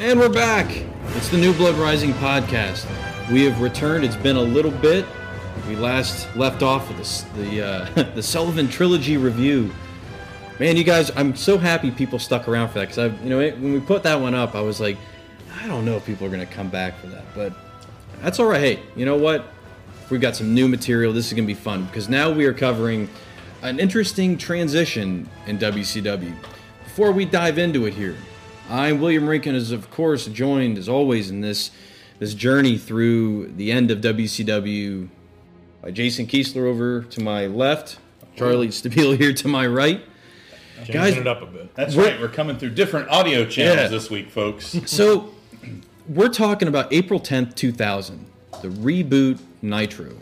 And we're back. It's the New Blood Rising podcast. We have returned. It's been a little bit. We last left off with this, the uh, the Sullivan trilogy review. Man, you guys, I'm so happy people stuck around for that because I, you know, it, when we put that one up, I was like, I don't know if people are gonna come back for that, but that's all right. Hey, you know what? We've got some new material. This is gonna be fun because now we are covering an interesting transition in WCW. Before we dive into it here, I'm William Rankin, is of course joined as always in this this journey through the end of WCW by Jason Kiesler over to my left, Charlie Stabile here to my right. Changing Guys- it up a bit. That's We're- right. We're coming through different audio channels Yeah. this week, folks. So we're talking about April 10th, 2000, the reboot Nitro.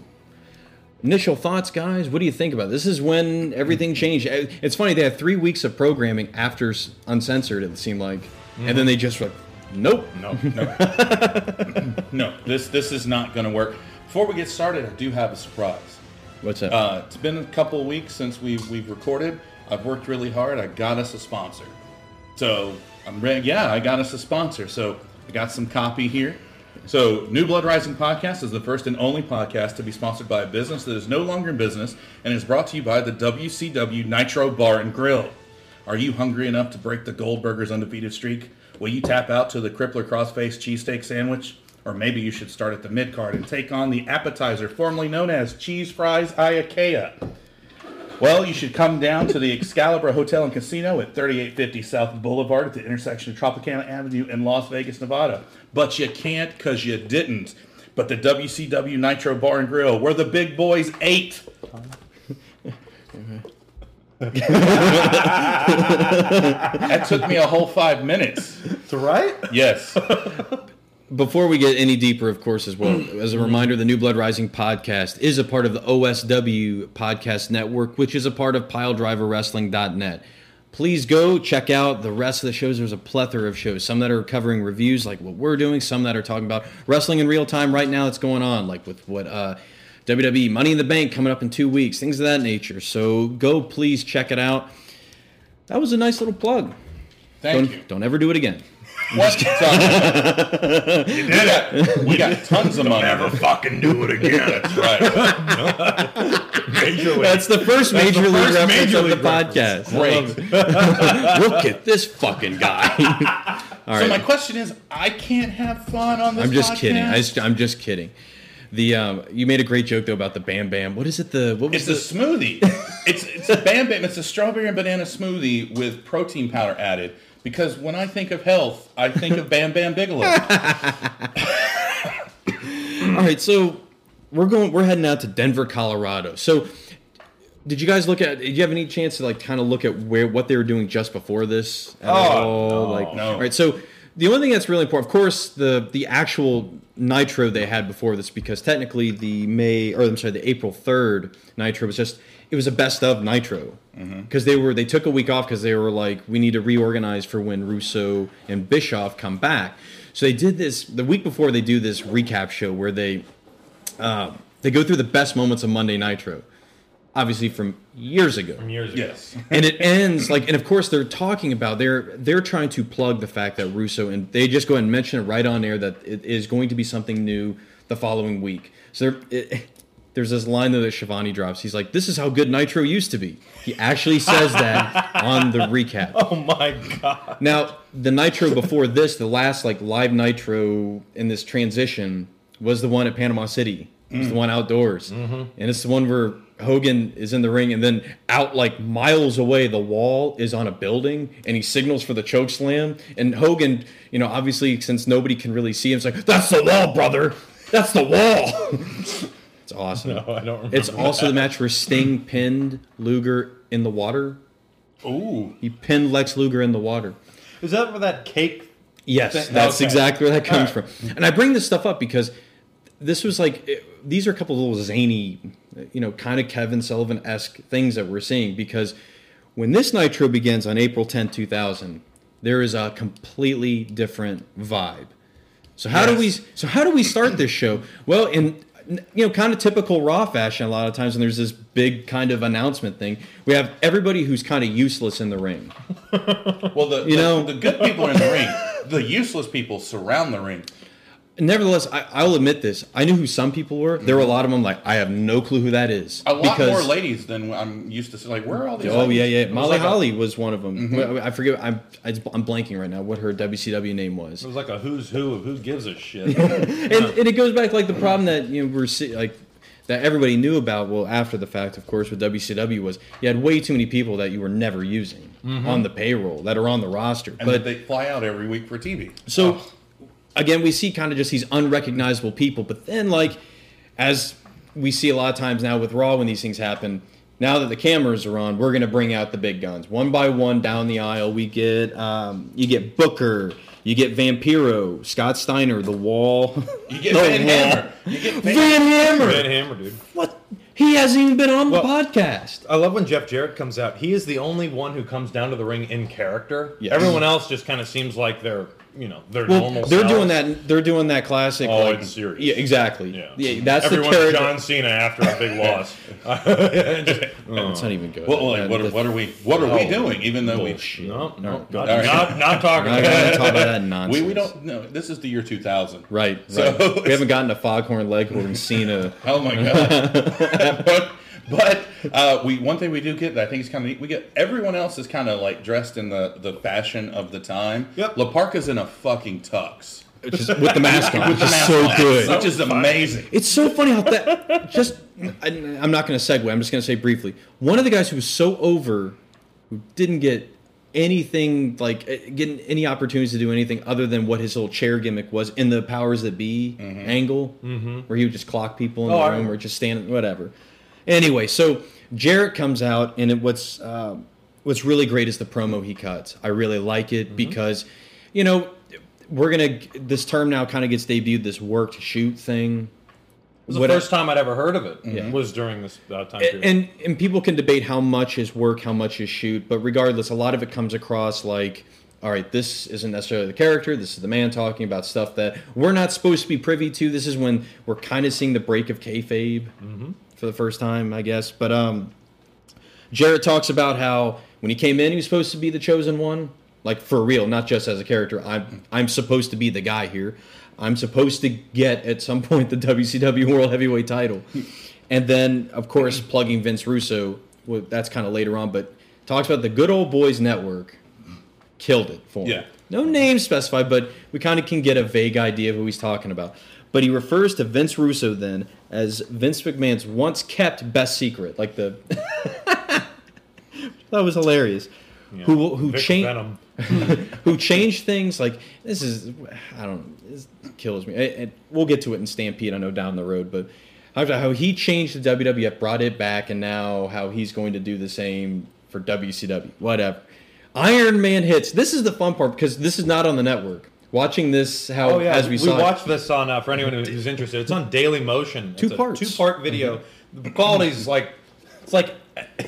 Initial thoughts, guys. What do you think about it? this? Is when everything changed. Uh, It's funny they had three weeks of programming after s- uncensored. It seemed like, and then they just were like, nope. no, no, no. This this is not going to work. Before we get started, I do have a surprise. What's that? Uh, it's been a couple of weeks since we've we've recorded. I've worked really hard. I got us a sponsor. So I'm ready. Yeah, I got us a sponsor. So I got some copy here. So New Blood Rising podcast is the first and only podcast to be sponsored by a business that is no longer in business and is brought to you by the WCW Nitro Bar and Grill. Are you hungry enough to break the Goldberger's undefeated streak? Will you tap out to the Crippler Crossface cheesesteak sandwich? Or maybe you should start at the mid card and take on the appetizer formerly known as Cheese Fries Iakea. Well, you should come down to the Excalibur Hotel and Casino at 3850 South Boulevard at the intersection of Tropicana Avenue in Las Vegas, Nevada. But you can't because you didn't. But the WCW Nitro Bar and Grill, where the big boys ate. that took me a whole five minutes. That's right. Yes. Before we get any deeper, of course, as well, as a reminder, the New Blood Rising podcast is a part of the OSW podcast network, which is a part of piledriverwrestling.net. Please go check out the rest of the shows. There's a plethora of shows, some that are covering reviews like what we're doing, some that are talking about wrestling in real time right now that's going on, like with what uh, WWE Money in the Bank coming up in two weeks, things of that nature. So go please check it out. That was a nice little plug. Thank you. Don't, don't ever do it again. What? Sorry. we, got, we got tons of money. Never fucking do it again. That's right. Major way. That's the first That's major the league first reference major of the league reference. podcast. I love Great. it. Look at this fucking guy. All So right, my question is, I can't have fun on this. I'm just podcast? kidding. I am just kidding. The um, you made a great joke though about the Bam Bam. What is it? The what was it's a this? smoothie. it's it's a Bam Bam. It's a strawberry and banana smoothie with protein powder added. Because when I think of health, I think of Bam Bam Bigelow. All right, so we're going. We're heading out to Denver, Colorado. So. Did you guys look at? Did you have any chance to like kind of look at where what they were doing just before this? At oh all? like no. All right, so the only thing that's really important, of course, the the actual Nitro they had before this, because technically the May or I'm sorry, the April third Nitro was just it was a best of Nitro because they were they took a week off because they were like we need to reorganize for when Russo and Bischoff come back. So they did this the week before they do this recap show where they uh, they go through the best moments of Monday Nitro, obviously from years ago Years ago. yes. and it ends like and of course they're talking about they're they're trying to plug the fact that Russo and they just go ahead and mention it right on air that it is going to be something new the following week. So there, it, there's this line though that Shivani drops. He's like, "This is how good Nitro used to be." He actually says that on the recap. Oh my god. Now, the Nitro before this, the last like live Nitro in this transition was the one at Panama City. It was the one outdoors, and it's the one where Hogan is in the ring, and then out like miles away, the wall is on a building, and he signals for the choke slam. And Hogan, you know, obviously since nobody can really see him, it's like that's the wall, brother. That's the wall. it's awesome. No, I don't remember. It's also the match where Sting pinned Luger in the water. Ooh. He pinned Lex Luger in the water. Is that for that cake? Yes, Thing- that's okay. exactly where that comes Alright. from. And I bring this stuff up because this was like it- these are a couple of little zany, you know, kind of Kevin Sullivan esque things that we're seeing because when this Nitro begins on April 10, 2000, there is a completely different vibe. So how do we so how do we start this show? Well, in you know, kind of typical Raw fashion, a lot of times, and there's this big kind of announcement thing. We have everybody who's kind of useless in the ring. Well, the You the, know- the good people are in the ring. the useless people surround the ring. Nevertheless, I, I'll admit this. I knew who some people were. There were a lot of them. Like I have no clue who that is. A lot more ladies than I'm used to. see. Like, where are all these? Oh yeah, ladies? yeah. It was Molly like a- Mm-hmm. Holly was one of them. I forget. I'm I- I'm blanking right now what her WCW name was. It was like a who's who of who gives a shit. and, and it goes back like the problem that you know we're see, like that everybody knew about. Well, after the fact, of course, with WCW was you had way too many people that you were never using on the payroll that are on the roster. Mm-hmm. and but they fly out every week for TV. so Oh, again, we see kind of just these unrecognizable people. But then, like as we see a lot of times now with Raw when these things happen. Now that the cameras are on, we're gonna bring out the big guns one by one down the aisle. We get um, you get Booker, you get Vampiro, Scott Steiner, The Wall, you get The Van Wall. Hammer. You get Van. Van Hammer. Van Hammer, dude. What? He hasn't even been on the Well- podcast. I love when Jeff Jarrett comes out. He is the only one who comes down to the ring in character. Yes. Everyone else just kind of seems like they're, you know, they're Well, normal. they're selves. doing that. They're doing that classic. Oh, like- it's serious. Yeah, exactly. Yeah, Yeah, that's Everyone's the character. John Cena after a big loss. Oh, It's not even good. Well, like, That- what, are, that- what are we? What are we Oh. doing? Even though we bullshit. no, All no, right. not, All right. not, not I'm talking. not gonna talk about that nonsense. we, we don't know. This is the year 2000. Right. right. So- we haven't gotten to Foghorn Leghorn and Cena. Oh my god. but but uh, we one thing we do get that I think is kind of neat. We get everyone else is kind of like dressed in the the fashion of the time. Yep. Laparca's in a fucking tux. which is- with the mask on, With which the is mask so on, good. Which is amazing. It's so funny how that just. I, am not going to segue. I'm just going to say briefly. One of the guys who was so over, who didn't get anything like eh, getting any opportunities to do anything other than what his little chair gimmick was in the powers that be angle, where he would just clock people in Mm-hmm. Oh, I the room remember. or just stand whatever. Anyway, so Jarrett comes out and it, what's um, what's really great is the promo he cuts. I really like Mm-hmm. it because, you know. We're gonna. This term now kind of gets debuted. This work to shoot thing. It was the What- first time I'd ever heard of it. Was during this uh, time period. and and people can debate how much is work, how much is shoot, but regardless, a lot of it comes across like, all right, this isn't necessarily the character. This is the man talking about stuff that we're not supposed to be privy to. This is when we're kind of seeing the break of kayfabe for the first time, I guess. But um, Jarrett talks about how when he came in, he was supposed to be the chosen one, like for real, not just as a character. I'm I'm supposed to be the guy here. I'm supposed to get at some point the WCW World Heavyweight Title, and then of course plugging Vince Russo. Well, that's kind of later on, but talks about the good old boys network killed it for him. Yeah. No name specified, but we kind of can get a vague idea of who he's talking about. But he refers to Vince Russo then as Vince McMahon's once kept best secret, like the that was hilarious. Who who Vic changed Venom. who changed things like this is I don't this kills me. And- and we'll get to it in Stampede, I know down the road, but how, how he changed the WWF, brought it back, and now how he's going to do the same for WCW, whatever. Iron Man hits. This is the fun part because this is not on the network. Watching this, how Oh yeah, as we, we, saw, it- watched this on uh, for anyone who's interested. It's on Daily Motion. Two parts. Mm-hmm. Two part video. The quality's like it's like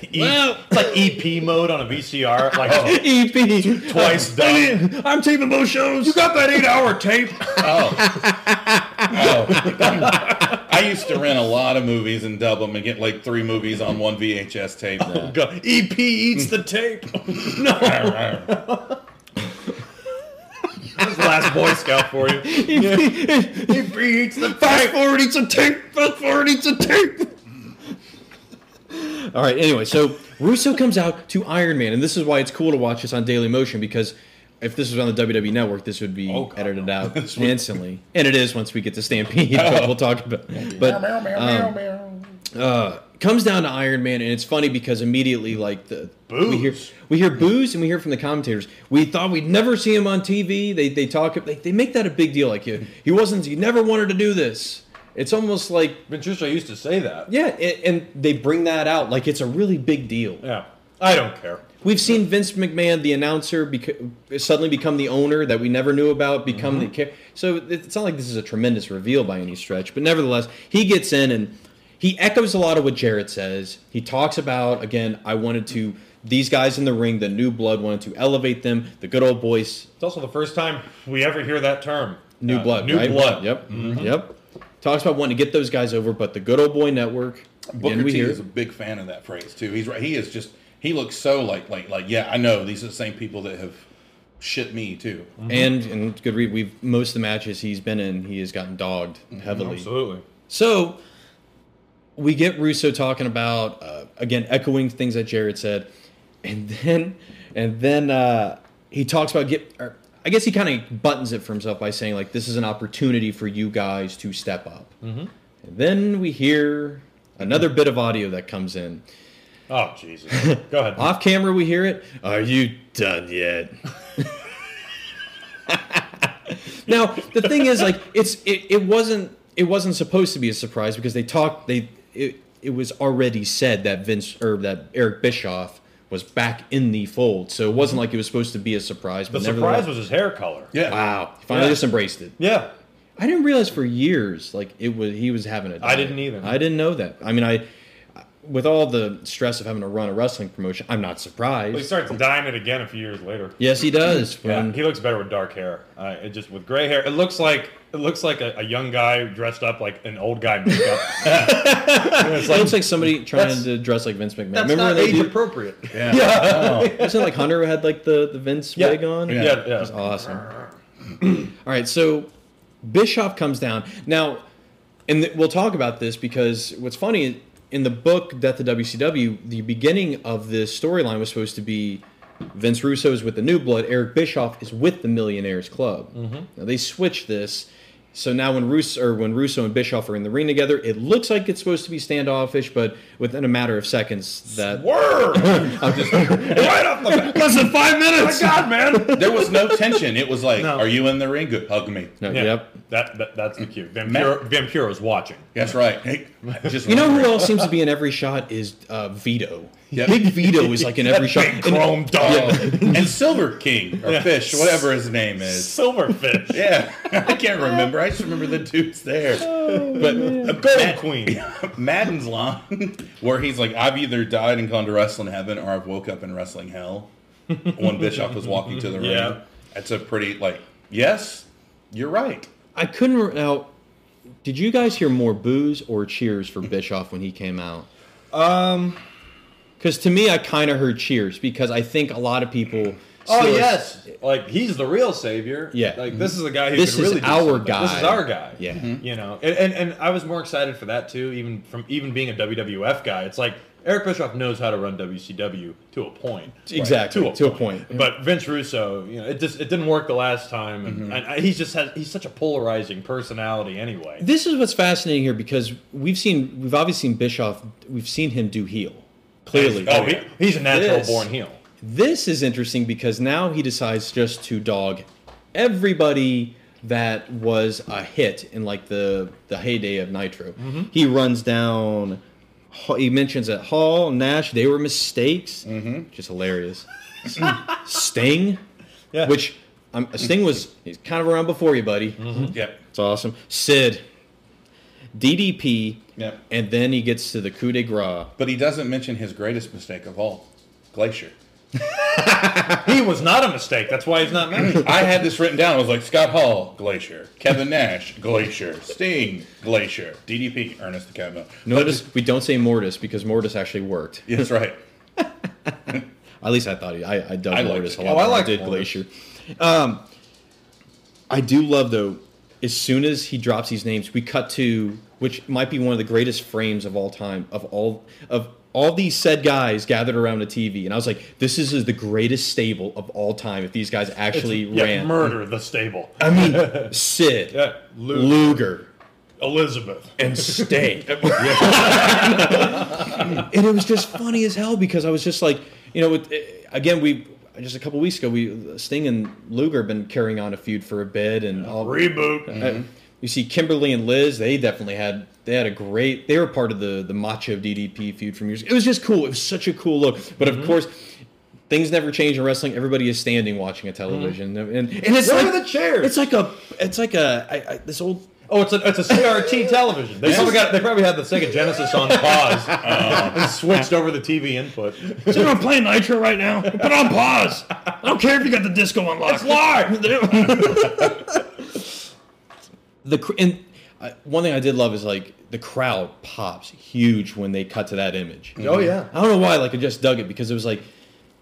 e, it's like EP mode on a VCR. Like oh. E EP Twice done. I'm taping both shows. got that eight hour tape. Oh. I used to rent a lot of movies and dub them and get like three movies on one VHS tape. Oh. Go, EP eats the tape. no, That's this last Boy Scout for you. EP eats the Fast forward eats a tape. Fast forward eats a tape. All right. Anyway, so Russo comes out to Iron Man, and this is why it's cool to watch this on Daily Motion because if this was on the WWE Network, this would be Oh, God, edited out instantly, and it is once we get to Stampede. but We'll talk about. But um, uh, comes down to Iron Man, and it's funny because immediately, like the we hear Boos. we hear boos and we hear from the commentators. We thought we'd never see him on TV. They they talk they, they make that a big deal. Like he, he wasn't he never wanted to do this. It's almost like Ventura used to say that. yeah, and, and they bring that out like it's a really big deal. Yeah, I don't care. We've seen Vince McMahon, the announcer, bec- suddenly become the owner that we never knew about, become Mm-hmm. the ca- so it- it's not like this is a tremendous reveal by any stretch. But nevertheless, he gets in and he echoes a lot of what Jarrett says. He talks about again, I wanted to these guys in the ring, the new blood, wanted to elevate them, the good old boys, It's also the first time we ever hear that term. new Uh, blood, New right? blood. Yep, Mm-hmm. yep. Talks about wanting to get those guys over, but the good old boy network. Booker again, we T hear- is a big fan of that phrase too. He's right. He is just he looks so like like like yeah. I know these are the same people that have shit me too. And and good read. We've most of the matches he's been in, he has gotten dogged heavily. Absolutely. So we get Russo talking about uh, again echoing things that Jared said, and then and then uh, he talks about get. Or I guess he kind of buttons it for himself by saying like this is an opportunity for you guys to step up. And then we hear another bit of audio that comes in. Oh Jesus. Go ahead. Off camera, we hear it. Are you done yet? now the thing is, like, it's it, it wasn't it wasn't supposed to be a surprise because they talked they it it was already said that Vince or that Eric Bischoff was back in the fold, so it wasn't like it was supposed to be a surprise. the But surprise nevertheless- was his hair color. Yeah. wow, he finally Yeah. just embraced it. Yeah. I didn't realize for years like it was he was having a. I diet. didn't either. I didn't know that. I mean, I with all the stress of having to run a wrestling promotion, I'm not surprised. He starts dying it again a few years later. Yes, he does. Yeah, When- he looks better with dark hair. Uh, it just with gray hair, it looks like it looks like a, a young guy dressed up like an old guy makeup. it looks like somebody trying That's- to dress like Vince McMahon. Remember when they did, appropriate. Yeah. wasn't it like Hunter had like the, the Vince Yeah. wig on? Yeah, Yeah. yeah. That's awesome. All right, so Bischoff comes down. Now, and th- we'll talk about this because what's funny in the book Death of WCW, the beginning of this storyline was supposed to be Vince Russo's with the New Blood, Eric Bischoff is with the Millionaires Club. Now they switched this. So now when Russo or when Russo and Bischoff are in the ring together, it looks like it's supposed to be standoffish, but within a matter of seconds that Word! right off the bat. less than five My minutes. God, man. There was no tension. It was like, No. are you in the ring? Good, hug me. No, Yeah, Yep. That, that that's the cue. Matt- Vampiro, Vampiro's watching. That's right. Hey, just You know who remember. else seems to be in every shot is uh, Vito. Yep. Big Vito is like in every shot. Big And- chrome dog. Oh, and Silver King or Yeah. Fish, whatever his name is. Silverfish. Yeah, I can't remember. I just remember the dude's there. Oh, but uh, Gold queen. Madden's line, where he's like, "I've either died and gone to wrestling heaven, or I've woke up in wrestling hell." When Bischoff was walking to the ring, Yeah. that's a pretty like, yes, you're right. I couldn't. re- Now, did you guys hear more boos or cheers for Bischoff when he came out? Um. Because to me, I kind of heard cheers because I think a lot of people. Oh still- yes. Like he's the real savior. Yeah. Like this is a guy who This could is really do our something. guy. This is our guy. Yeah. Mhm. You know, and, and and I was more excited for that too. Even from even being a WWF guy, it's like Eric Bischoff knows how to run WCW to a point. Exactly, to a point. But Vince Russo, you know, it just it didn't work the last time, Mm-hmm. and, and I, he's just has he's such a polarizing personality anyway. This is what's fascinating here because we've seen we've obviously seen Bischoff. We've seen him do heel. Clearly, oh, he, he's a natural This- born heel. This is interesting because now he decides just to dog everybody that was a hit in like the the heyday of Nitro. He runs down. He mentions that Hall Nash they were mistakes, which is hilarious. Sting, Yeah. which um, Sting was he's kind of around before you, buddy. Yep. It's awesome. Sid, DDP, Yep. and then he gets to the coup de grace. But he doesn't mention his greatest mistake of all, Glacier. He was not a mistake. That's why he's not mentioned. I had this written down. I was like Scott Hall, Glacier. Kevin Nash, Glacier. Sting, Glacier. DDP, Ernest the Cabinet. Notice we don't say Mortis because Mortis actually worked. That's right. At least I thought he. I, I dug I liked Mortis it. a lot. Oh, I more than liked did Mortis. Glacier. Um, I do love though. As soon as he drops these names, we cut to which might be one of the greatest frames of all time of all of all these said guys gathered around a TV, and I was like, "This is, the greatest stable of all time." If these guys actually Yeah, ran, murder the stable. I mean, Sid, Yeah, Lou- Luger, Elizabeth. and Sting. and it was just funny as hell because I was just like, you know, with, again, we just a couple weeks ago, we Sting and Luger have been carrying on a feud for a bit, and all. Reboot. Uh, you see, Kimberly and Liz, they definitely had they had a great. They were part of the the Macho DDP feud from years. It was just cool. It was such a cool look. But of course. Things never change in wrestling. Everybody is standing watching a television, and, and it's Where like are the chairs? It's like a, it's like a I, I, this old Oh, it's a, it's a CRT television. They probably got they probably had the Sega Genesis on pause and switched over the TV input. So you don't play Nitro right now. Put on pause. I don't care if you got the disco unlocked. It's live. the cr- and uh, one thing I did love is like the crowd pops huge when they cut to that image. Oh yeah, I don't know why. Like I just dug it because it was like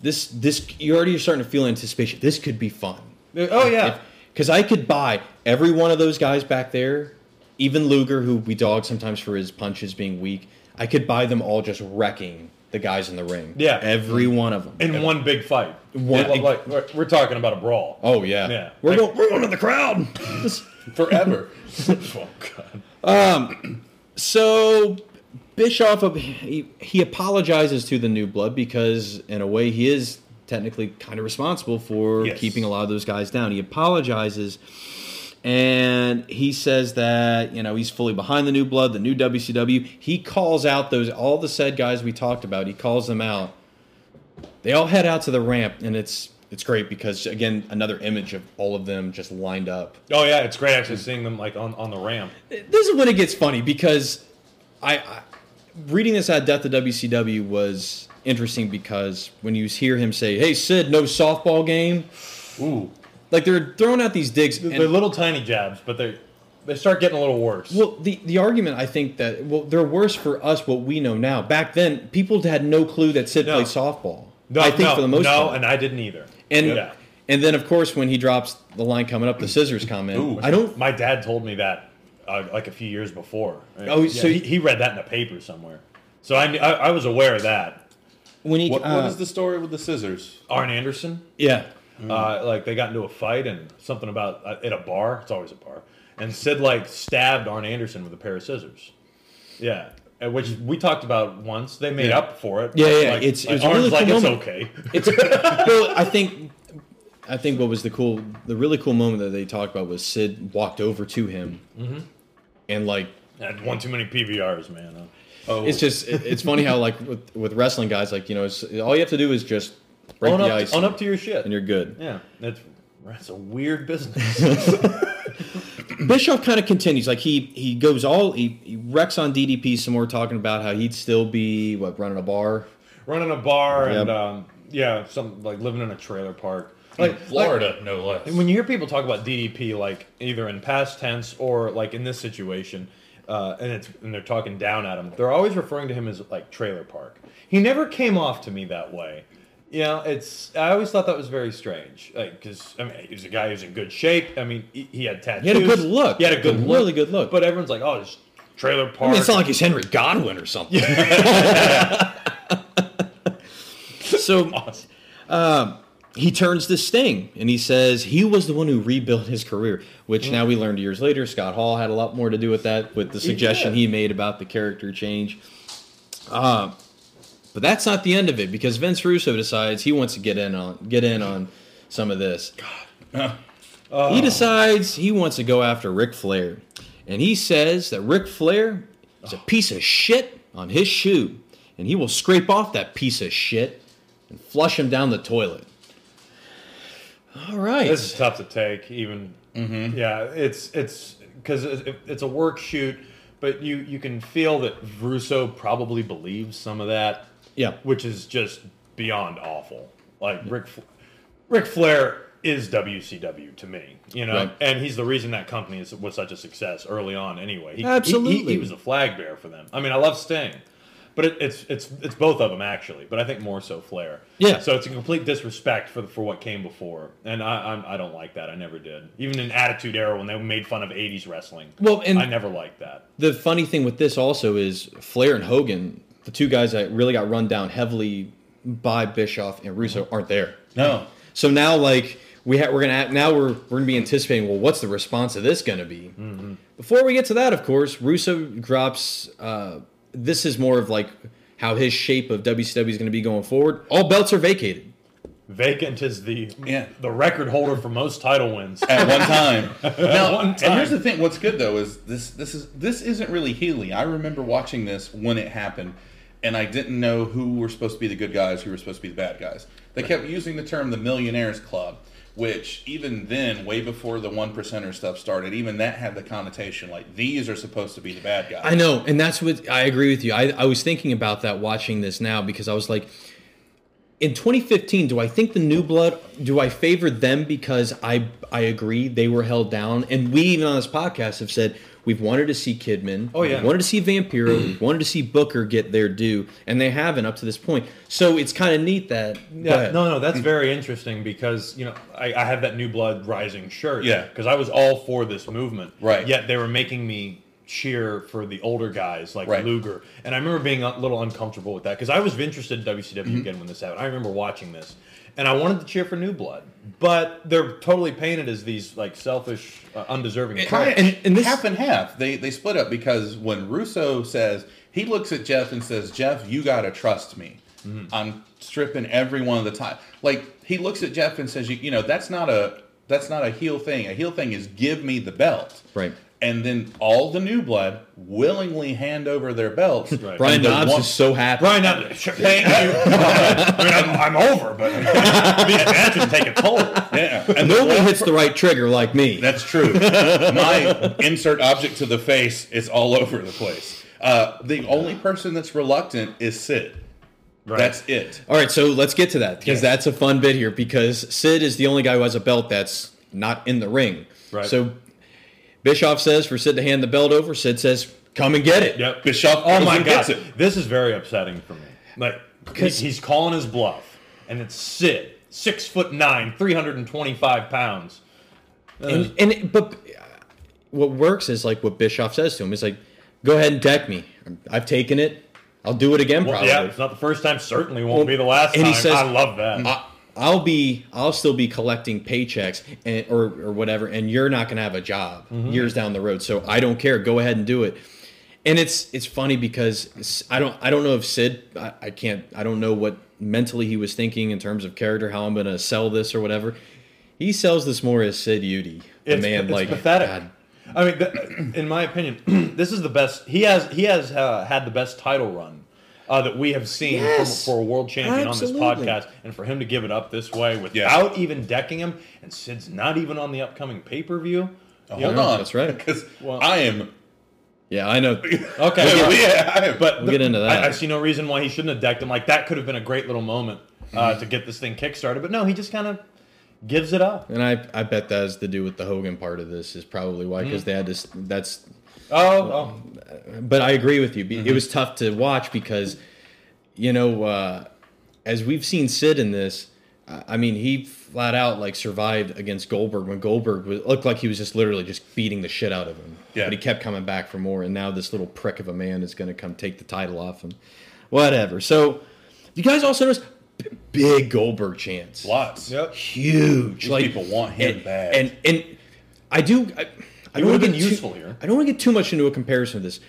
this this you're already starting to feel anticipation. This could be fun. Oh yeah. Because I could buy every one of those guys back there, even Luger, who we dog sometimes for his punches being weak. I could buy them all just wrecking the guys in the ring. Yeah. every one of them. In one big fight. One- Like, like, we're, we're talking about a brawl. oh yeah, Yeah. We're Like- going. We're going to the crowd. forever. Oh, God. So Bischoff uh, he, he apologizes to the New Blood because in a way he is technically kind of responsible for Yes. keeping a lot of those guys down. He apologizes and he says that, you know, he's fully behind the New Blood, the new WCW. He calls out those all the said guys we talked about. He calls them out. They all head out to the ramp and it's it's great because again another image of all of them just lined up Oh yeah, it's great actually seeing them like on, on the ramp. this is when it gets funny because I, I reading this at Death of WCW was interesting because when you hear him say, "Hey Sid, no softball game," Ooh. like they're throwing out these digs. and- they're little tiny jabs, but they they start getting a little worse. well, the the argument I think that well they're worse for us what we know now. Back then, people had no clue that Sid No. played softball. no, I think no, for the most no, part. and I didn't either. and yeah. and then of course when he drops the line coming up, the scissors comment. Ooh. I don't My dad told me that uh, like a few years before. Oh, so- he, he read that in the paper somewhere. So I, knew- I I was aware of that. when he What, uh, what is the story with the scissors? Arn Anderson, yeah. uh, like they got into a fight and something about uh, at a bar. It's always a bar. And Sid like stabbed Arn Anderson with a pair of scissors. Yeah. Uh, Which we talked about once. They made Yeah. up for it. Yeah, yeah, Like, it's- like it's a Arn's really cool like it's moment." okay. It's well, I think I think what was the cool, the really cool moment that they talked about was Sid walked over to him, Mm-hmm. and like Had one too many PBRs, man. huh? Oh, it's just it- it's funny how like with, with wrestling guys like you know it's, all you have to do is just break Own the up, ice own up to your shit. and you're good. yeah, that's that's a weird business. Bischoff kind of continues. Like he he goes all he, he wrecks on DDP some more, talking about how he'd still be what running a bar. Running a bar Yep. and um, yeah, something like living in a trailer park. like Like Florida, no less. When you hear people talk about DDP, like either in past tense or like in this situation, uh, and it's and they're talking down at him, they're always referring to him as like trailer park. He never came off to me that way. You know, it's I always thought that was very strange. Like, because I mean, he was a guy who's in good shape. I mean, he, he had tattoos. He had a good look. He had a good, look. really good look. But everyone's like, oh, it's trailer park. I mean, it's not like he's Henry Godwin or something. so um, he turns to Sting and he says he was the one who rebuilt his career, which now we learned years later. Scott Hall had a lot more to do with that, with the suggestion did. he made about the character change. Um, but that's not the end of it because Vince Russo decides he wants to get in on get in on some of this. He decides he wants to go after Ric Flair. And he says that Ric Flair is a piece of shit on his shoe. And he will scrape off that piece of shit and flush him down the toilet. All right. This is tough to take, even. Yeah, it's it's because it's a work shoot, but you you can feel that Russo probably believes some of that, yeah. which is just beyond awful. Like Rick, Rick Flair is WCW to me, you know, Right. and he's the reason that company is, was such a success early on. Anyway, He- he- he- Absolutely. he was a flag bearer for them. I mean, I love Sting. But it, it's it's it's both of them actually, but I think more so Flair. Yeah. So it's a complete disrespect for for what came before, and I I'm, I don't like that. I never did. Even in Attitude Era when they made fun of '80s wrestling, Well, and- I never liked that. The funny thing with this also is Flair and Hogan, the two guys that really got run down heavily by Bischoff and Russo, aren't there. no. So now, like we ha- we're gonna act, now we're we're gonna be anticipating. Well, what's the response to this gonna be? Before we get to that, of course, Russo drops. Uh, this is more of like how his shape of WCW is gonna be going forward. All belts are vacated. Vacant is the Yeah. the record holder for most title wins. At one time. Now, one and here's time. the thing. What's good though is this. This is this isn't really Healy. I remember watching this when it happened, and I didn't know who were supposed to be the good guys, who were supposed to be the bad guys. They kept using the term the Millionaires Club, which even then, way before the one percenter stuff started, even that had the connotation like these are supposed to be the bad guys. I know, and that's what I agree with you. I, I was thinking about that watching this now because I was like, in 2015, do I think the new blood? Do I favor them because I I agree they were held down, and we even on this podcast have said We've wanted to see Kidman. Oh, yeah. We wanted to see Vampiro. Mm-hmm. we wanted to see Booker get their due, and they haven't up to this point. So it's kind of neat that. Go Yeah, ahead. no, no, that's Mm. very interesting because you know I, I have that New Blood Rising shirt. Yeah. because I was all for this movement. Right. Yet they were making me cheer for the older guys like Right. Luger, and I remember being a little uncomfortable with that because I was interested in WCW Mm-hmm. again when this happened. I remember watching this, and I wanted to cheer for New Blood, but they're totally painted as these like selfish, uh, undeserving. Kinda- pricks. and- and this- half and half. They they split up because when Russo says he looks at Jeff and says, "Jeff, you gotta trust me. Mm-hmm. I'm stripping every one of the time." Like he looks at Jeff and says, "You, you know, that's not a that's not a heel thing. A heel thing is give me the belt." Right. And then all the new blood willingly hand over their belts. Right. Brian And the Dobbs one- is so happy. Brian, uh, thank you. I mean, I'm, I'm over, but these matches take a toll. Yeah. And the Nobody one- hits the right trigger like me. That's true. My insert object to the face is all over the place. Uh, the only person that's reluctant is Sid. Right. That's it. All right, so let's get to that because Yes. that's a fun bit here because Sid is the only guy who has a belt that's not in the ring. Right. So Bischoff says for Sid to hand the belt over. Sid says, "Come and get it." Yep. Bischoff Oh goes my and god, gets it. this is very upsetting for me. Like, Because- because he's calling his bluff, and it's Sid, six foot nine, three hundred and twenty-five pounds. And, and it- but uh, what works is like what Bischoff says to him is like, "Go ahead and deck me. I've taken it. I'll do it again Well, probably. yeah, it's not the first time. Certainly won't Well, be the last and he time. says- I love that. I, I'll be I'll still be collecting paychecks and, or or whatever, and you're not gonna have a job Mm-hmm. years down the road. So I don't care. Go ahead and do it. And it's it's funny because it's- I don't I don't know if Sid I, I can't I don't know what mentally he was thinking in terms of character how I'm gonna sell this or whatever. He sells this more as Sid Udy, the it's, man it's like pathetic. God. I mean, th- in my opinion, this is the best. He has he has uh, had the best title run uh, that we have seen from- Yes. for a world champion on Absolutely. this podcast, and for him to give it up this way Yeah. without even decking him, and Sid's not even on the upcoming pay per view. Hold on. that's right. Because Well- I am. Yeah, I know. Okay, Yeah, I am. But We'll get into that. I, I see no reason why he shouldn't have decked him. Like that could have been a great little moment Mm-hmm. uh, to get this thing kickstarted. But no, he just kind of gives it up. And I, I bet that has to do with the Hogan part of this is probably why Mm-hmm. because they had this that's Oh, oh. but I agree with you. Be- It was tough to watch because, you know, uh, as we've seen Sid in this, I I mean, he flat out like survived against Goldberg when Goldberg was, looked like he was just literally just beating the shit out of him. Yeah. But he kept coming back for more, and now this little prick of a man is going to come take the title off him. Whatever. So, you guys also notice b- big Goldberg chance lots. yep. huge. like people want him and, bad. and and I do. I, I don't He want would've to been get too- useful here. I don't want to get too much into a comparison of this,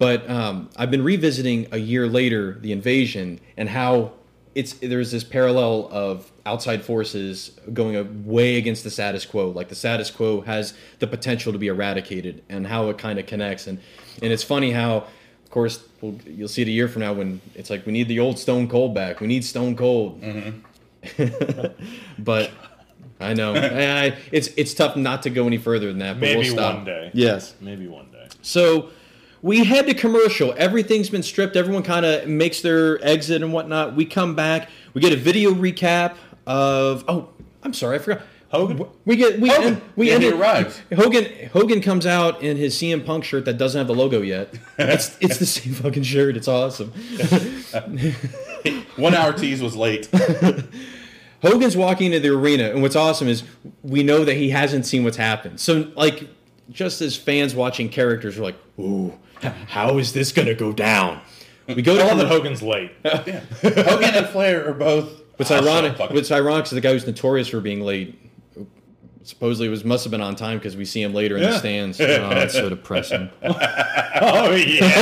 but um, I've been revisiting a year later the invasion and how it's there's this parallel of outside forces going a- way against the status quo. Like the status quo has the potential to be eradicated, and how it kind of connects. and And it's funny how. Of course, we'll, you'll see it a year from now when it's like we need the old Stone Cold back. We need Stone Cold but I know I, I- it's it's tough not to go any further than that. But Maybe we'll stop. one day. Yes. Maybe one day. So we head to commercial. Everything's been stripped. Everyone kind of makes their exit and whatnot. We come back. We get a video recap of. Oh, I'm sorry, I forgot. Hogan? We get we Hogan. End, we Yeah, end he it- arrives. Hogan Hogan comes out in his CM Punk shirt that doesn't have the logo yet. It's it's the same fucking shirt. It's awesome. One hour tease was late. Hogan's walking into the arena, and what's awesome is we know that he hasn't seen what's happened. So, like, just as fans watching characters are like, "Ooh, h- how is this gonna go down?" We go I love that to Hogan's late. Oh, Hogan and Flair are both. what's hostile ironic. fuckers. What's ironic is the guy who's notorious for being late. Supposedly, was must have been on time because we see him later in the Yeah. stands. Oh, it's so depressing. Oh yeah.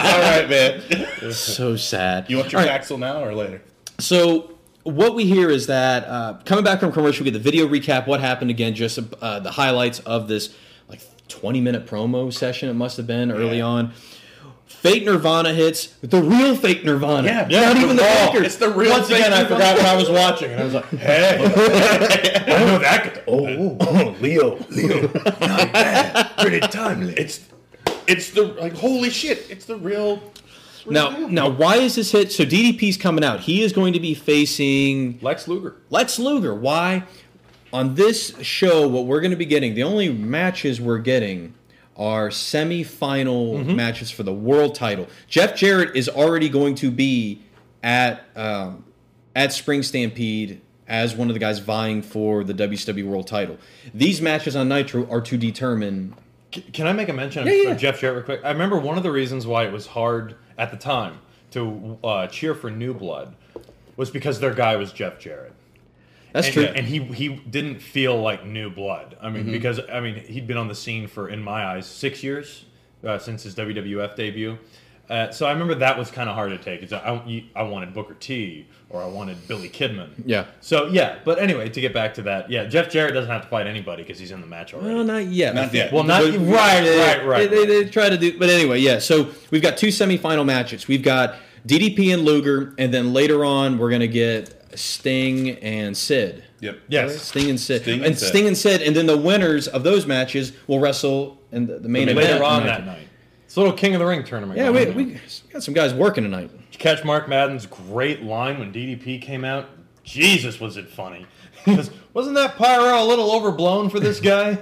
It's all right, man. It's so sad. You want your All right, axle now or later? So what we hear is that uh, coming back from commercial, we get the video recap, what happened again, just uh, the highlights of this like 20 minute promo session. It must have been early Yeah. on. Fake Nirvana hits the real fake Nirvana. Yeah, yeah, not the even the raw. fakers. It's the real Once fake again, I Nirvana. forgot what I was. was watching, and I was like, "Hey, I know that." Could, Oh, oh, Leo, Leo, pretty timely. It's it's the like holy shit. It's the real. Now, now, why is this hit? So DDP's coming out. He is going to be facing Lex Luger. Lex Luger. Why? On this show, what we're going to be getting, the only matches we're getting are semi-final matches for the world title. Jeff Jarrett is already going to be at um, at Spring Stampede as one of the guys vying for the WCW World Title. These matches on Nitro are to determine. C- Can I make a mention Yeah, of yeah. Jeff Jarrett real quick? I remember one of the reasons why it was hard at the time to uh, cheer for New Blood was because their guy was Jeff Jarrett. That's and, true. Mm-hmm. and he he didn't feel like new blood. I mean, because I mean he'd been on the scene for, in my eyes, six years uh, since his WWF debut. Uh, so I remember that was kind of hard to take. It's, I, you- I wanted Booker T or I wanted Billy Kidman. Yeah. So yeah, but anyway, to get back to that, yeah, Jeff Jarrett doesn't have to fight anybody because he's in the match already. well, not yet. Not yet. Well, not But- right, they- right, right. They, they, they try to do, but anyway, yeah. So we've got two semifinal matches. We've got DDP and Luger, and then later on we're gonna get Sting and Sid. Yep. Yes. Sting and Sid, Sting and, and Sid. Sting and Sid, and then the winners of those matches will wrestle in the, the main The main event later on tonight. that night. It's a little King of the Ring tournament. Yeah, we, going on. we got some guys working tonight. Did you catch Mark Madden's great line when DDP came out? Jesus, was it funny? He goes, Wasn't that pyro a little overblown for this guy?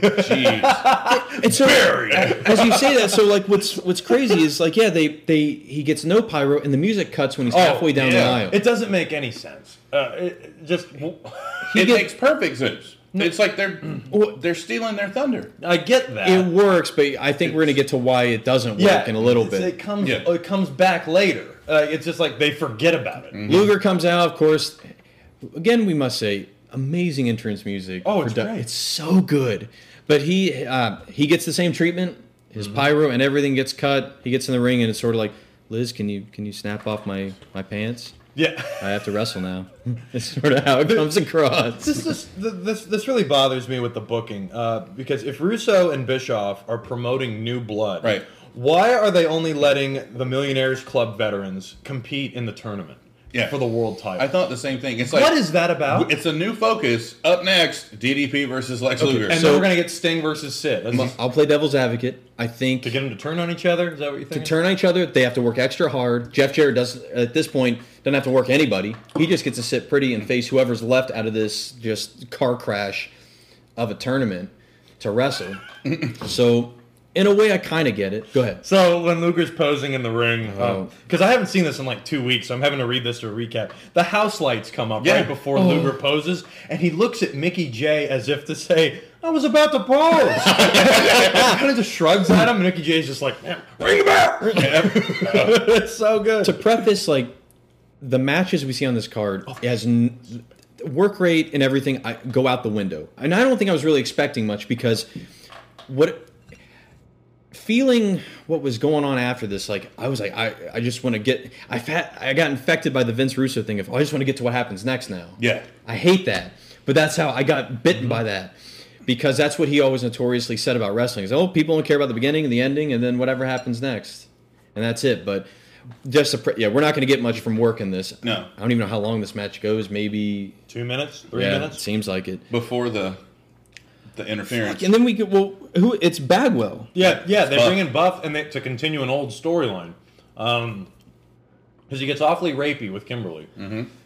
Jeez. And so, as you say that, so like what's what's crazy is like yeah they they he gets no pyro and the music cuts when he's halfway down Oh, yeah. the aisle. It doesn't make any sense. Uh, it, it just it get- makes perfect sense. It's like they're they're stealing their thunder. I get that. it works, but I think we're gonna get to why it doesn't work in a little it's- bit. It comes. Yeah. It comes back later. Uh, it's just like they forget about it. Luger comes out, of course. Again, we must say, amazing entrance music. Oh, it's Produ- great. It's so good. But he uh, he gets the same treatment. His Mm-hmm. pyro and everything gets cut. He gets in the ring, and it's sort of like, Liz, can you can you snap off my my pants? Yeah. I have to wrestle now. That's sort of how it comes across. This, this, this, this really bothers me with the booking uh, because if Russo and Bischoff are promoting new blood, Right. why are they only letting the Millionaires Club veterans compete in the tournament Yeah. for the world title? I thought the same thing. It's like what is that about? It's a new focus. Up next, DDP versus Lex Luger. and so- then we're going to get Sting versus Sid. Mm-hmm. That's just- I'll play devil's advocate. I think to get them to turn on each other? Is that what you to think? turn on each other, they have to work extra hard. Jeff Jarrett does at this point doesn't have to work anybody. He just gets to sit pretty and face whoever's left out of this just car crash of a tournament to wrestle. so, in a way, I kind of get it. Go ahead. So when Luger's posing in the ring, Oh. because I haven't seen this in like two weeks, so I'm having to read this to recap. The house lights come up Yeah. right before Luger poses, and he looks at Mickey J as if to say, "I was about to pose." kind of just shrugs at him, and Mickey J is just like, "Man, "Ring the bell!" it's so good. To preface, like the matches we see on this card it has n- work rate and everything I, go out the window, and I don't think I was really expecting much because what feeling what was going on after this like i was like i, I just want to get i fat, i got infected by the vince russo thing of oh, i just want to get to what happens next now Yeah. i hate that but that's how i got bitten by that because that's what he always notoriously said about wrestling is oh people don't care about the beginning and the ending and then whatever happens next and that's it but just a pre- yeah we're not going to get much from work in this No. i don't even know how long this match goes maybe two minutes, three yeah minutes. seems like it Before the the interference. and then we get well who it's bagwell Yeah, yeah, they Buff. bring in Buff and they, to continue an old storyline. Um 'cause because he gets awfully rapey with Kimberly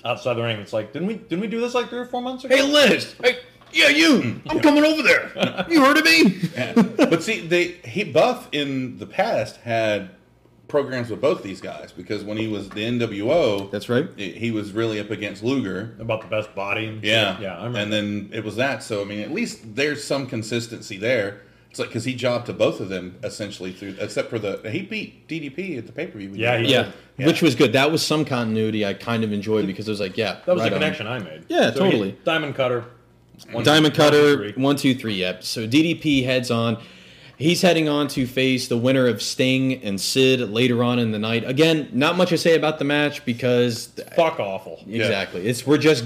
outside the ring. It's like, didn't we didn't we do this like three or four months ago? Mm-hmm. Hey, Liz. Hey, yeah, you. Mm, I'm coming over there. You heard of me? but see, they he Buff in the past had programs with both these guys because when he was the NWO, That's right. he- he was really up against Luger. about the best body. And Yeah, yeah. I remember. and then it was that. So I mean, at least there's some consistency there. It's like because he jobbed to both of them essentially through, except for the he beat DDP at the pay per view. Yeah, he- Yeah. Yeah. Which was good. That was some continuity I kind of enjoyed because it was like, yeah. that was right the on. connection I made. Yeah, he- totally. Diamond Cutter. one- Diamond one, Cutter, three. one, two, three. Yep. So DDP heads on. He's heading on to face the winner of Sting and Sid later on in the night. Again, not much to say about the match because Fuck awful. exactly, it's we're just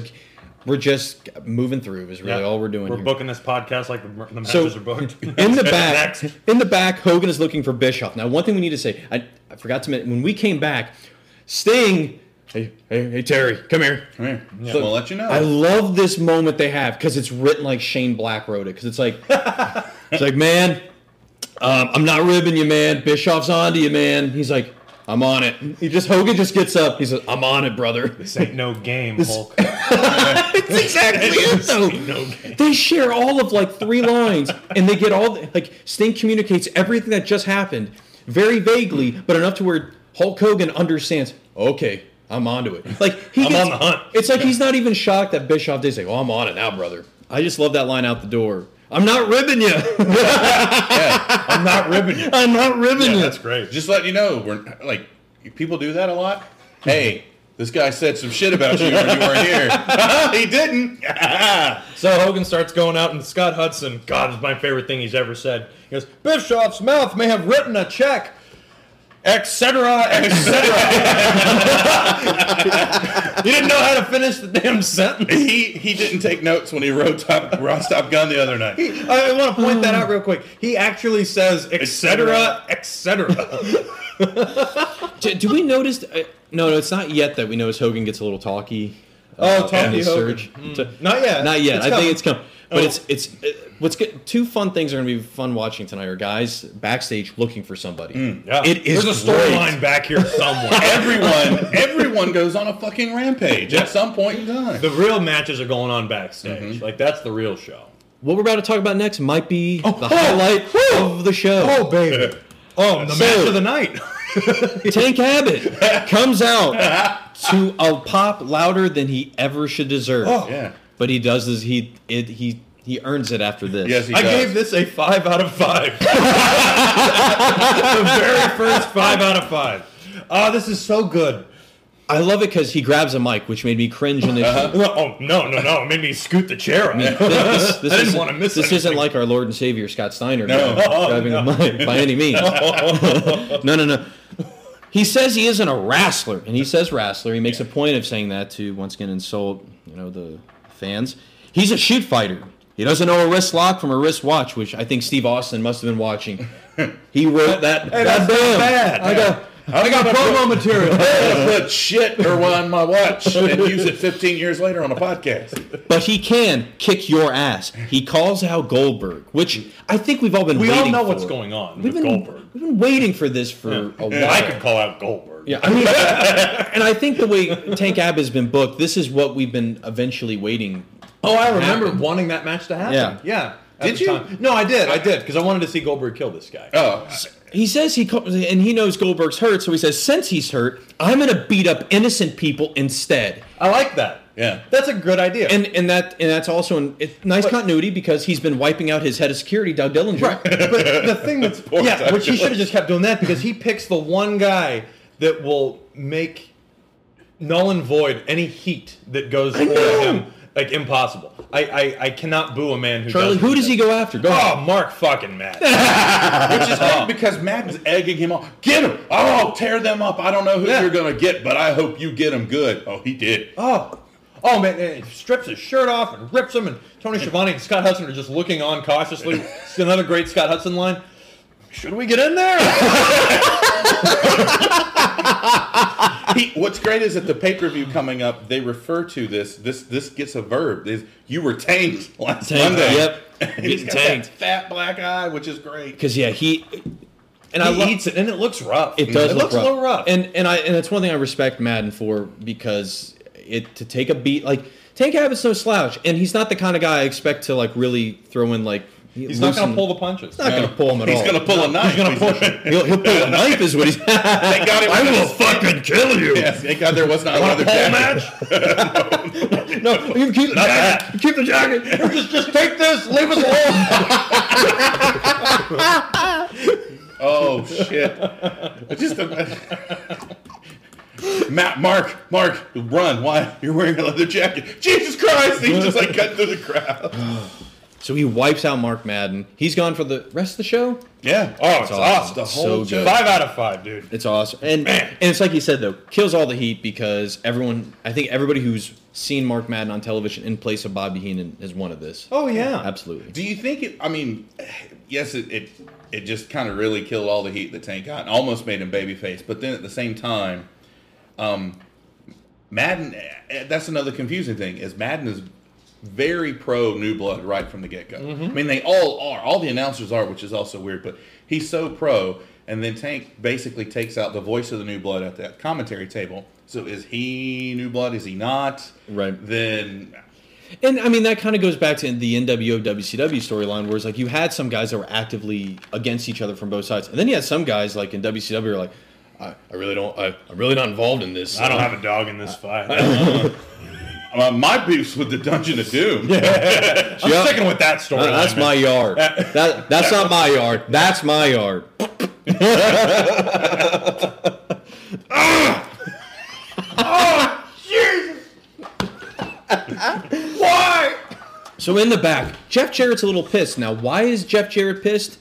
we're just moving through is really Yeah. all we're doing. We're here. booking this podcast like the, the matches So, are booked. in the back, Next. in the back, Hogan is looking for Bischoff. Now, one thing we need to say, I, I forgot to mention when we came back, Sting. Hey, hey, hey, Terry, come here. Come here. So we'll let you know. I love this moment they have because it's written like Shane Black wrote it. Because it's like, it's like, man, um, I'm not ribbing you, man. Bischoff's on to you, man. He's like, I'm on it. He just Hogan just gets up. He says, I'm on it, brother. This ain't no game, Hulk. That's exactly it, though. No game. They share all of like three lines, and they get all the, like Sting communicates everything that just happened very vaguely, but enough to where Hulk Hogan understands. Okay, I'm onto it. Like he I'm gets- on the hunt. It's like he's not even shocked that Bischoff did say, "Oh, I'm on it now, brother." I just love that line out the door. I'm not ribbing you. I'm not ribbing you. I'm not ribbing you. That's great. Just letting you know, we're like people do that a lot. Hey, this guy said some shit about you when you weren't here. Uh-huh, he didn't. So Hogan starts going out, and Scott Hudson, God, is my favorite thing he's ever said. He goes, Bischoff's mouth may have written a check, etc., etc. You didn't know how to finish the damn sentence. he he didn't take notes when he wrote Top Ross Top Gun the other night. I want to point that out real quick. He actually says, etc., etc. Do, do we notice? Uh, no, no, it's not yet that we notice Hogan gets a little talky. Oh, in talky his Hogan. surge. To- Not yet. Not yet. It's I coming. think it's come. But Oh. it's it's uh, what's good. Two fun things are going to be fun watching tonight. Are guys backstage looking for somebody? Yeah. It is There's a great. storyline back here somewhere. Everyone everyone goes on a fucking rampage at some point in time. the real matches are going on backstage. Mm-hmm. Like, that's the real show. What we're about to talk about next might be the oh, highlight of the show. baby. Oh, the So- match of the night. Tank Abbott comes out to a pop louder than he ever should deserve. Oh. Yeah. But he does this. He it he he earns it after this. Yes, he I does. gave this a five out of five. the very first five out of five. Ah, this is so good. I love it because he grabs a mic, which made me cringe initially. No, Oh no, no, no! It made me scoot the chair up. this, this I didn't isn't- wanna miss This isn't anything. like our Lord and Savior Scott Steiner No. grab- Oh, grabbing a mic by any means. no, no, no. He says he isn't a wrestler, and he says wrestler. He makes a point of saying that to once again insult you know the fans. He's a shoot fighter. He doesn't know a wrist lock from a wrist watch, which I think Steve Austin must have been watching. He wrote that. Hey, that's goddamn. not bad. I got. I got promo material. put shit or on my watch and use it 15 years later on a podcast. But he can kick your ass. He calls out Goldberg, which I think we've all been We waiting all know for. what's going on We've been, with Goldberg. we've been waiting for this for a while. I could call out Goldberg. Yeah, I mean, and I think the way Tank Abbott has been booked, this is what we've been eventually waiting. Oh, I remember Happened. wanting that match to happen. Yeah. yeah. at Did the you? No, I did. I did because I wanted to see Goldberg kill this guy. Oh, He says he co- and he knows Goldberg's hurt, so he says since he's hurt, I'm going to beat up innocent people instead. I like that. Yeah. that's a good idea. And and that and that's also an, it, nice continuity because he's been wiping out his head of security, Doug Dillinger. Right. But the thing that's Poor yeah, Doug which he Jones. should have just kept doing that because he picks the one guy that will make null and void any heat that goes for know. him like impossible. I, I I cannot boo a man who Charlie, does who does he go after? Go. Oh, Mark fucking Matt. which is good because Madden's egging him on. Get him! Oh, tear them up! I don't know who Yeah. you're gonna get, but I hope you get him good. Oh, he did. oh. Oh man, and he strips his shirt off and rips him, and Tony Schiavone and Scott Hudson are just looking on cautiously. It's another great Scott Hudson line. Should we get in there? He, what's great is that the pay per view coming up, they refer to this. This this gets a verb. Is you were tanked last Tanked, Monday. yep. And he's Getting got tanked. that fat black eye, which is great. Because yeah, he and I he love, eats it, and it looks rough. It does. It look looks rough. a little rough. And and I and that's one thing I respect Madden for because it to take a beat like Tank Abbott's no slouch, and he's not the kind of guy I expect to like really throw in like. he's not going to pull the punches. Not gonna pull him at he's all. gonna pull a knife. He's gonna push it. He'll, he'll pull a knife, is what he's. I Thank God it was will fucking kill you. Yes, thank God there was not another jacket. No, you keep the jacket. You keep the jacket. just, just take this, leave us alone. Oh shit! I Just Matt, Mark, Mark, run! Why you're wearing a leather jacket? Jesus Christ! He's just like cut through the crowd. So he wipes out Mark Madden. He's gone for the rest of the show. Yeah. Oh, it's awesome. awesome. The So whole good. show. Five out of five, dude. It's awesome, and and it's like you said though, kills all the heat because everyone, I think everybody who's seen Mark Madden on television in place of Bobby Heenan has wanted this. Oh yeah. absolutely. Do you think it? I mean, yes, it it, it just kind of really killed all the heat that Tank got and almost made him babyface. But then at the same time, um, Madden. eh, That's another confusing thing is Madden is very pro new blood right from the get go. I mean, they all are. All the announcers are, which is also weird. But he's so pro, and then Tank basically takes out the voice of the new blood at that commentary table. So is he new blood? Is he not? Right. Then And I mean that kind of goes back to the NWO WCW storyline, where it's like you had some guys that were actively against each other from both sides, and then you had some guys like in WCW who were like, I, I really don't, I, I'm really not involved in this. I don't have a dog in this fight. Uh, my beef's with the Dungeon of Doom. I'm Yeah. sticking with that story. That- that's my yard. That, that's not my yard. That's my yard. why. So in the back, Jeff Jarrett's a little pissed. Now, why is Jeff Jarrett pissed?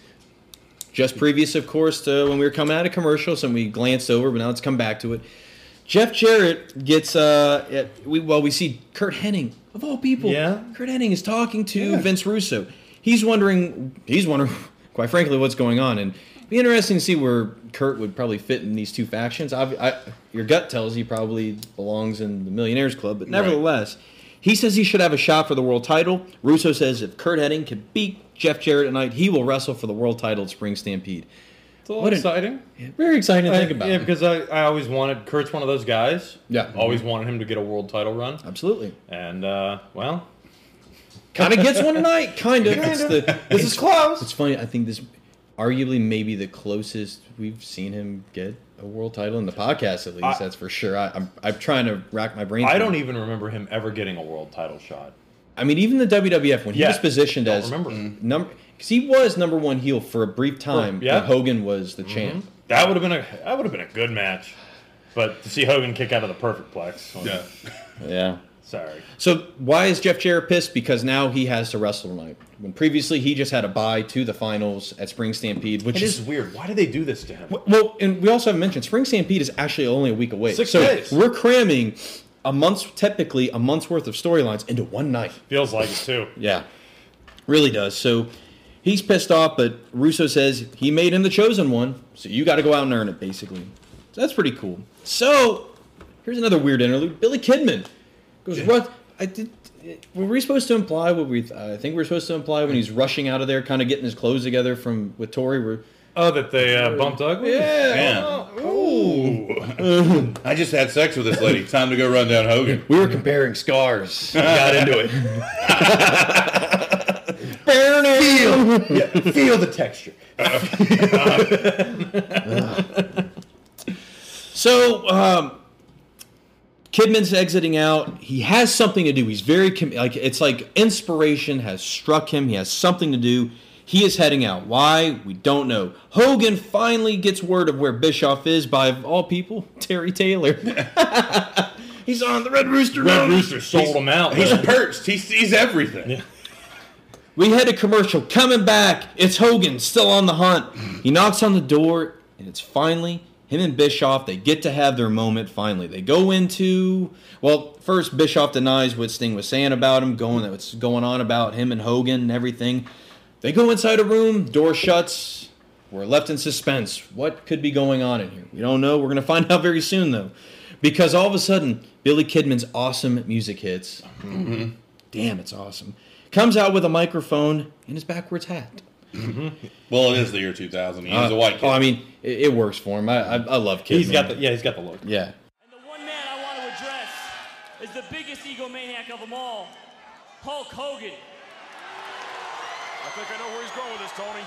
Just previous, of course, to when we were coming out of commercials and we glanced over, but now let's come back to it. Jeff Jarrett gets uh, it- we, well, we see Kurt Hennig of all people. Yeah. Kurt Hennig is talking to Yeah. Vince Russo. He's wondering, he's wondering, quite frankly, what's going on, and it'd be interesting to see where Kurt would probably fit in these two factions. I, I, your gut tells you he probably belongs in the Millionaires Club, but nevertheless, he says he should have a shot for the world title. Russo says if Kurt Hennig can beat Jeff Jarrett tonight, he will wrestle for the world title at Spring Stampede. It's a little What an- exciting. Very exciting to think I- about. Yeah, because I, I always wanted Kurt's one of those guys. Yeah. Always wanted him to get a world title run. Absolutely. And uh, well, Kind of gets one tonight. Kind of. It's Kinda. the. this it's- is close. It's funny. I think this, arguably, maybe the closest we've seen him get a world title in the podcast. At least I- that's for sure. I, I'm I'm trying to rack my brain. I through don't it. even remember him ever getting a world title shot. I mean, even the WWF when he Yeah. was positioned Don't as remember. Mm-hmm. number because he was number one heel for a brief time. yeah. Mm-hmm. when Hogan was the champ. That would have been a that would have been a good match. But to see Hogan kick out of the perfect plex. um, Yeah. Yeah. Sorry. So why is Jeff Jarrett pissed? Because now he has to wrestle tonight. When previously he just had a bye to the finals at Spring Stampede, which It is is weird. Why do they do this to him? Well, and we also haven't mentioned Spring Stampede is actually only a week away. Six so days. we're cramming a month's technically a month's worth of storylines into one night. Feels like it too. Yeah. Really does. So he's pissed off, but Russo says he made him the chosen one, so you gotta go out and earn it, basically. So that's pretty cool. So here's another weird interlude. Billy Kidman goes run I did were we supposed to imply what we I think we were supposed to imply when he's rushing out of there, kind of getting his clothes together from with Tori. We're, Oh, that they uh, bumped ugly. Man. I just had sex with this lady. Time to go run down Hogan. we were comparing scars. got into it. Feel. Feel the texture. So, um, Kidman's exiting out. He has something to do. He's very com- like it's like inspiration has struck him. He has something to do. He is heading out. Why we don't know. Hogan finally gets word of where Bischoff is by of all people Terry Taylor. He's on the Red Rooster. Red Road. Rooster sold him out. He's perched. He sees everything. We had a commercial coming back. It's Hogan still on the hunt. He knocks on the door, and it's finally him and Bischoff. They get to have their moment finally. They go into well, first Bischoff denies what Sting was saying about him, going what's going on about him and Hogan and everything. They go inside a room, door shuts. We're left in suspense. What could be going on in here? We don't know. We're gonna find out very soon though. Because all of a sudden, Billy Kidman's awesome music hits damn, it's awesome. Comes out with a microphone in his backwards hat. Well, it is the year 2000. He is a white kid. Oh, I mean, it, it works for him. I, I, I love Kid. he's got the man. yeah. He's got the look. yeah. And the one man I want to address is the biggest egomaniac of them all, Hulk Hogan. I think I know where he's going with this, Tony.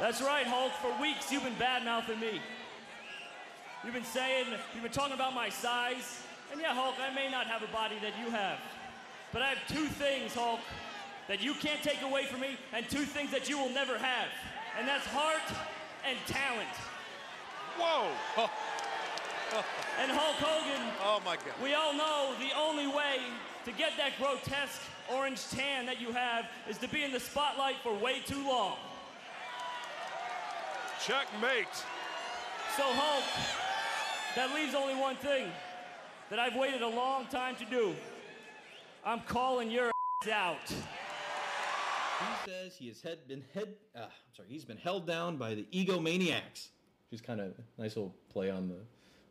That's right, Hulk. For weeks, you've been bad mouthing me. You've been saying, you've been talking about my size. And yeah, Hulk, I may not have a body that you have. But I have two things, Hulk, that you can't take away from me, and two things that you will never have. And that's heart and talent. Whoa! Oh, And Hulk Hogan, oh my God. We all know the only way to get that grotesque orange tan that you have is to be in the spotlight for way too long. Checkmate. So, Hulk, that leaves only one thing that I've waited a long time to do. I'm calling your ass out. He says he has head, been head. Uh, I'm sorry, he's been held down by the egomaniacs. Just kind of nice little play on the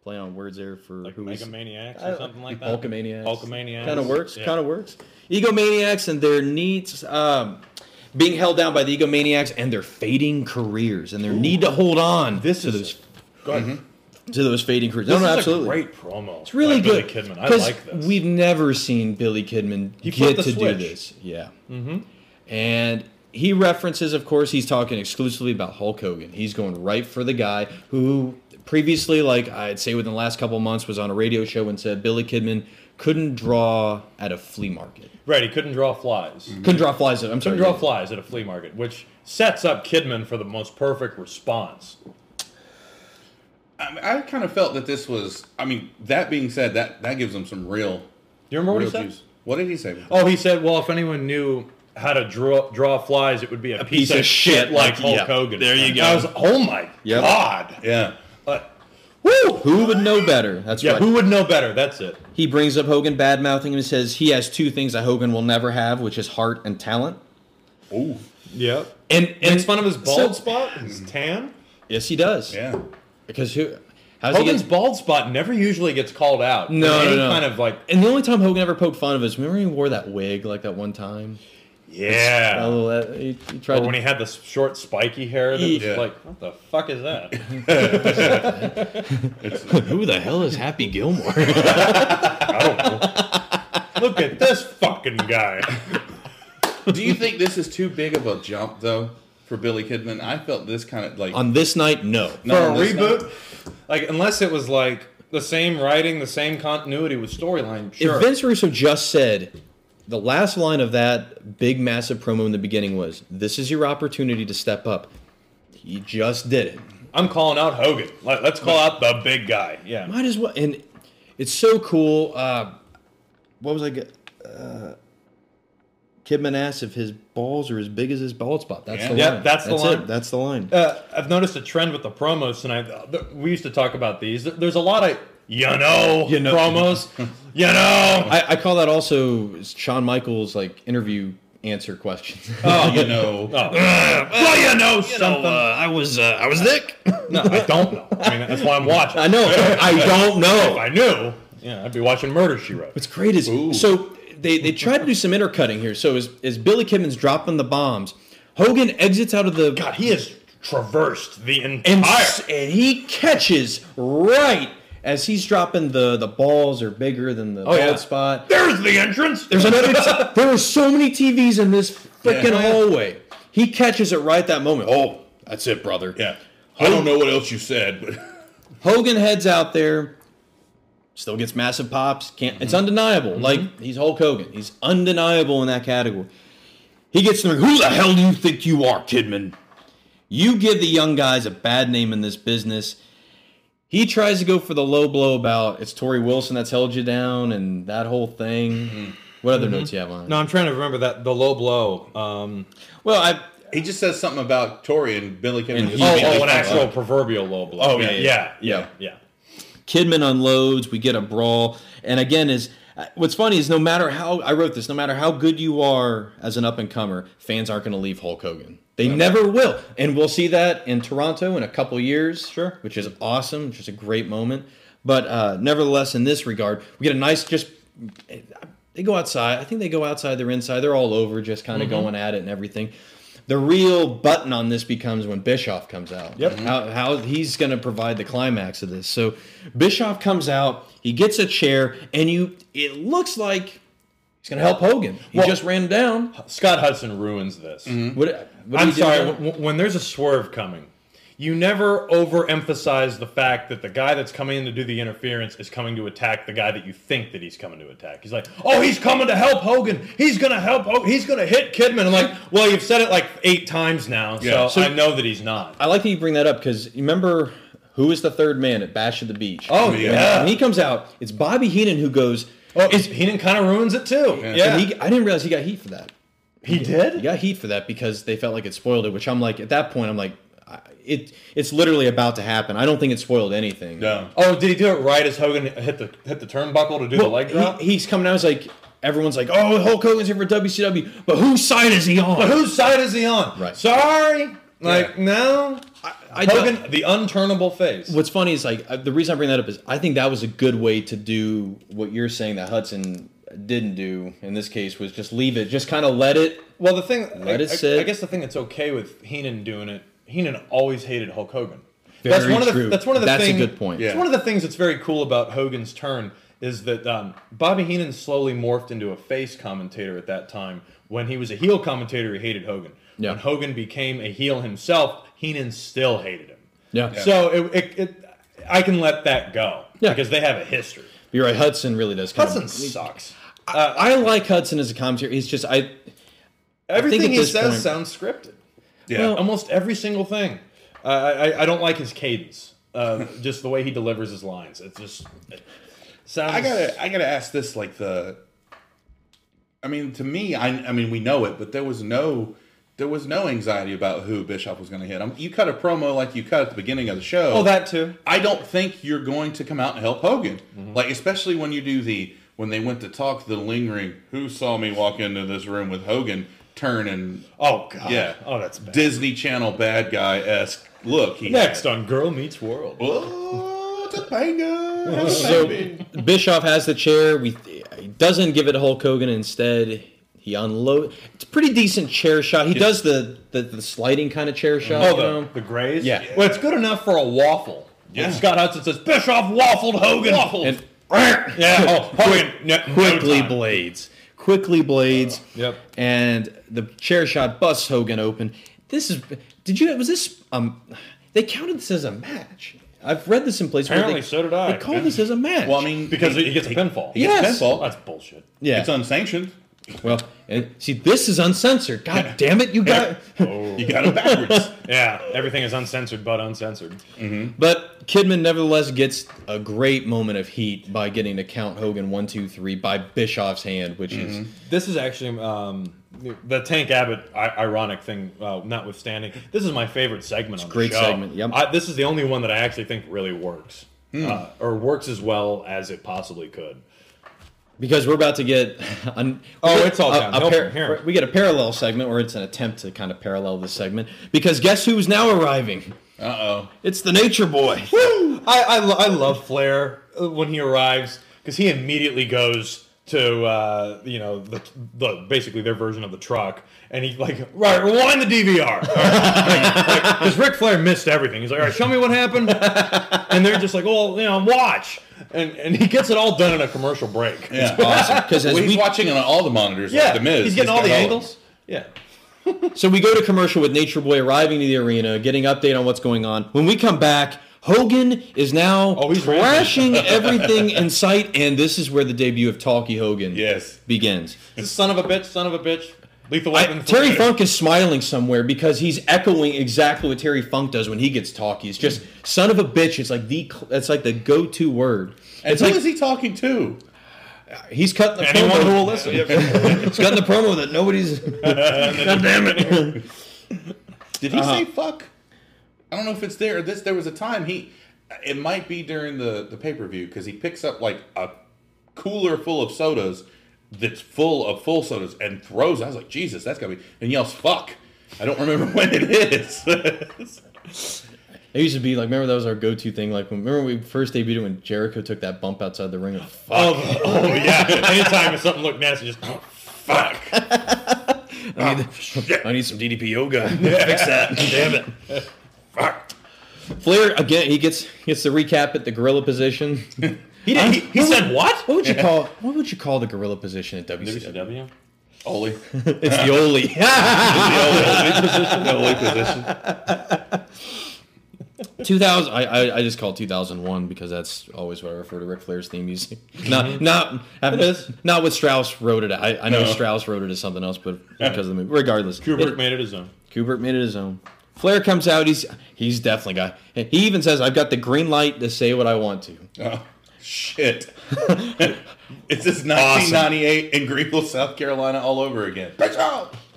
play on words there for Like who is- Megamaniacs I or don't- something like that. Hulkamaniacs. Hulkamaniacs. Kind of works. Yeah. Kind of works. Egomaniacs and their needs. Um, being held down by the egomaniacs and their fading careers and their need to hold on This to is those Go ahead. to those fading careers. This no, no, is absolutely. a great promo. It's really by good. Billy Kidman. I 'cause like this. We've never seen Billy Kidman He get flipped the to switch. do this. Yeah. Mm-hmm. And he references, of course, he's talking exclusively about Hulk Hogan. He's going right for the guy who previously, like I'd say within the last couple of months, was on a radio show and said Billy Kidman couldn't draw at a flea market. right, he couldn't draw flies. Couldn't draw flies. I'm sorry. Couldn't draw flies at a flea market, which sets up Kidman for the most perfect response. I, I kind of felt that this was. I mean, that being said, that that gives them some real, You remember what real he said? juice. What did he say? Oh, he said, "Well, if anyone knew how to draw draw flies, it would be a, piece, of, shit like Hulk yeah. Hogan." There you And go. I was, "Oh my Yep. god!" Yeah, Uh, woo! Who would know better? That's Yeah, right. who would know better? That's it. He brings up Hogan bad mouthing him and says he has two things that Hogan will never have, which is heart and talent. oh Yep. And, and Makes fun of his bald so- Mm. spot, his tan. Yes, he does. yeah. Because who? How's he Hogan's get? bald spot never usually gets called out. in No, no, any no. kind of like And the only time Hogan ever poked fun of us, remember he wore that wig like that one time. yeah. That little- that- he, he tried Or to- when he had the s- short spiky hair, that was Yeah. like, what the fuck is that? who the hell is Happy Gilmore? I don't know. Look at this fucking guy. Do you think this is too big of a jump though for Billy Kidman? I felt this kind of like On this night, no. Not on For a this reboot, night. like unless it was like the same writing, the same continuity with storyline. Sure. If Vince Russo just said the last line of that big massive promo in the beginning was, "This is your opportunity to step up," he just did it. I'm calling out Hogan. Like, let's call out the big guy. Yeah. Might as well. And it's so cool. Uh, what was I get? Uh, Kidman asked if his balls are as big as his bald spot. That's the line. Yeah, that's the it. line. That's the line. Uh, I've noticed a trend with the promos tonight. Uh, th- We used to talk about these. There- There's a lot of you know, You know. promos. you know. I, I call that also Shawn Michaels like interview answer questions. you know. Oh, well, you know something. I was uh, I was Nick. no, I don't know. I mean, that's why I'm watching. I know. I don't If know. I knew, yeah, I'd be watching Murder She Wrote. What's great is Ooh. so they they tried to do some intercutting here. So as as Billy Kidman's dropping the bombs, Hogan exits out of the God, he has traversed the entire. and, s- and he catches right as he's dropping the the balls are bigger than the bald yeah. spot. There's the entrance. Oh, There's another. t- there are so many TVs in this freaking Yeah. hallway. He catches it right that moment. Oh, that's it, brother. Yeah. I don't know what else you said, but Hogan heads out there, still gets massive pops. Can't it's undeniable. Like he's Hulk Hogan. He's undeniable in that category. He gets in the ring. Who the hell do you think you are, Kidman? You give the young guys a bad name in this business. He tries to go for the low blow about it's Tori Wilson that's held you down and that whole thing. What other notes you have on it? No, I'm trying to remember that the low blow. Um, Well, I he just says something about Tori and Billy Kidman. And just he- oh, immediately oh, an comes actual up. proverbial low blow. Oh, yeah, yeah, yeah, yeah. Kidman unloads, we get a brawl, and again is what's funny is no matter how I wrote this, no matter how good you are as an up and comer, fans aren't going to leave Hulk Hogan. They never will, and we'll see that in Toronto in a couple years, Sure. which is awesome, which is a great moment. But uh, nevertheless, in this regard, we get a nice just. They go outside. I think they go outside. They're inside. They're all over, just kind of going at it and everything. The real button on this becomes when Bischoff comes out. Mm-hmm. Yep. How, how he's going to provide the climax of this. So Bischoff comes out. He gets a chair, and you. It looks like he's going to help Hogan. He Well- just ran him down. Scott Hudson ruins this. What, what I'm he did sorry. there- W- when there's a swerve coming, you never overemphasize the fact that the guy that's coming in to do the interference is coming to attack the guy that you think that he's coming to attack. He's like, "Oh, he's coming to help Hogan. He's gonna help. Ho- he's gonna hit Kidman." I'm like, "Well, you've said it like eight times now, Yeah. So- so, I know that he's not." I like that you bring that up because remember who is the third man at Bash of the Beach? Oh When- yeah. When he comes out, it's Bobby Heenan who goes. Oh, it's, Heenan kind of ruins it too. Yeah, And he, I didn't realize he got heat for that. he did. He got heat for that because they felt like it spoiled it. Which I'm like, at that point, I'm like, I- it it's literally about to happen. I don't think it spoiled anything. No. Oh, did he do it right as Hogan hit the hit the turnbuckle to do the Well, leg drop? he, he's coming out. He's like, everyone's like, oh, Hulk Hogan's here for WCW, but whose side is he on? but whose side is he on? Right. Sorry. Like no. I Hogan, don't- the unturnable face. What's funny is like uh, the reason I bring that up is I think that was a good way to do what you're saying that Hudson didn't do in this case was just leave it, just kind of let it. Well, the thing. I, Let it I- sit. I guess the thing that's okay with Heenan doing it. Heenan always hated Hulk Hogan. that's Very one of the true. that's one of the That's a thing- good point. It's Yeah. one of the things that's very cool about Hogan's turn is that um, Bobby Heenan slowly morphed into a face commentator at that time. When he was a heel commentator, he hated Hogan. Yeah. When Hogan became a heel himself, Heenan still hated him. Yeah. Yeah. So it, it, it I can let that go. Yeah. Because they have a history. You're right. Hudson really does. Kind Hudson Of, sucks. I, I like Hudson as a commentator. He's just I. Everything he this says point- sounds scripted. Yeah. Well- Almost every single thing. I I, I don't like his cadence. Uh, just the way he delivers his lines. It's just it sounds. I gotta, I gotta ask this. Like the, I mean, to me, I, I mean, we know it, but there was no, there was no anxiety about who Bischoff was going to hit. I'm, you cut a promo like you cut at the beginning of the show. Oh, that too. I don't think you're going to come out and help Hogan. Mm-hmm. Like, especially when you do the when they went to talk the lingering "Who saw me walk into this room with Hogan?" turn and Oh god. yeah, Oh, that's bad. Disney Channel bad guy esque look. He Next on Girl Meets World. Oh, Topanga. have a So baby. Bischoff has the chair. We he doesn't give it to Hulk Hogan. Instead, he unload. It's a pretty decent chair shot. He does the, the the sliding kind of chair shot. Oh, you the, know? the Grays. Yeah. Well, it's good enough for a waffle. Yeah. Scott Hudson says Bischoff waffled Hogan. Waffled. and yeah. Oh, Hogan. no- no quickly time. blades, quickly blades. Yep. And the chair shot busts Hogan open. This is. Did you? Was this? Um, they counted this as a match. I've read this in place. where Apparently, they, so did I. They called this as a match. Well, I mean, because he gets a pinfall. Yeah. Yes. pinfall. That's bullshit. yeah. It's unsanctioned. well, and see, this is uncensored. God damn it, you got. You got it backwards. Yeah. Everything is uncensored, but uncensored. But Kidman nevertheless gets a great moment of heat by getting to count Hogan one two three by Bischoff's hand, which is This is actually um, the Tank Abbott I- ironic thing, uh, notwithstanding. This is my favorite segment on the great show. segment, yep. Hmm. I, this is the only one that I actually think really works, uh, or works as well as it possibly could. because we're about to get. An, Oh, it's all down. Nope, par- here. We get a parallel segment, or it's an attempt to kind of parallel this segment. Because guess who's now arriving? Uh oh. It's the Nature Boy. I I, lo- I love Flair uh, when he arrives because he immediately goes to uh, you know the, the basically their version of the truck and he like right rewind the DVR because Ric Flair missed everything. He's like, all right, show me what happened, and they're just like, well, you know, watch, and and he gets it all done in a commercial break. Yeah. Because as Well, he's we watching on all the monitors. yeah, like the Miz. he's getting all got the of angles. them. Yeah, So we go to commercial with Nature Boy arriving to the arena, getting update on what's going on. When we come back, Hogan is now Oh, he's trashing everything in sight, and this is where the debut of Talkie Hogan Yes. begins. son of a bitch, son of a bitch, lethal I- weapon. Terry Funk is smiling somewhere because he's echoing exactly what Terry Funk does when he gets talkie. It's just "son of a bitch." It's like the cl- it's like the go-to word. And It's who like is he talking to? he's cutting the Anyone promo. who will listen. he's cutting the promo that nobody's. God damn it! Did he Uh-huh. say fuck? I don't know if it's there. or This there was a time he. It might be during the the pay per view because he picks up like a cooler full of sodas that's full of full sodas and throws. I was like, Jesus, that's gotta be and yells fuck. I don't remember when it is. It used to be like, remember that was our go-to thing. Like, remember we first debuted when Jericho took that bump outside the ring. Of, fuck. Oh, oh yeah. Anytime if something looked nasty, just fuck. I, need, I need some DDP yoga. Fix that. Damn it. Fuck. Flair again. He gets gets the recap at the gorilla position. He did. He, he said what? What would you call? What would you call the gorilla position at WCW? Holy, It's the only. the holy position. 2000. I, I I just call it 2001 because that's always what I refer to Ric Flair's theme music. Mm-hmm. Not not not what Strauss wrote it. I, I know No. Strauss wrote it as something else, but because of the movie. Regardless, Kubrick it- made it his own. Kubert made it his own. Flair comes out. He's he's definitely got. He even says, "I've got the green light to say what I want to." Oh, shit. it's this 1998 in Greenville, South Carolina, all over again.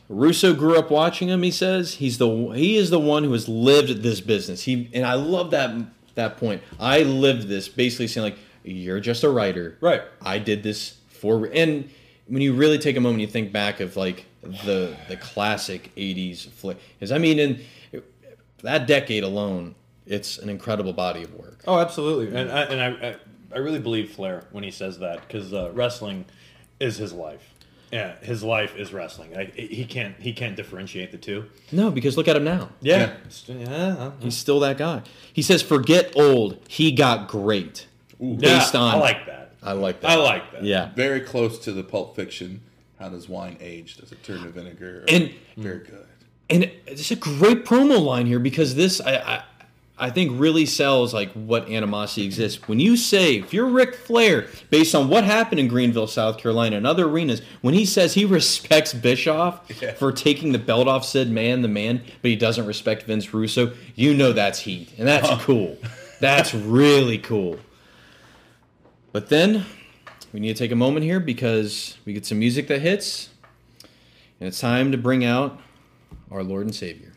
Russo grew up watching him. He says he's the he is the one who has lived this business. He and I love that that point. I lived this, basically saying like, "You're just a writer, Right. I did this for." And when you really take a moment, you think back of like the the classic '80s Flair. Because I mean, in that decade alone, it's an incredible body of work. Oh, absolutely. And I, and I, I, I really believe Flair when he says that because uh, wrestling is his life. yeah, his life is wrestling. Like he can't he can't differentiate the two. No, because look at him now. Yeah, yeah. yeah. He's still that guy. He says, "Forget old. He got great." Based on I like that. I like that. I like that. yeah. Very close to the Pulp Fiction. How does wine age? Does it turn to vinegar? And- very good. and it's a great promo line here because this I, I I think really sells like what animosity exists. When you say if you're Ric Flair, based on what happened in Greenville, South Carolina, and other arenas, when he says he respects Bischoff Yeah. for taking the belt off said man, the man, but he doesn't respect Vince Russo, you know that's heat, and that's cool. That's really cool. But then we need to take a moment here because we get some music that hits, and it's time to bring out our Lord and Savior.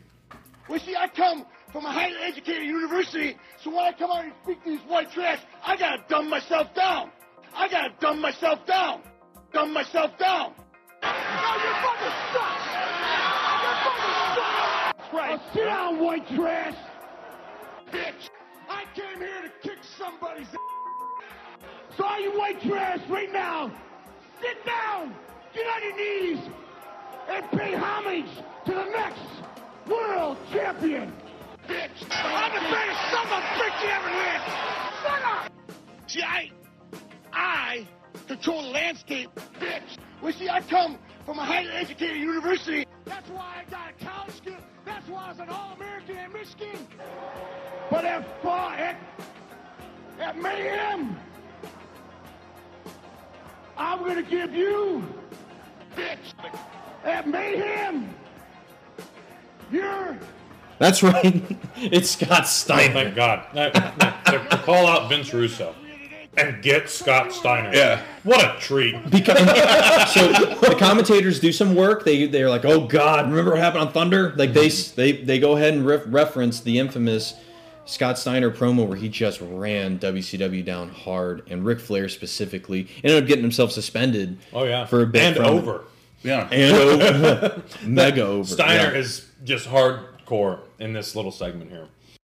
Well, see, I come from a highly educated university, so when I come out and speak to these white trash, I gotta dumb myself down. I gotta dumb myself down. Dumb myself down. No, you fucking suck. You fucking suck. Right. sit down, white trash. Bitch, I came here to kick somebody's ass. So all you white trash right now, sit down, get on your knees, and pay homage to the next world champion. Bitch, I'm the greatest son of a bitch you ever lived. Shut up. See, I, I control the landscape, bitch. Well, see, I come from a highly educated university. That's why I got a college degree. That's why I was an All-American at Michigan. But at far at, at Mayhem, I'm gonna give you, bitch, at Mayhem, your That's right. It's Scott Steiner. Thank God. No, no, to call out Vince Russo and get Scott Steiner. Yeah. What a treat. Because- so the commentators do some work. They they're like, oh God, remember what happened on Thunder? Like they s- they they go ahead and ref- reference the infamous Scott Steiner promo where he just ran WCW down hard and Ric Flair specifically ended up getting himself suspended. Oh yeah. for a bit and from it. over. Yeah. And over. mega over. Steiner yeah. is just hardcore in this little segment here.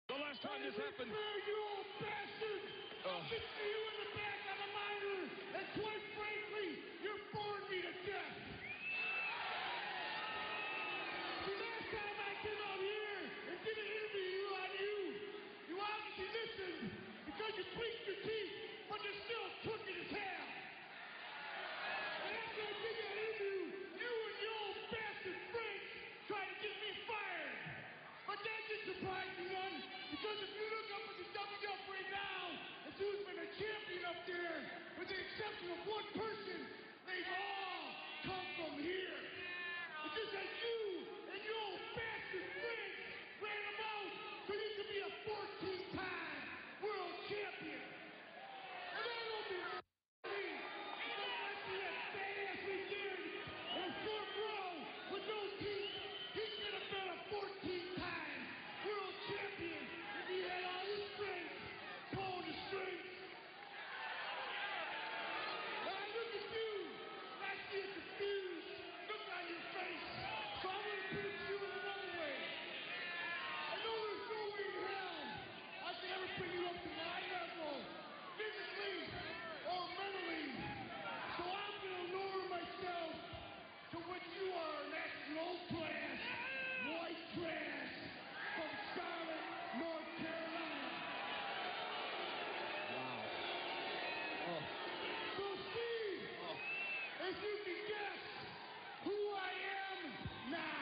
The last time this happened. You old bastard! Fix you in the back on the monitor, and quite frankly, you're boring me to death! The last time I came out here and did an interview on you, you obviously listened because you bleached your teeth, but you're still crooked as hell! And after I did that interview, you and your old bastard friends tried to get me fired! But that didn't surprise me none, because if you look up at the WWF right now, and who's been a champion up there, with the exception of one person, they've all come from here. It's just that you and your old bastard friends ran them out so you could be a 14-time world champion. And I don't be I know there's no way around. I can never bring you up to my level, physically or mentally. So I'm gonna lower myself to what you are, and that's low class, white trash from Charlotte, North Carolina. So see if you can guess who I am now.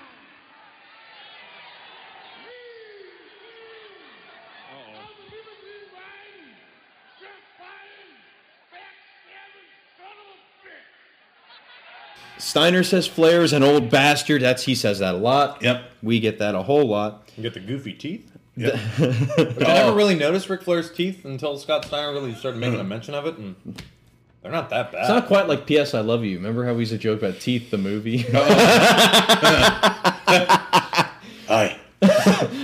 Steiner says Flair is an old bastard. That's he says that a lot. Yep. We get that a whole lot. You get the goofy teeth. Yep. Which I never really noticed Ric Flair's teeth until Scott Steiner really started making Mm. a mention of it, and they're not that bad. It's not quite like P.S. I love you. Remember how we used to joke about Teeth the movie? Aye.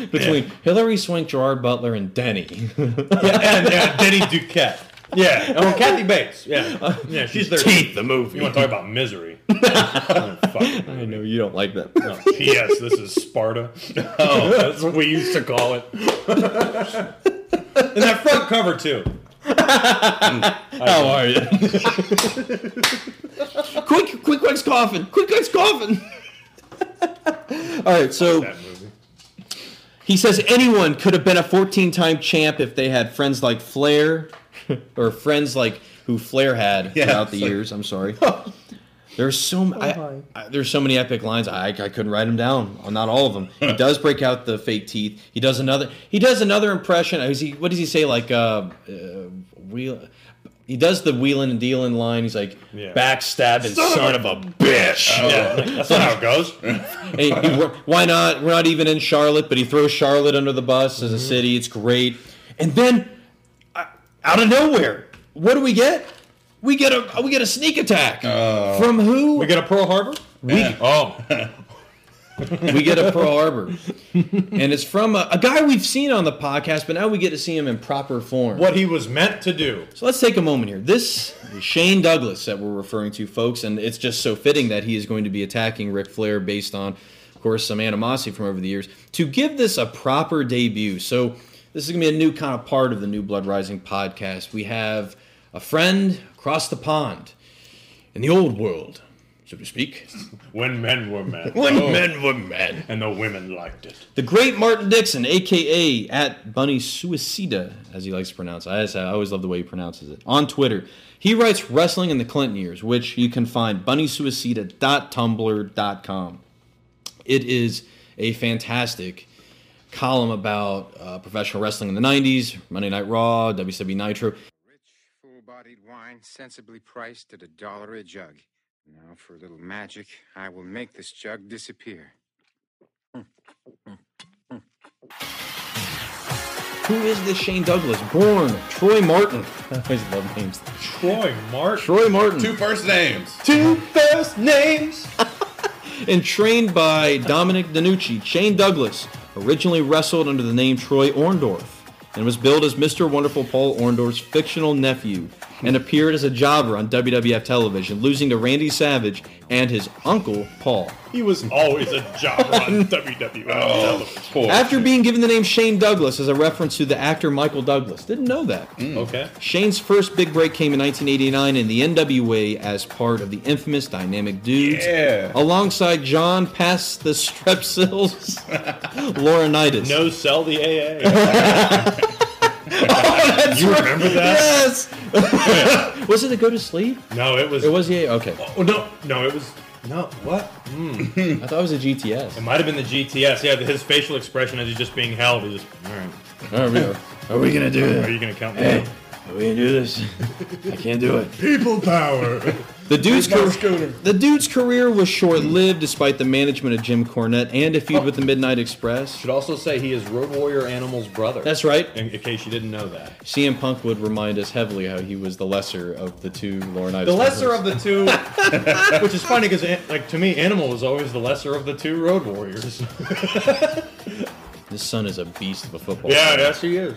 between Hillary Swank, Gerard Butler, and Denny. and yeah, Denny Duquette. Yeah, oh, Kathy Bates. Yeah, yeah, she's their teeth. the movie. You want to talk about misery? Oh, fucking I movie. know you don't like that. No, P.S. This is Sparta. Oh, that's what we used to call it. and that front cover too. How are you? quick, quick, quick's coughing. Quick, quick's coughing. All right, so That movie. he says anyone could have been a 14 time champ if they had friends like Flair or friends like who Flair had Yeah, throughout the it's like- Oh. years. I'm sorry. There's so m- I- I- there's so many epic lines. I, I couldn't write them down. Well, not all of them. He does break out the fake teeth. He does another. He does another impression. Is he, what does he say? Like uh, uh, wheel. He does the wheeling and dealing line. He's like Yeah. Oh, backstabbing son, of a bitch. Yeah, that's not how it goes. And he- he- why not? We're not even in Charlotte, but he throws Charlotte under the bus as a city. It's great. And then, uh, out of nowhere, what do we get? We get a we get a sneak attack from who? We get a Pearl Harbor. Yeah. Oh, we get a Pearl Harbor, and it's from a, a guy we've seen on the podcast, but now we get to see him in proper form. what he was meant to do. So let's take a moment here. This is Shane Douglas that we're referring to, folks, and it's just so fitting that he is going to be attacking Ric Flair based on, of course, some animosity from over the years to give this a proper debut. So this is going to be a new kind of part of the New Blood Rising podcast. We have a friend across the pond in the old world, so to speak. When men were men, Oh. When men were men. and the women liked it. The great Martin Dixon, aka at Bunny Suicida, as he likes to pronounce. it. I, just- I always love the way he pronounces it. On Twitter, he writes wrestling in the Clinton years, which you can find bunnysuicida.tumblr.com. It is a fantastic column about uh, professional wrestling in the '90s, Monday Night Raw, WCW Nitro. Rich, full bodied wine, sensibly priced at a dollar a jug. Now, for a little magic, I will make this jug disappear. Who is this Shane Douglas? Born Troy Martin. I always love names. Troy Martin. Troy Martin. Two first names. Two first names. and trained by Dominic DiNucci. Shane Douglas originally wrestled under the name Troy Orndorff and was billed as Mr. Wonderful Paul Orndorff's fictional nephew and appeared as a jobber on WWF television, losing to Randy Savage and his uncle Paul. He was always Oh, a job on WWE. Oh, poor. After being given the name Shane Douglas as a reference to the actor Michael Douglas, didn't know that. Okay. Shane's first big break came in 1989 in the NWA as part of the infamous Dynamic Dudes, Yeah. alongside John Pass the Strepsils, Laurinaitis. No sell the AA. you remember that? Yes. was it a go to sleep? No, it was. It was yeah. Okay, Oh no, no, it was. No, what? I thought it was a GTS. It might have been the GTS. Yeah, his facial expression as he's just being held. He's just. All right. Are we, are we gonna do Are this? you gonna count me? Hey, out? are we gonna do this? I can't do it. People power. The dude's Where's my career, scooter? the dude's career was short-lived, despite the management of Jim Cornette and a feud with the Midnight Express. Should also say he is Road Warrior Animal's brother. That's right. In, in case you didn't know that. CM Punk would remind us heavily how he was the lesser of the two Laurinaitis. The lesser of the two, which is funny because, like, to me, Animal was always the lesser of the two Road Warriors. His son is a beast of a football. yeah, player. yes, he is.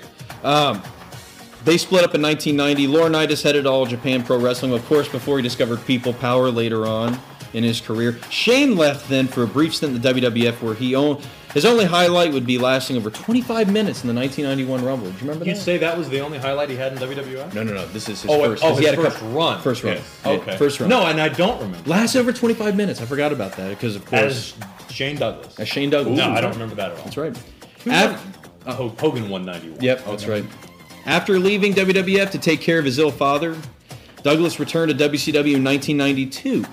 They split up in 1990. Laurinaitis headed All Japan Pro Wrestling, of course, before he discovered People Power later on in his career. Shane left then for a brief stint in the WWF, where he owned his only highlight would be lasting over 25 minutes in the 1991 Rumble. Do you remember You'd that? say that was the only highlight he had in WWF? no, no, no. This is his Oh, wait, first. oh, 'cause he his had a first couple- run. First run. Yes. Yeah, Okay. First run. No, and I don't remember. lasts over 25 minutes. I forgot about that because, of course, As Shane Douglas. as Shane Douglas. no, I don't remember that at all. That's right. Af- Af- Ho- Hogan 191. Yep, that's right. After leaving WWF to take care of his ill father, Douglas returned to WCW in 1992,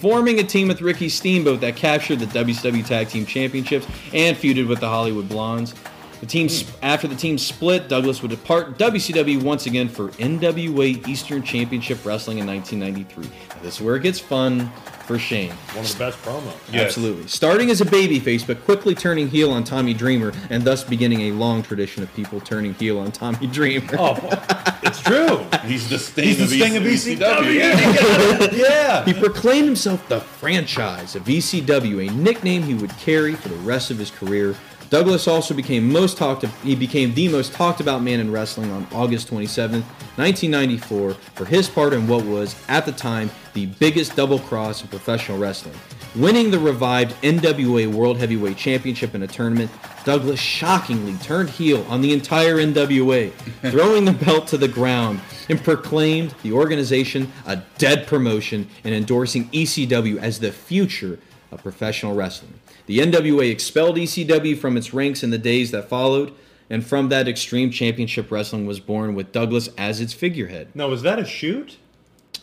forming a team with Ricky Steamboat that captured the WCW Tag Team Championships and feuded with the Hollywood Blondes. The team, sp- after the team split, Douglas would depart WCW once again for NWA Eastern Championship Wrestling in 1993. Now, this is where it gets fun for Shane. One of the best promos. Yes. Absolutely. Starting as a babyface, but quickly turning heel on Tommy Dreamer, and thus beginning a long tradition of people turning heel on Tommy Dreamer. Oh, it's true. He's the sting, He's the of, sting E of ECW. ECW. yeah. He proclaimed E himself the franchise of ECW, a nickname he would carry for the rest of his career, Douglas also became most talked. He became the most talked about man in wrestling on August 27, 1994, for his part in what was at the time the biggest double cross in professional wrestling. Winning the revived NWA World Heavyweight Championship in a tournament, Douglas shockingly turned heel on the entire NWA, throwing the belt to the ground, and proclaimed the organization a dead promotion and endorsing ECW as the future of professional wrestling. The NWA expelled ECW from its ranks in the days that followed, and from that, Extreme Championship Wrestling was born with Douglas as its figurehead. Now, was that a shoot?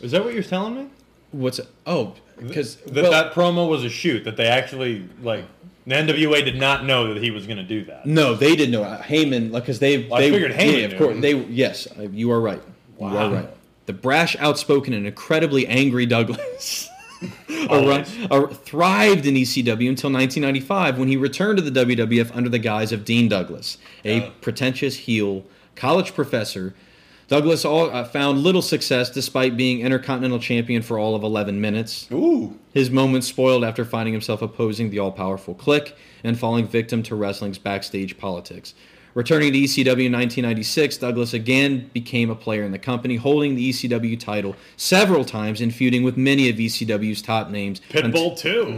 Is that what you're telling me? What's oh, because That that promo was a shoot. That they actually like the NWA did not know that he was going to do that. no, they didn't know Heyman because they I they figured Heyman yeah, of knew. course they yes uh, you are right you Wow. are right. The brash, outspoken, and incredibly angry Douglas. Always. ar- thrived in ECW until 1995 when he returned to the WWF under the guise of Dean Douglas, a pretentious heel college professor. Douglas all, uh, found little success despite being Intercontinental Champion for all of 11 minutes. Ooh, His moments spoiled after finding himself opposing the all powerful clique and falling victim to wrestling's backstage politics. Returning to ECW in 1996, Douglas again became a player in the company, holding the ECW title several times and feuding with many of ECW's top names. unt- Pitbull too.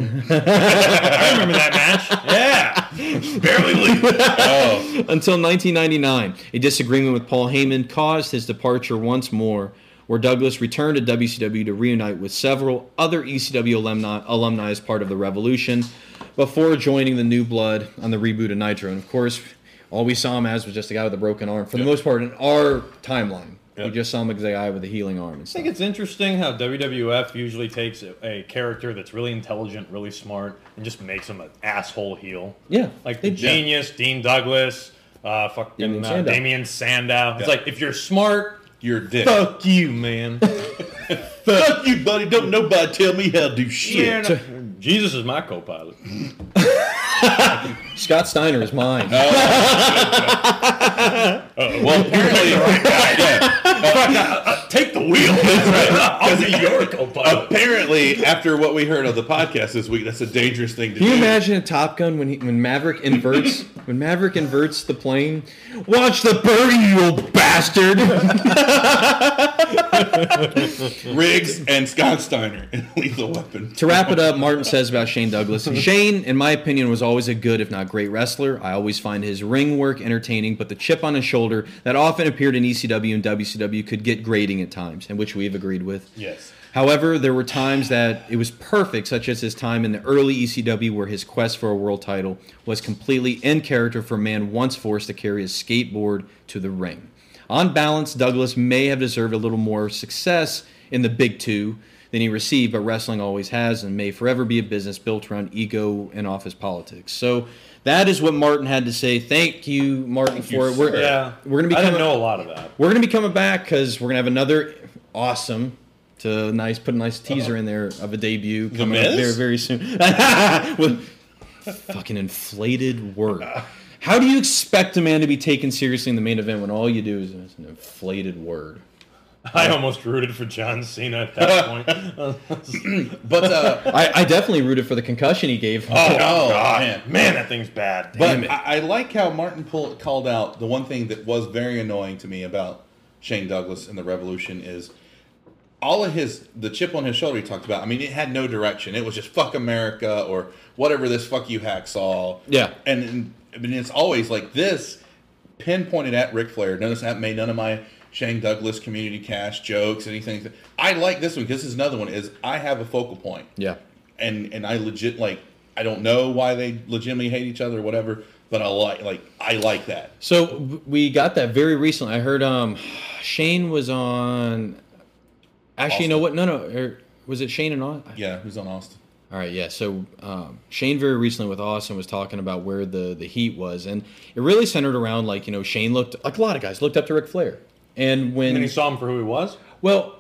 I remember that match. Yeah, barely legal. Oh, Until 1999, a disagreement with Paul Heyman caused his departure once more, where Douglas returned to WCW to reunite with several other ECW alumni, alumni as part of the Revolution, before joining the New Blood on the reboot of Nitro. And of course, all we saw him as was just a guy with a broken arm. For the most part, in our timeline, we Yep. just saw him as a guy with a healing arm. And I stuff. think it's interesting how WWF usually takes a, a character that's really intelligent, really smart, and just makes him an asshole heel. Yeah, Like they- the genius, Dean Douglas, uh, fucking Damian uh, Sandow. Damian Sandow. It's Yeah. like, if you're smart, Your dick. Oh, fuck you, man. Fuck you, buddy. Don't nobody tell me how to do shit. You're not- Jesus is my co pilot. Scott Steiner is mine. Well, apparently, Oh, yeah. Uh, Take the wheel. I'll be your co pilot. apparently, after what we heard of the podcast this week, that's a dangerous thing to Can you do. imagine a Top Gun when he, when Maverick inverts when Maverick inverts the plane? Watch the birdie, you old bastard! Riggs and Scott Steiner in Lethal Weapon. to wrap it up, Martin says about Shane Douglas. Shane, in my opinion, was always a good, if not great, wrestler. I always find his ring work entertaining, but the chip on his shoulder that often appeared in ECW and WCW could get grating at times, and which we have agreed with. Yes. However, there were times that it was perfect, such as his time in the early ECW, where his quest for a world title was completely in character for a man once forced to carry his skateboard to the ring. On balance, Douglas may have deserved a little more success in the big two than he received, but wrestling always has and may forever be a business built around ego and office politics. So that is what Martin had to say. Thank you, Martin, for you, it. We're, sir. Yeah. we're going to be I coming. didn't know a lot of that. We're gonna be coming back because we're gonna have another awesome to nice put a nice teaser in there of a debut coming up Miz? very very soon. With fucking inflated word. Uh. How do you expect a man to be taken seriously in the main event when all you do is an inflated word? I almost rooted for John Cena at that point. Oh, But, uh, I, I definitely rooted for the concussion he gave. oh, man. God, man, that thing's bad. But I, I like how Martin pull, called out the one thing that was very annoying to me about Shane Douglas and the Revolution is all of his the chip on his shoulder he talked about. I mean, it had no direction. It was just fuck America or whatever this fuck you hack saw. Yeah. and, and I mean it's always like this pinpointed at Ric Flair. Notice that made none of my Shane Douglas community cash jokes anything. I like this one because this is another one is I have a focal point Yeah. and and I legit like I don't know why they legitimately hate each other or whatever, but I like like I like that. So w- we got that very recently. I heard um Shane was on. Actually, you know what? No, no. er, Was it Shane and Austin? Yeah, who's on Austin? All right, yeah. So um, Shane very recently with Austin was talking about where the the heat was, and it really centered around like you know Shane looked like a lot of guys looked up to Ric Flair, and when And he saw him for who he was. well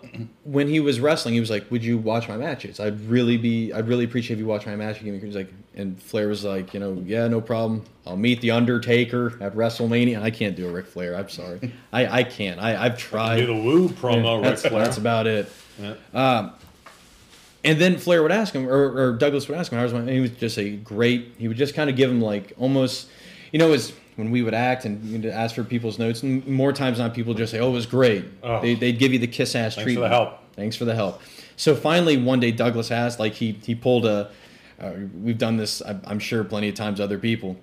when he was wrestling, he was like, "Would you watch my matches? I'd really be I'd really appreciate if you watch my match." He was like, and Flair was like, "You know, yeah, no problem. I'll meet the Undertaker at WrestleMania." I can't do a Ric Flair. I'm sorry, I I can't. I I've tried. Do the woo promo, Ric That's, Flair. that's about it. Um, and then Flair would ask him, or, or Douglas would ask him, "How's my?" And he would just say, "Great." He would just kind of give him like almost. you know, is when we would act and you'd ask for people's notes, and more times than not, people just say, "Oh, it was great." Oh. They, they'd give you the kiss ass for the treatment. help. Thanks for the help. So finally, one day Douglas asked, like he he pulled a. Uh, we've done this, I- I'm sure, plenty of times. Other people,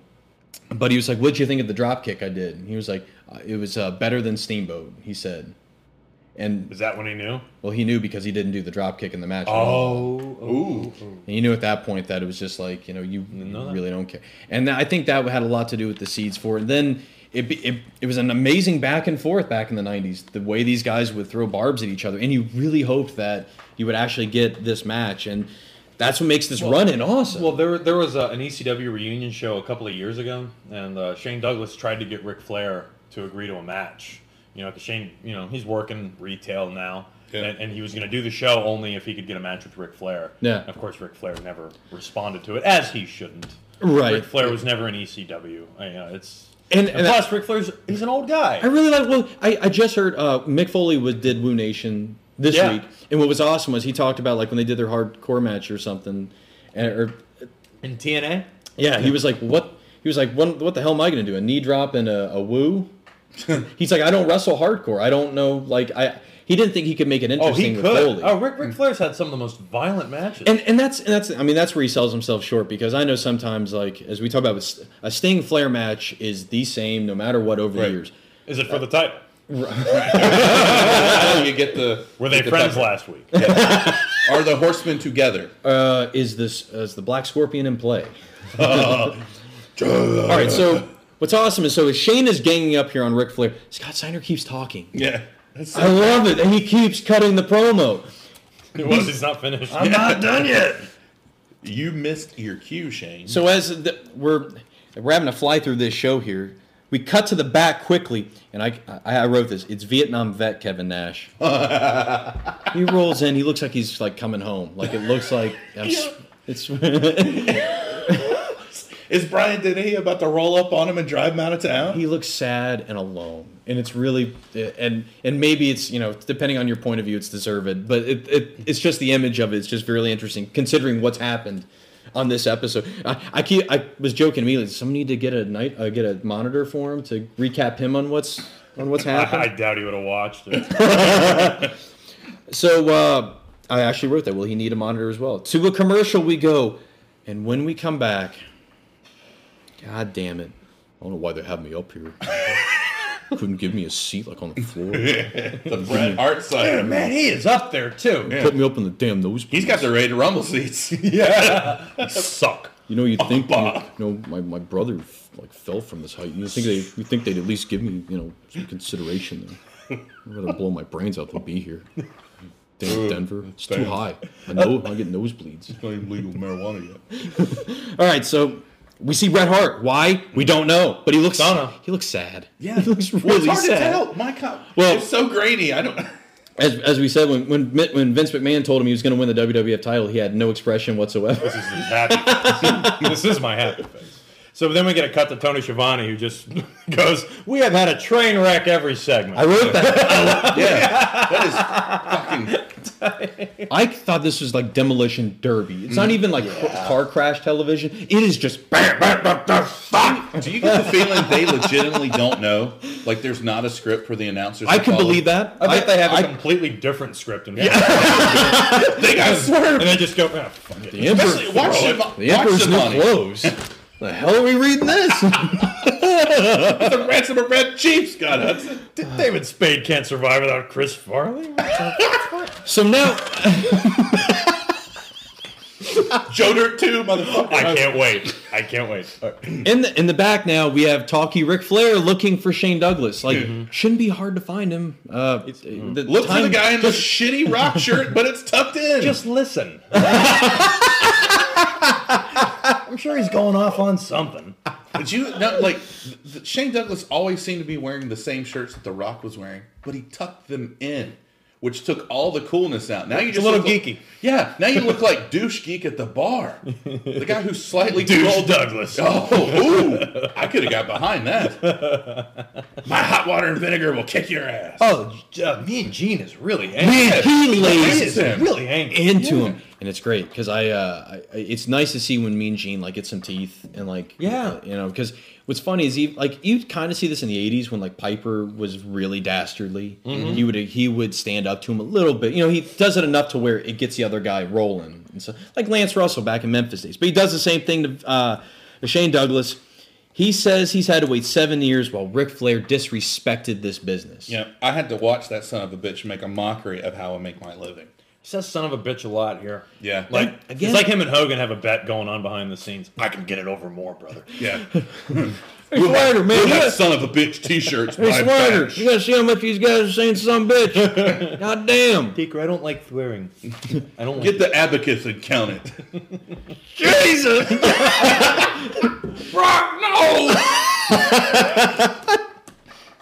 but he was like, "What'd you think of the drop kick I did?" And he was like, uh, "It was uh, better than Steamboat," he said. And Is that when he knew? well, he knew because he didn't do the drop kick in the match. at all. Oh, ooh. And you knew at that point that it was just like, you know, you that. really don't care. And I think that had a lot to do with the seeds for it. And then it, be- it, it was an amazing back and forth back in the 90s, the way these guys would throw barbs at each other. And you really hoped that you would actually get this match. And that's what makes this run in awesome. Well, there there was uh an ECW reunion show a couple of years ago, and uh, Shane Douglas tried to get Ric Flair to agree to a match. You know, 'cause Shane, you know, he's working retail now, Yeah. and, and he was going to do the show only if he could get a match with Ric Flair. Yeah. Of course, Ric Flair never responded to it, as he shouldn't. Right. Ric Flair was never in ECW. I, uh, it's And- and, and plus Ric Flair's he's an old guy. I really like. Well, I, I just heard uh, Mick Foley was did Woo Nation this Yeah. week, and what was awesome was he talked about like when they did their hardcore match or something, and, or in TNA. Yeah, he was like, "What?" He was like, "What? What the hell am I going to do? A knee drop and a, a woo?" He's like, "I don't wrestle hardcore. I don't know. Like, I." He didn't think he could make it Oh, interesting he with could. Foley. Oh, Ric, Ric Flair's had some of the most violent matches. And and that's and that's I mean that's where he sells himself short because I know sometimes like as we talk about with St- a Sting Flair match is the same no matter what over the Right. years. Is it for the title? Now you get the Were they get the friends pepper. last week? Are the horsemen together? Uh, is this is the Black Scorpion in play? All right, so. What's awesome is so as Shane is ganging up here on Ric Flair, Scott Steiner keeps talking. yeah. That's I love it, and he keeps cutting the promo. It was. He's not finished. not done yet. You missed your cue, Shane. So as the, we're we're having to fly through this show here, we cut to the back quickly, and I I, I wrote this. It's Vietnam vet Kevin Nash. he rolls in. He looks like he's like coming home. Like it looks like I'm s- it's. is Brian Denny about to roll up on him and drive him out of town? he looks sad and alone, and it's really and and maybe it's you know depending on your point of view, it's deserved. But it, it it's just the image of it. It's just really interesting considering what's happened. On this episode, I, I keep I was joking immediately. Someone need to get a night uh, get a monitor for him to recap him on what's on what's happened. I doubt he would have watched it. So uh, I actually wrote that. Will he need a monitor as well? To a commercial we go, and when we come back, God damn it! I don't know why they have me up here. Couldn't give me a seat like on the floor. The Bret Hart side. Man, he is up there too. Put me up in the damn nosebleed. He's got the Rated Rumble seats. Yeah, suck. You know, you think you, bah. you know my, my brother f- like fell from this height. You think they you think they'd at least give me you know some consideration there. I'm gonna blow my brains out to be here. Damn Denver, it's too damn. high. I know I get nosebleeds. not even legal marijuana yet. All right, so we see Bret Hart. Why? We don't know, but he looks Don't know. he looks sad. Yeah, he looks Well, really it's hard to sad. tell. My God, Well- it's so grainy. I don't. As, as we said, when, when Mi- when Vince McMahon told him he was going to win the WWF title, he had no expression whatsoever. This is his happy. face. this is my happy face. So then we get a cut to Tony Schiavone, who just goes, "We have had a train wreck every segment." I wrote that. Yeah, that is I thought this was like demolition derby. It's not even like ca- car crash television. It is just bam, bam, bam, bam, bam. fucking. Do you get the feeling they legitimately don't know? Like, there's not a script for the announcers. I to can follow? believe that. I bet they have a I- completely different script in They got and swerved. they just go, "Ah, fuck it." the Emperor- Especially- Watch Throw him. it. the Watch Emperor's new Shivani. clothes. the hell are we reading this? The ransom of red chiefs got us. David Spade can't survive without Chris Farley. so now Joe Dirt too, motherfucker. I can't wait. I can't wait. All right. In the in the back now we have talky Ric Flair looking for Shane Douglas. Like shouldn't be hard to find him. Uh, the Look for the time- guy in the shitty rock shirt, but it's tucked in. Just listen. I'm sure he's going off on something. Did you know, like th- th- Shane Douglas always seemed to be wearing the same shirts that The Rock was wearing, but he tucked them in, which took all the coolness out. Now you just little look like- geeky. yeah, now you look like douche geek at the bar, the guy who's slightly Douche controlled- Douglas. Oh, ooh, I could have got behind that. My hot water and vinegar will kick your ass. Oh, uh, me and Gene is really angry. Man, he He lays is really angry. into him. and it's great because I, uh, I, I- it's nice to see when Mean Gene like gets some teeth and like, Yeah. you know, because what's funny is he like you kind of see this in the '80s when like Piper was really dastardly. Mm-hmm. He would he would stand up to him a little bit. You know, he does it enough to where it gets the other guy rolling. And so, like Lance Russell back in Memphis days, but he does the same thing to uh, Shane Douglas. He says he's had to wait seven years while Ric Flair disrespected this business. Yeah, I had to watch that son of a bitch make a mockery of how I make my living. says son of a bitch a lot here. Yeah. Like Again- it's like him and Hogan have a bet going on behind the scenes. I can get it over more, brother. Yeah. Ric Flair, man, Look you at gotta- that son of a bitch t-shirts. Hey, by Swagger, batch. you gotta see how much these guys are saying some bitch. God damn. Deaker, I don't like swearing. I don't Get like the abacus and count it. Jesus! Brock,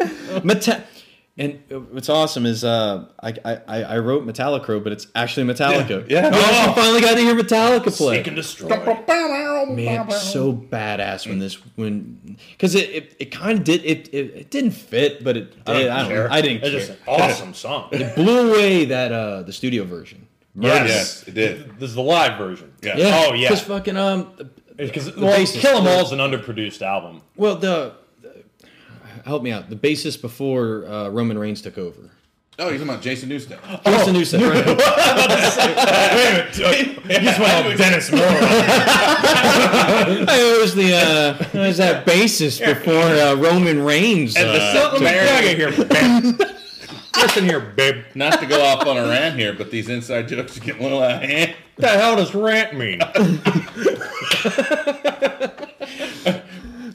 no! Meta- and uh, what's awesome is uh, I, I, I I wrote Metallicro, but it's actually Metallica. Yeah, yeah. We actually finally got to hear Metallica play. Seek and destroy. Man, so badass when this when because it, it, it kind of did it, it it didn't fit, but it did. I don't, know. care. I didn't It's care. just an awesome song. It blew away that uh the studio version. Yes, it did. This is the live version. Yeah. Oh yeah. Because fucking um, Because bassist- Kill 'Em All is an underproduced album. well the, help me out. The bassist before uh, Roman Reigns took over. Oh, you're talking about Jason Newsted. Jason Newsted. Right? Dennis Miller. it was the uh, it was that bassist before uh, Roman Reigns. and the uh, Silk Barry. here, babe. Listen here, babe. What Not to go off on a rant here, but these inside jokes are getting a little out of hand. the hell does rant mean?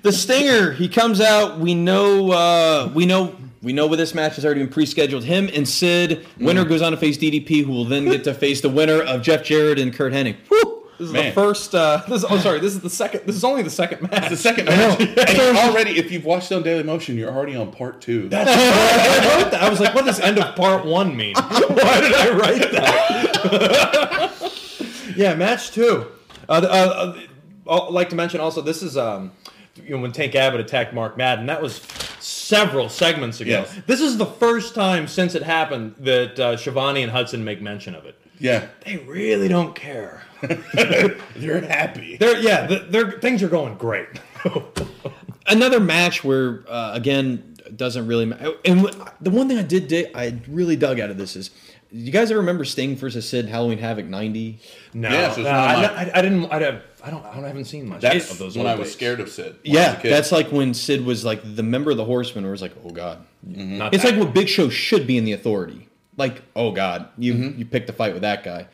the Stinger. He comes out. We know. Uh, we know. We know where this match has already been pre-scheduled. Him and Sid. Winner goes on to face DDP, who will then get to face the winner of Jeff Jarrett and Kurt Hennig. Woo! This is Man. the first. Uh, this is, oh, sorry. This is the second. This is only the second match. The second match. And you're already, if you've watched it on Daily Motion, you're already on part two. That's I wrote that. I was like, what does end of part one mean? Why did I write that? Yeah, match two. Uh, the- uh, uh, I'd like to mention also this is um, You know, when Tank Abbott attacked Mark Madden, that was several segments ago. Yes. This is the first time since it happened that uh, Shivani and Hudson make mention of it. yeah. They really don't care. They're happy. They're yeah, th- they're, things are going great. another match where uh, again doesn't really matter. And wh- the one thing I did dig, I really dug out of this is, you guys ever remember Sting versus Sid Halloween Havoc '90? No, Yeah, so it's no, not I, mine. I, I didn't. I, don't- I don't. I don't- I haven't seen much That's of those. when old I was days. scared of Sid. when I was Yeah, a kid. that's like when Sid was like the member of the Horsemen, or was like, oh god. Not It's that. like what Big Show should be in the Authority. Like, oh god, you you picked a fight with that guy.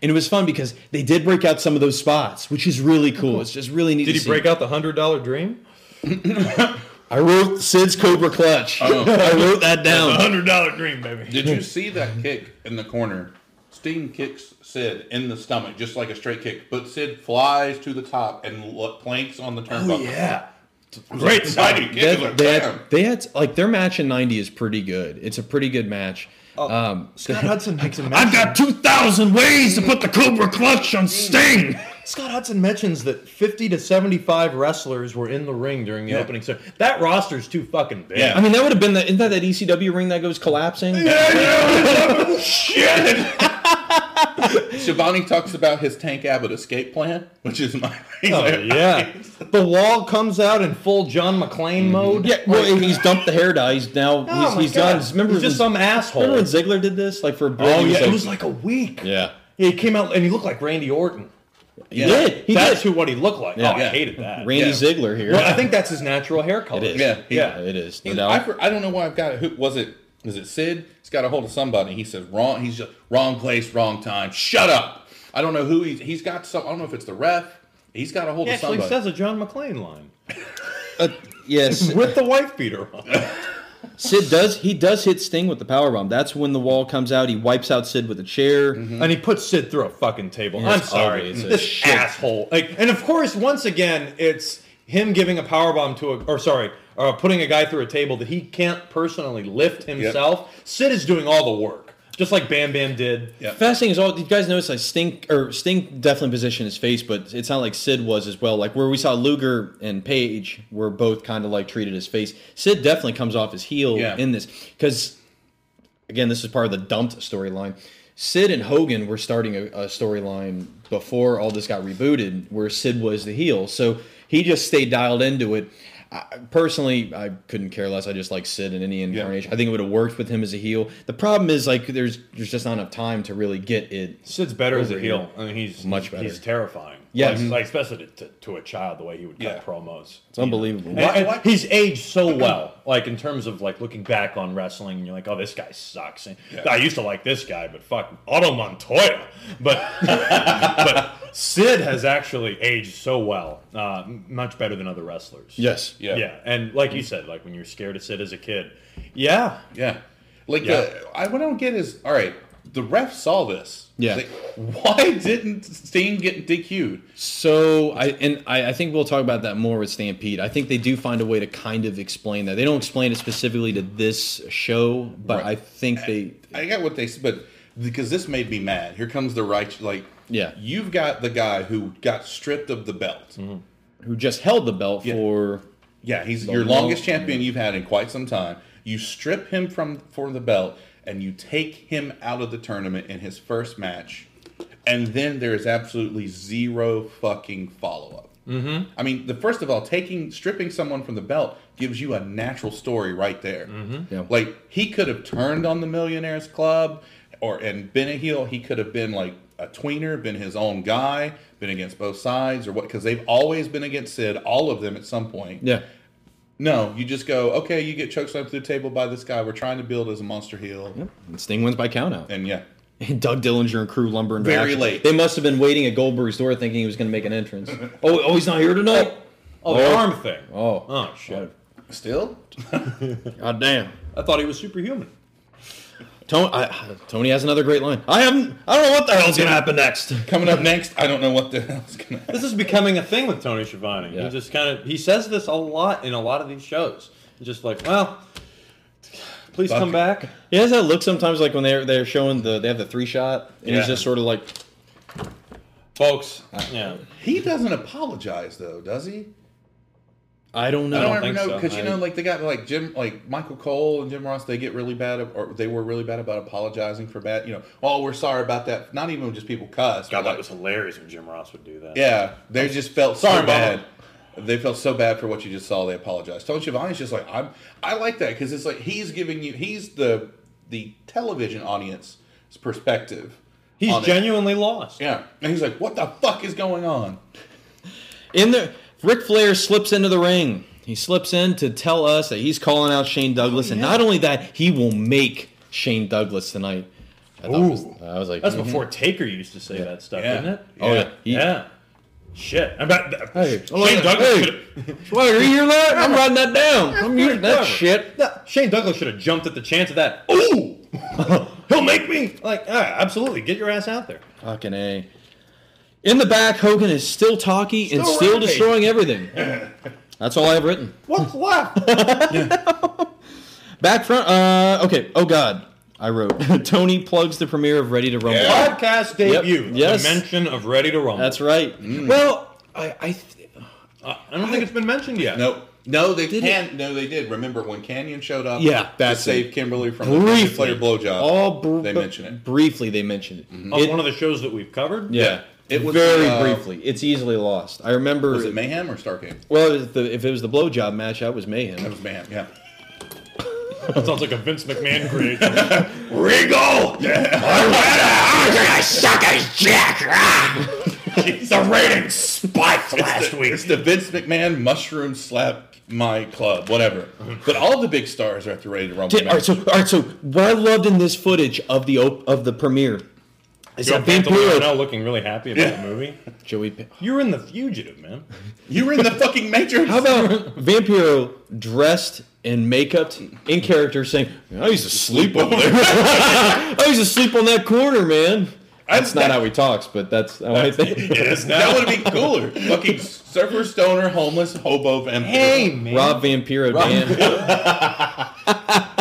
And it was fun because they did break out some of those spots, which is really cool. It's just really neat. Did to he see. break out the hundred dollar dream? I wrote Sid's Cobra Clutch. Oh. I wrote that down. Hundred dollar dream, baby. Did you see that kick in the corner? Sting kicks Sid in the stomach, just like a straight kick, but Sid flies to the top and lo- planks on the turnbuckle. Yeah. Great fighting kick. It They, was like, they bam. had, they had like their match in '90 is pretty good. It's a pretty good match. um, Scott Hudson makes a I've mention. got two thousand ways to put the Cobra Clutch on Sting. Scott Hudson mentions that fifty to seventy five wrestlers were in the ring during the opening. So that roster's too fucking big. I Yeah. mean, that would have been the isn't that that ECW ring that goes collapsing? Shit! Shivani talks about his Tank Abbott escape plan, which is my. he's Oh, like, yeah. the wall comes out in full John McClane mode. Yeah, well, and he's dumped the hair dye. He's now Oh he's, my he's God. done. Remember, He's just when, some asshole. remember when Ziggler did this? Like for a bit, oh he yeah, was it like- was like a week. yeah, Yeah, he came out and he looked like Randy Orton. he did. He That's did. who what he looked like. Yeah. oh, I Yeah. hated that. Randy yeah. Ziggler here. Well, I think that's his natural hair color. it is. Yeah, he- yeah, it is. No He's- doubt. I, for- I don't know why I've got it. Who was it? Was it Sid? He's got a hold of somebody. He says wrong. He's just wrong place, wrong time. Shut up. I don't know who he's. He's got some. I don't know if it's the ref. He's got a hold He of actually somebody. says a John McClane line Uh, yes, with the wife beater on. Mm-hmm. Sid does. He does hit Sting with the power bomb. That's when the wall comes out. He wipes out Sid with a chair. and he puts Sid through a fucking table. Yeah, I'm it's sorry, ugly. It's a this shit. asshole. Like, and of course, once again, it's him giving a power bomb to a, or sorry, uh, putting a guy through a table that he can't personally lift himself. Sid is doing all the work, just like Bam Bam did. Yeah. Fast thing is all. Did you guys notice? Like Sting or Sting definitely positioned his face, but it's not like Sid was as well. Like where we saw Luger and Page were both kind of like treated as face. Sid definitely comes off his heel Yeah. in this because, again, this is part of the dumped storyline. Sid and Hogan were starting a, a storyline before all this got rebooted, where Sid was the heel. So he just stayed dialed into it. I, personally, I couldn't care less. I just like Sid in any incarnation. I think it would have worked with him as a heel. The problem is like there's there's just not enough time to really get it. Sid's better as a Over heel. here. I mean, he's Much better. He's terrifying. Yes. like, like, especially to, to a child, the way he would cut Yeah. promos. It's unbelievable. And- and he's aged so well, like in terms of like looking back on wrestling, and you're like, oh, this guy sucks. And I used to like this guy, but fuck Otto Montoya. But but Sid has actually aged so well, uh, m- much better than other wrestlers. Yes. Yeah. yeah, and like you said, like when you're scared of Sid as a kid, yeah, Yeah. Like Yeah. the I what I don't get is all right, the ref saw this. Yeah. Like, why didn't Sting get DQ'd? So I and I, I think we'll talk about that more with Stampede. I think they do find a way to kind of explain that. They don't explain it specifically to this show, but Right. I think they I got what they said, but because this made me mad. Here comes the right like Yeah. You've got the guy who got stripped of the belt. who just held the belt Yeah. for Yeah, he's The your long- longest champion you've had in quite some time. You strip him from from the belt and you take him out of the tournament in his first match, and then there is absolutely zero fucking follow up. Mm-hmm. I mean, the first of all, taking stripping someone from the belt gives you a natural story right there. Mm-hmm. Yeah. Like he could have turned on the Millionaires Club, or and been a heel. He could have been like a tweener, been his own guy, been against both sides, or what? Because they've always been against Sid, all of them at some point. Yeah. No, you just go, okay, you get chokeslammed through the table by this guy. We're trying to build as a monster heel. And Sting wins by countout. And yeah. And Doug Dillinger and crew lumber and Very late. They must have been waiting at Goldberg's door thinking he was gonna make an entrance. oh, oh he's not here tonight. oh, the arm thing. Oh. oh shit, Still? God damn. I thought he was superhuman. Tony, I, Tony has another great line. I haven't. I don't know what the hell's gonna happen next. Coming up next, I don't know what the hell's going to happen. This is becoming a thing with Tony Schiavone. Yeah. He just kind of he says this a lot in a lot of these shows. He's just like, well, please Fuck come it. back. He has that look sometimes, like when they're they're showing the they have the three shot, and Yeah. he's just sort of like, folks. Yeah, He doesn't apologize, though, does he? I don't know. I don't, think ever know so. because you I- know, like they got like Jim, like Michael Cole and Jim Ross, they get really bad, ab- or they were really bad about apologizing for bad. You know, oh, we're sorry about that. Not even just people cuss. God, but, that like, was hilarious when Jim Ross would do that. yeah, they just felt so Sorry, bad. Mama. They felt so bad for what you just saw. They apologized. Tony Schiavone's just like I'm. I like that because it's like he's giving you he's the the television audience's perspective. he's on it. genuinely lost. Yeah, and he's like, "What the fuck is going on?" In the Ric Flair slips into the ring. He slips in to tell us that he's calling out Shane Douglas, Oh, and not only that, he will make Shane Douglas tonight. I, thought it was, Ooh. I was like, That's mhm. before Taker used to say that stuff, Yeah. isn't it? Oh yeah, He- yeah. Shit. I bet that, Hey, Shane Douglas. should have- Swagger, you hear that? I'm writing that down. I'm using that shit. That- Shane Douglas should have jumped at the chance of that. Ooh, he'll make me. Like, ah, absolutely, get your ass out there. Fucking a. In the back, Hogan is still talky and Still still rampage. destroying everything. That's all I have written. What's left? Back front. Uh, okay. Oh God, I wrote. Tony plugs the premiere of Ready to Rumble. Yeah. Podcast debut. Yes. The mention of Ready to Rumble. That's right. Well, I, I th- Uh, I don't think it's been mentioned yet. No, no, they Did can. No, they did. Remember when Canyon showed up? Yeah, to that's it. save Kimberly from the briefly Ric Flair blowjob. All br- they mention it. briefly. They mention it. on It- Mm-hmm. Oh, one of the shows that we've covered. yeah, It was, very uh, briefly. It's easily lost. I remember. Was it Mayhem or Starcade? well, if, the, if it was the blowjob match, that was That mayhem. was Mayhem. Yeah. That sounds like a Vince McMahon creation. Regal! I suck as Jack. the ratings spiked last week. It's the Vince McMahon mushroom slap my club, whatever. But all the big stars are at the Ready to Rumble. Did, all right, match. so all right, so what I loved in this footage of the op- of the premiere is Joe that Van Pantoliano Buren, looking really happy about the movie. Joey. Pa- You were in The Fugitive, man. you were in the fucking Matrix. How about Vampiro dressed in makeup in character saying, "Oh, I used to sleep over there. I used to sleep on that corner, man. That's not how he talks, but that's how I think. Yes, that would be cooler. fucking surfer, stoner, homeless, hobo, vampire. Hey, man. Rob Vampiro, Dan.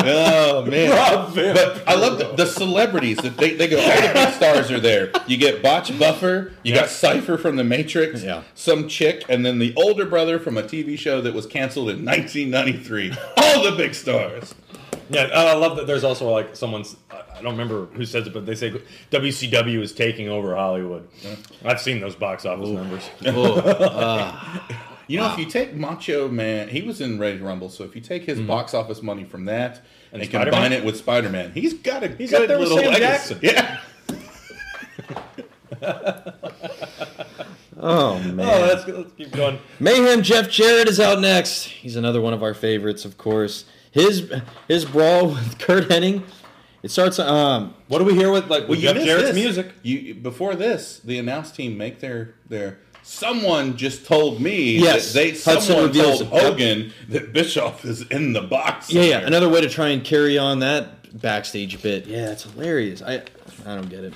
Oh man! but I love the, the celebrities that they, they go. All the big stars are there. You get Botch Buffer. You got Cipher from The Matrix. Yeah. Some chick, and then the older brother from a TV show that was canceled in 1993. All the big stars. Yeah, and I love that. There's also like someone's. I- I I don't remember who says it, but they say WCW is taking over Hollywood. I've seen those box office numbers. You know, if you take Macho Man, he was in Ready to Rumble, so if you take his box office money from that and, Mm-hmm. Spider-Man? combine it with Spider Man, he's got a He's good up there with little Sam legacy. Jackson. Yeah. Oh, that's good. Let's keep going. Mayhem Jeff Jarrett is out next. He's another one of our favorites, of course. His his brawl with Kurt Hennig. It starts um What do we hear with like with you Jeff missed Jarrett's this. music? You before this, the announce team make their their. Someone just told me Yes, that they Hudson someone reveals told it. Yep. Hogan that Bischoff is in the box. yeah, yeah, somewhere. another way to try and carry on that backstage bit. Yeah, it's hilarious. I I don't get it.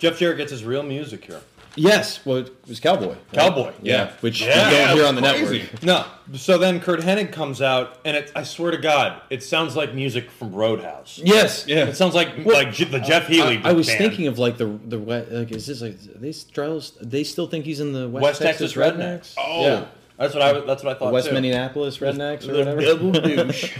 Jeff Jarrett gets his real music here. Yes, well it was Cowboy. right? Cowboy. Yeah, Yeah. which Yeah, you yeah, don't hear on the crazy. network. No. So then Kurt Hennig comes out, and it, I swear to God, it sounds like music from Roadhouse. Yes. Yeah. It sounds like like J- the Jeff Healy. I, I was band. thinking of like the the we- like is this like they still they still think he's in the West, West Texas Rednecks. Oh, Yeah. That's what I was- that's what I thought. West too. Minneapolis Rednecks or They're whatever. double douche.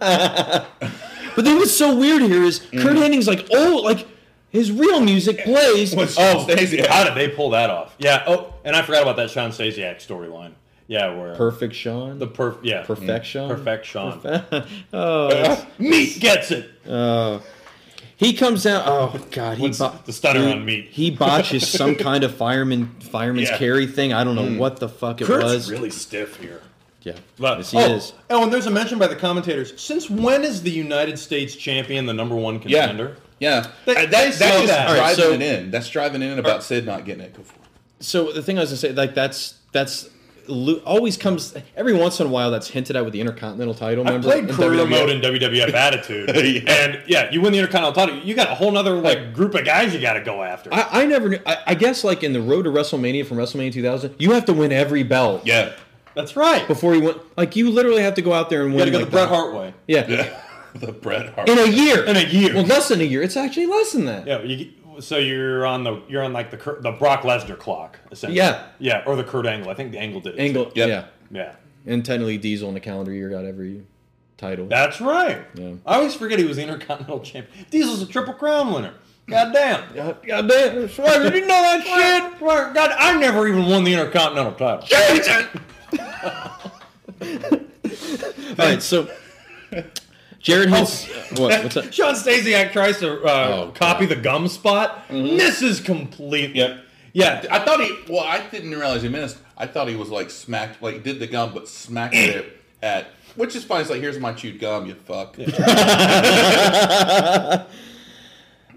But then what's so weird here is Kurt Hennig's like, oh, like his real music plays. What's- Oh, Stasiak. how did they pull that off? Yeah. Oh, and I forgot about that Sean Stasiak storyline. Yeah, where Perfect Sean. the perf yeah perfection. perfect Sean oh, meat gets it. he comes out. Oh God, he What's the stutter he- on meat? He botches some kind of fireman fireman's Yeah. carry thing. I don't know what the fuck it was. Kurt's really stiff here. yeah, But, yes, he oh, is. Oh, and there's a mention by the commentators. Since when is the United States champion the number one Yeah. contender? Yeah. They- Uh, they that's that's saw that. just All right, driving so- it in. That's driving in about Sid not getting it. Go for it. So the thing I was gonna say, like that's that's lo- always comes every once in a while. That's hinted at with the Intercontinental title. I remember, played in career WWF? mode in WWF Attitude, and yeah, you win the Intercontinental title. You got a whole nother like group of guys you got to go after. I, I never knew. I, I guess like in the road to WrestleMania from WrestleMania 2000, you have to win every belt. Yeah. That's right. You before he went. Like you literally have to go out there and got win. to go like the Bret that. Hart way. Yeah. the Bret Hart. in a year. In a year. Well, less than a year. It's actually less than that. Yeah. You, so you're on the you're on like the Kurt- the Brock Lesnar clock. Essentially. Yeah. Yeah, or the Kurt Angle. I think the Angle did it. Angle. Yep. Yeah. too. Yeah. And technically, Diesel in the calendar year got every title. That's right. Yeah. I always forget he was the Intercontinental champion. Diesel's a Triple Crown winner. God damn. God damn! Why did you know that shit? Why- God, I never even won the Intercontinental title. All right, so Jared Oh. hits. What? What's that? Sean Stasiak tries to uh, Oh, Mm-hmm. copy the gum spot. This is complete. Yep. Yeah. I thought he. Well, I didn't realize he missed. I thought he was like smacked, like did the gum, but smacked it at. Which is funny. It's like, here's my chewed gum, you fuck.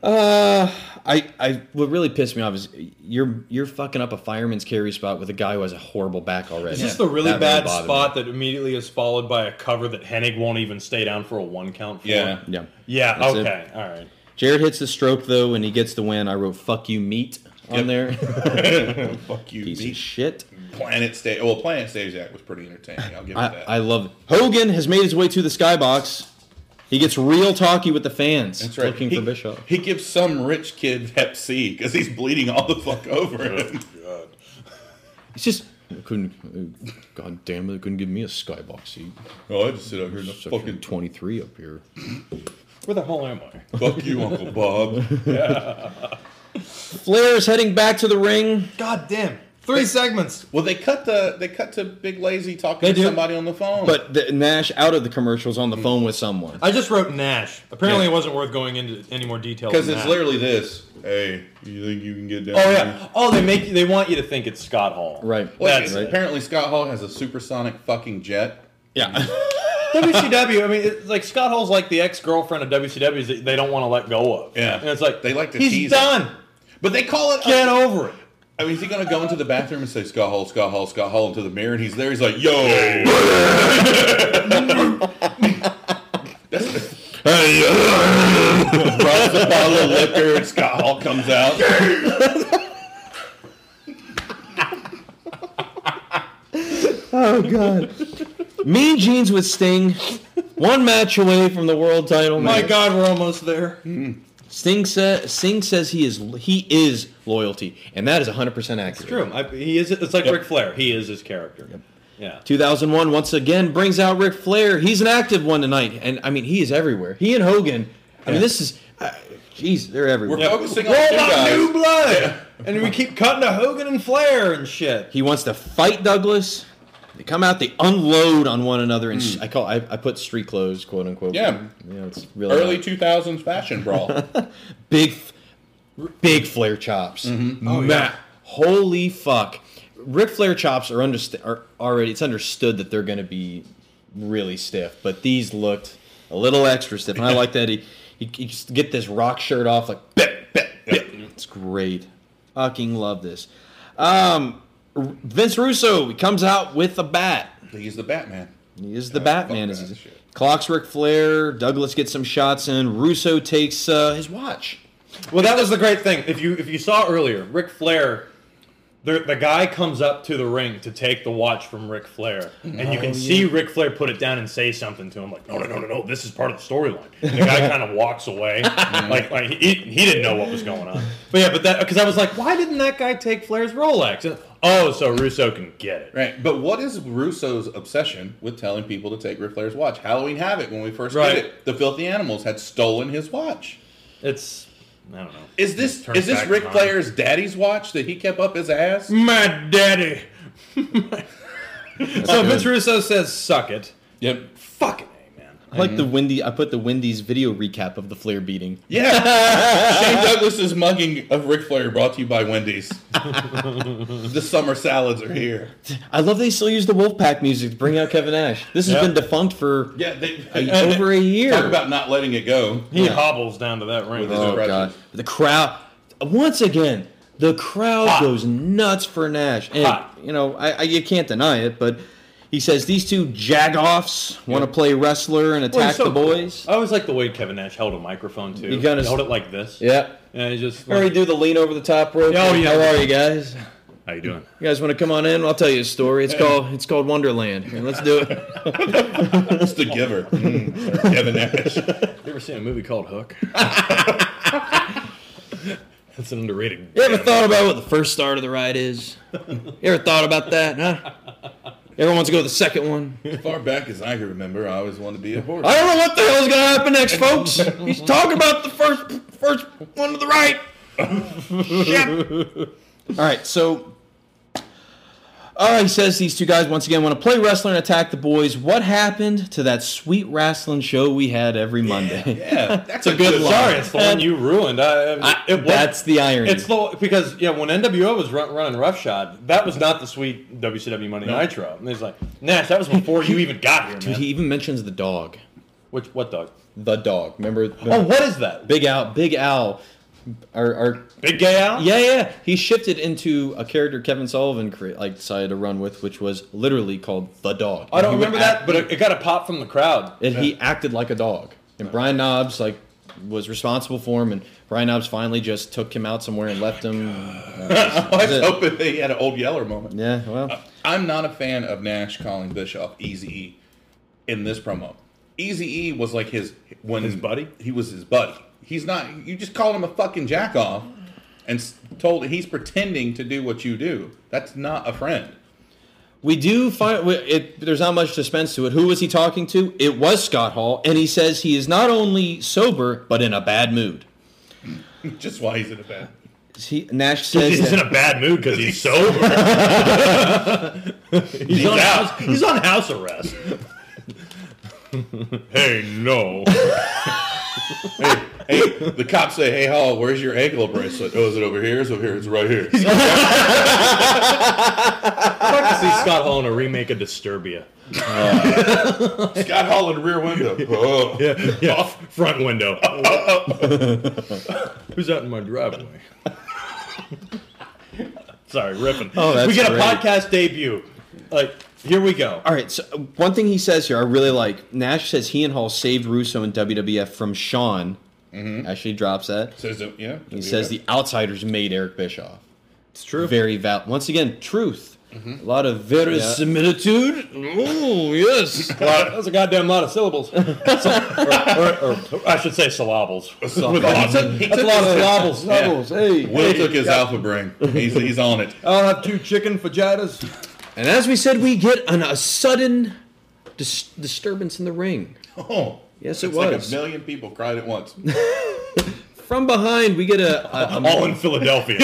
Uh, I, I, what really pissed me off is you're, you're fucking up a fireman's carry spot with a guy who has a horrible back already. Is this the really That bad bothered me. spot that immediately is followed by a cover that Hennig won't even stay down for a one count for? Yeah. Yeah. Yeah, That's it. okay. All right. Jared hits the stroke though, and he gets the win. I wrote "fuck you, meat" on there. Fuck you, Piece beat of shit. Planet Stage. Well, Planet Stage Act was pretty entertaining. I'll give it I, that. I love it. Hogan has made his way to the skybox. He gets real talky with the fans. That's right. Looking he, for Bishop. He gives some rich kid Hep C because he's bleeding all the fuck over him. It's just I couldn't. uh, God damn it! They couldn't give me a skybox seat. Oh, I just sit out here and Section fucking twenty three up here. Where the hell am I? fuck you, Uncle Bob. Flair's heading back to the ring. God damn. Three segments. Well, they cut the they cut to Big Lazy talking They to do. somebody on the phone. But the, Nash out of the commercials Hmm. on the phone with someone. I just wrote Nash. Apparently, Yeah. it wasn't worth going into any more detail because than it's that. literally this. Hey, you think you can get down? Oh here? yeah. Oh, they make they want you to think it's Scott Hall. Right. Well, That's it's- apparently Scott Hall has a supersonic fucking jet. Yeah. Hmm. WCW. I mean, it's like Scott Hall's like the ex girlfriend of WCW that they don't want to let go of. Yeah. And it's like They like to he's tease done. But they call it. Get over it. I mean, is he gonna go into the bathroom and say Scott Hall, Scott Hall, Scott Hall into the mirror? And he's there. He's like, yo. That's- Drops a bottle of liquor. and Scott Hall comes out. oh God. Mean Jeans with Sting. One match away from the world title. My match. God, we're almost there. Sting says Sting says he is he is loyalty, and that is 100 percent accurate. True. I, he is. It's like Yep. Ric Flair. He is his character. Yeah. 2001 once again brings out Ric Flair. He's an active one tonight, and I mean he is everywhere. He and Hogan I mean, this is, uh, jeez, they're everywhere. We're focusing on Roll two out guys. new blood, and we keep cutting to Hogan and Flair and shit. He wants to fight Douglas. They come out, they unload on one another, and sh- I call I, I put street clothes, quote unquote. Hmm. Yeah. you know, it's really Early 2000s fashion brawl. big, big Flair chops. Ma- Holy fuck! Ric Flair chops are, underst- are already. It's understood that they're going to be really stiff, but these looked a little extra stiff, and I like that he he, he just get this rock shirt off like bip bip bip. It's great. Fucking love this. Um, R- Vince Russo he comes out with a bat. He's the Batman. He is the Yeah, Batman. fuck Is that he? shit. Clocks Ric Flair. Douglas gets some shots in. Russo takes uh, his watch. Well, that was the great thing. If you if you saw earlier, Ric Flair, the, the guy comes up to the ring to take the watch from Ric Flair, and Oh, you can see Ric Flair put it down and say something to him like, "No, no, no, no, no. This is part of the storyline." And The guy kind of walks away, like like he, he didn't know what was going on. But yeah, but that because I was like, why didn't that guy take Flair's Rolex? And, oh, so Russo can get it. Right, but what is Russo's obsession with telling people to take Ric Flair's watch? Halloween Havoc, when we first Right. did it, the Filthy Animals had stolen his watch. It's I don't know. Is this Turns is this back Mm. Ric time. Flair's daddy's watch that he kept up his ass? my daddy? so Vince Russo says, "Suck it." Yep. Fuck it, man. I like the Wendy. I put the Wendy's video recap of the Flair beating. Yeah. Shane Douglas's mugging of Ric Flair brought to you by Wendy's. the summer salads are here. I love they still use the Wolfpack music to bring out Kevin Nash. This has Yeah. been defunct for Yeah, they, uh, a- over a year. Talk about not letting it go. He hobbles down to that ring. With his oh Impressive. god, the crowd. Once again, the crowd Hot. goes nuts for Nash, and Hot. you know I, I you can't deny it. But he says these two jagoffs want to play wrestler and Well, attack he's so the cool. Oh. boys. I always like the way Kevin Nash held a microphone too. You gotta- He held it like this. Yeah, And he just. or he Like, do the lean over the top rope. Oh, yeah. how are you guys? How you doing? You guys want to come on in? I'll tell you a story. It's called it's called Wonderland. Here, let's do it. It's the giver. Mm, Kevin Nash. You ever seen a movie called Hook? That's an underrated. You ever thought about what the first start of the ride is? You ever thought about that, huh? You ever wants to go to the second one? As far back as I can remember, I always wanted to be a horse. I don't know what the hell's gonna happen next, folks. He's talking about the first first one to the right. All right, so uh, he says these two guys once again want to play wrestler and attack the boys. What happened to that sweet wrestling show we had every Monday? Yeah, that's a good line. Sorry, it's the one you ruined. I, I- I- it was- that's the irony. It's the because yeah, when NWO was run, running roughshod, that was not the sweet WCW Monday Nitro. And he's like, Nash, that was before you even got here, Dude, man. he even mentions the dog. Which what dog? The dog. Remember? Oh, what is that? Big Al. Big Al. Our, our Big gay out? Yeah, yeah. He shifted into a character Kevin Sullivan cre- like decided to run with, which was literally called the dog. I don't And he would remember act- that, but it, it got a pop from the crowd. and he acted like a dog. And Brian Knobs like was responsible for him, and Brian Knobs finally just took him out somewhere Oh and left him. I was it. hoping that he had an old Yeller moment. Yeah, well, I'm not a fan of Nash calling Bischoff Easy E in this promo. Easy E was like his when his buddy. He was his buddy. He's not. You just called him a fucking jack off and s- told he's pretending to do what you do. That's not a friend. we do find we- it. There's not much suspense to it. Who was he talking to? It was Scott Hall, and he says he is not only sober but in a bad mood. Just why he's in a bad. He, Nash says He's that- in a bad mood because he's sober. he's, on house, he's on house arrest. hey, no. Hey, the cops say, "Hey, Hall, where's your ankle bracelet? Oh, is it over here? It's over here. It's right here." He's I'd like to see Scott Hall in a remake of Disturbia. got Hall in rear window. Oh. Yeah. Off front window. Who's out in my driveway? Sorry, ripping. Oh, that's we get great. a podcast debut. Like, here we go. All right. So uh, one thing he says here, I really like. Nash says he and Hall saved Russo and WWF from Sean. Actually, drops that. Says it- Mm-hmm. yeah. He says the outsiders made Eric Bischoff. It's true. Very val. Once again, truth. Mm-hmm. A lot of verisimilitude. Oh yes. That was a goddamn lot of syllables. or, or- or I should say syllables. He took- he That's a took lot of his- syllables. Doubles, hey. Will took his alpha brain. He's he's on it. I'll have two chicken fajitas. And as we said, we get an, a sudden dis- disturbance in the ring. Oh, Yes, it It's like a was. million people cried at once. From behind, we get a, a, a All in Philadelphia.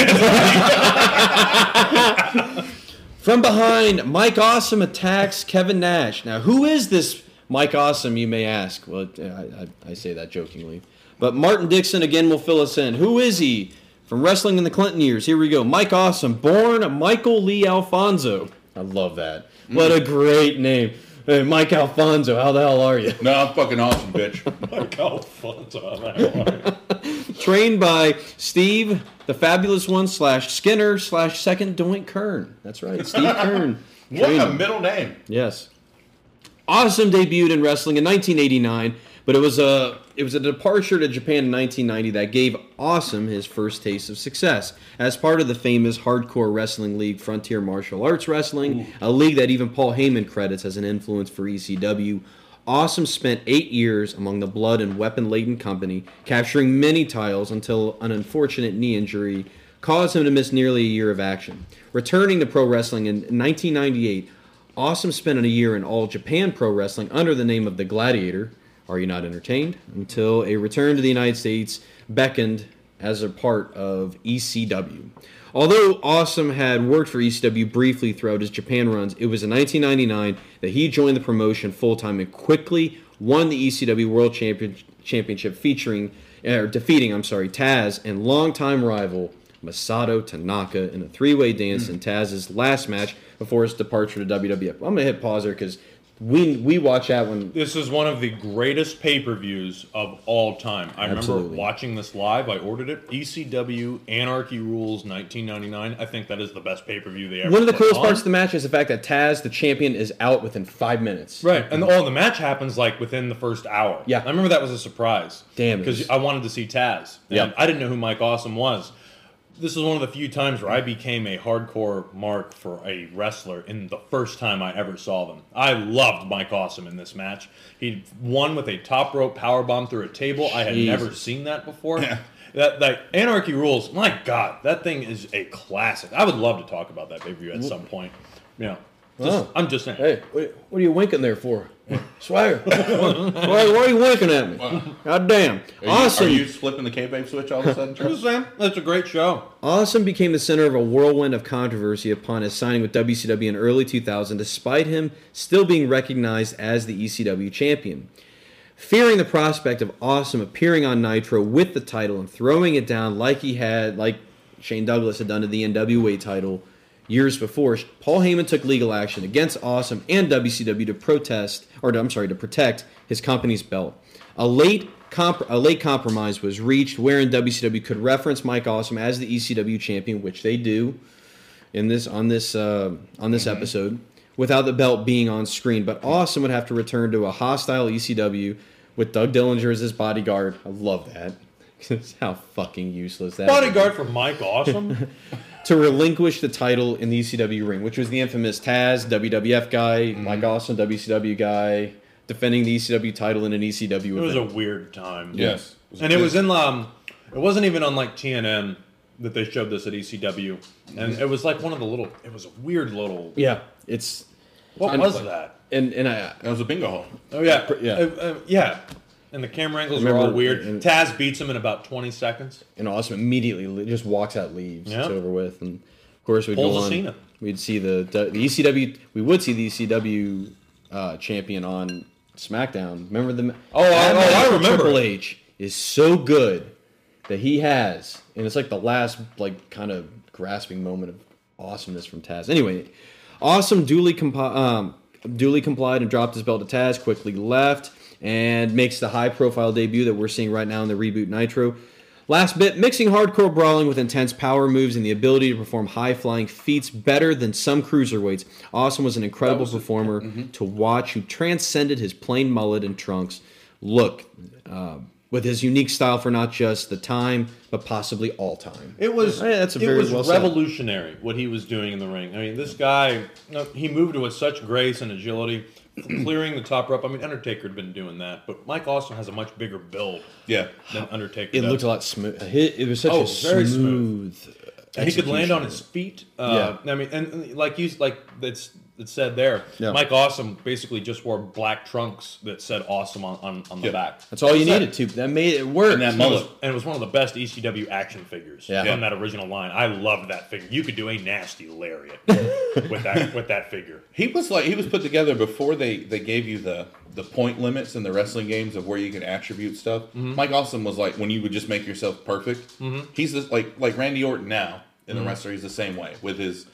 From behind, Mike Awesome attacks Kevin Nash. Now, who is this Mike Awesome, you may ask? Well, I, I, I say that jokingly. But Martin Dixon again will fill us in. Who is he? From wrestling in the Clinton years. Here we go. Mike Awesome, born Michael Lee Alfonso. I love that. What a great name. Hey, Mike Alfonso, how the hell are you? no, I'm fucking awesome, bitch. Mark Alfonso on that one. Trained by Steve, the fabulous one, slash Skinner, slash second Doink Kern. That's right, Steve Kern. What Trained a him. middle name. Yes. Awesome debuted in wrestling in 1989, but it was a it was a departure to Japan in 1990 that gave Awesome his first taste of success as part of the famous Hardcore Wrestling League, Frontier Martial Arts Wrestling, a league that even Paul Heyman credits as an influence for ECW. Awesome spent eight years among the blood and weapon laden company, capturing many titles until an unfortunate knee injury caused him to miss nearly a year of action. Returning to pro wrestling in 1998, Awesome spent a year in All Japan Pro Wrestling under the name of The Gladiator. Are you not entertained? Until a return to the United States beckoned as a part of ECW. Although Awesome had worked for ECW briefly throughout his Japan runs, it was in 1999 that he joined the promotion full time and quickly won the ECW World Champion- Championship, featuring or defeating, I'm sorry, Taz and longtime rival Masato Tanaka in a three-way dance Hmm. in Taz's last match before his departure to WWF. I'm gonna hit pause there because we we watch that one. This is one of the greatest pay per views of all time. I Absolutely. remember watching this live. I ordered it. ECW Anarchy Rules 1999. I think that is the best pay per view they ever. One of the put coolest on. parts of the match is the fact that Taz, the champion, is out within five minutes. Right, and all the match happens like within the first hour. mm-hmm. Yeah. I remember that was a surprise. Damn, it was- because I wanted to see Taz. and Yeah. I didn't know who Mike Awesome was. This is one of the few times where I Mm-hmm. became a hardcore mark for a wrestler in the first time I ever saw them. I loved Mike Awesome in this match. He won with a top rope power bomb through a table. I had Jesus. never seen that before. That like Anarchy Rules, my God, that thing is a classic. I would love to talk about that pay per view at some point. Yeah, Just- Oh. I'm just saying. Hey, what what are you winking there for, Swagger? Swagger, why are you winking at me? God damn! Are you, Awesome. Are you flipping the kayfabe switch all of a sudden, Charles? Sam, that's a great show. Awesome became the center of a whirlwind of controversy upon his signing with WCW in early 2000, despite him still being recognized as the ECW champion. Fearing the prospect of Awesome appearing on Nitro with the title and throwing it down like he had, like Shane Douglas had done to the NWA title years before, Paul Heyman took legal action against Awesome and WCW to protest, or to- I'm sorry, to protect his company's belt. A late comp- a late compromise was reached wherein WCW could reference Mike Awesome as the ECW champion, which they do in this on this uh, on this Mm-hmm. episode without the belt being on screen. But Austin would have to return to a hostile ECW with Doug Dillinger as his bodyguard. I love that. 'Cause How fucking useless that is. Bodyguard for Mike Awesome. to relinquish the title in the ECW ring, which was the infamous Taz WWF guy, Mm-hmm. Mike Austin WCW guy, defending the ECW title in an ECW it was a event. weird time. Yes. and it was in um, it wasn't even on like TNN that they showed this at ECW, and it was like one of the little. It was a weird little. yeah, it's What I'm- was that? and and I That was a bingo hall. Oh yeah, yeah. uh, uh, yeah. And the camera angles were all Remember- weird. and- Taz beats him in about twenty seconds. and Awesome immediately le- just walks out, leaves. Yeah. It's over with. And of course, we'd Pulls go a on. Cena. We'd see the the ECW. We would see the ECW uh, champion on SmackDown. Remember the? Oh, I- oh, I remember Triple it. H is so good that he has, and it's like the last like kind of grasping moment of awesomeness from Taz. Anyway, awesome duly compi- um, duly complied and dropped his belt to Taz. Quickly left and makes the high profile debut that we're seeing right now in the reboot Nitro. Last bit, mixing hardcore brawling with intense power moves and the ability to perform high flying feats better than some cruiserweights. Awesome was an incredible performer mm-hmm. to watch who transcended his plain mullet and trunks. Look, uh, with his unique style for not just the time, but possibly all time. It was Yeah, that's a it very was well said. revolutionary what he was doing in the ring. I mean, this guy no, he moved with such grace and agility, clearing the top rope. I mean, Undertaker had been doing that, but Mike Austin has a much bigger build Yeah. than Undertaker. It does. looked a lot smooth. It it was such Oh, a very smooth. And he could land on execution. his feet. Uh, I mean, and, and like you like it's that said there. Yeah. Mike Awesome basically just wore black trunks that said Awesome on, on, on the back. That's all you That's needed to. That made it work. And that That was- mullet. and it was one of the best ECW action figures Yeah. from that original line. I loved that figure. You could do a nasty lariat with that with that figure. He was like he was put together before they they gave you the the point limits in the wrestling games of where you could attribute stuff. Mm-hmm. Mike Awesome was like when you would just make yourself perfect. He's this, like like Randy Orton now in Mm-hmm. the wrestler. He's the same way with his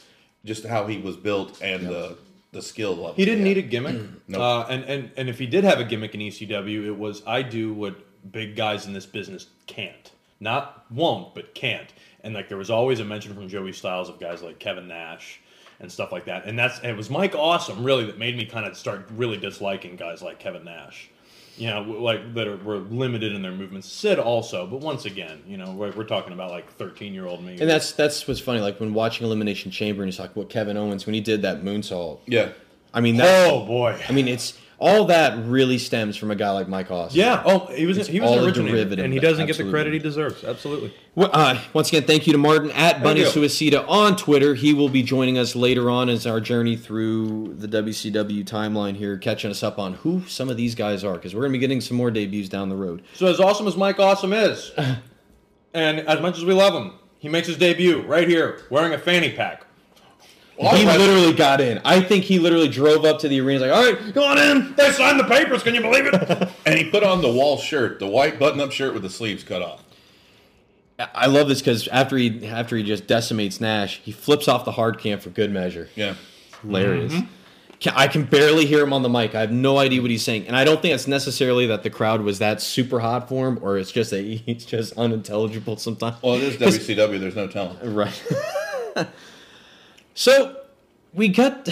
just how he was built and the the skill level. He didn't need a gimmick. Mm, No. Uh, and, and and if he did have a gimmick in ECW, it was I do what big guys in this business can't. Not won't, but can't. And like there was always a mention from Joey Styles of guys like Kevin Nash and stuff like that. And that's and it was Mike Awesome really that made me kind of start really disliking guys like Kevin Nash. You know, w- like that are, were limited in their movements. Sid also, but once again, you know, we're, we're talking about like thirteen year old me. And that's that's what's funny. Like when watching Elimination Chamber, and it's like what Kevin Owens when he did that moonsault. Yeah. I mean, that, oh boy. I mean, it's all that really stems from a guy like Mike Austin. Yeah. Oh, he was he was all an a originator, derivative, and he doesn't get the absolutely. credit he deserves. Absolutely. Well, uh, once again, thank you to Martin at Bunny you. Suicida on Twitter. He will be joining us later on as our journey through the WCW timeline here, catching us up on who some of these guys are, because we're going to be getting some more debuts down the road. So as awesome as Mike Awesome is, and as much as we love him, he makes his debut right here wearing a fanny pack. he literally got in. I think he literally drove up to the arena, like, all right, go on in. They signed the papers. Can you believe it? And he put on the wall shirt, the white button up shirt with the sleeves cut off. I love this because after he after he just decimates Nash, he flips off the hard cam for good measure. Yeah. Hilarious. Ca- I can barely hear him on the mic. I have no idea what he's saying, and I don't think it's necessarily that the crowd was that super hot for him, or it's just that he's just unintelligible sometimes. Well, it is WCW. There's no telling. right. so we got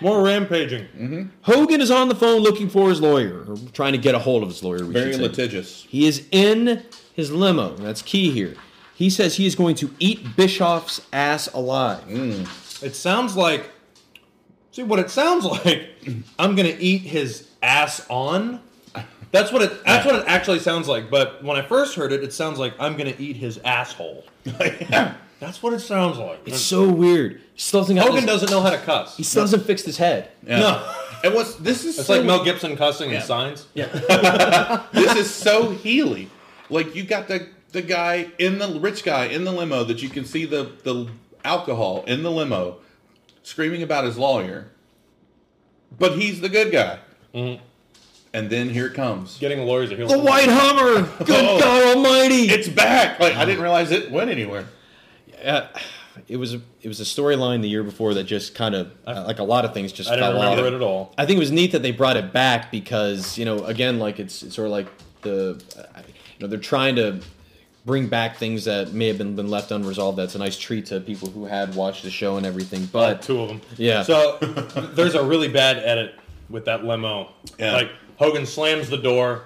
More rampaging. Mm-hmm. Hogan is on the phone looking for his lawyer, or trying to get a hold of his lawyer. we Very should say. litigious. He is in his limo. That's key here. He says he is going to eat Bischoff's ass alive. It sounds like. See what it sounds like. I'm gonna eat his ass on. That's what it. That's what it actually sounds like. But when I first heard it, it sounds like I'm gonna eat his asshole. that's what it sounds like. It's so weird. He still doesn't. Hogan doesn't know how to cuss. He still doesn't fix his head. Yeah. No. And what's this is It's so like Mel Gibson cussing Yeah. in signs. Yeah. this is so Healy. Like you got the the guy in the rich guy in the limo that you can see the the alcohol in the limo screaming about his lawyer, but he's the good guy. And then here it comes. Getting a lawyer's a heel. The White Hummer. Good Oh. God Almighty! It's back. Like I didn't realize it went anywhere. Uh, it was a, it was a storyline the year before that just kind of uh, like a lot of things just I don't fell off. remember it at all. I think it was neat that they brought it back because you know again like it's, it's sort of like the uh, you know they're trying to bring back things that may have been, been left unresolved. That's a nice treat to people who had watched the show and everything. But two of them. Yeah. So there's a really bad edit with that limo. Yeah. Like Hogan slams the door.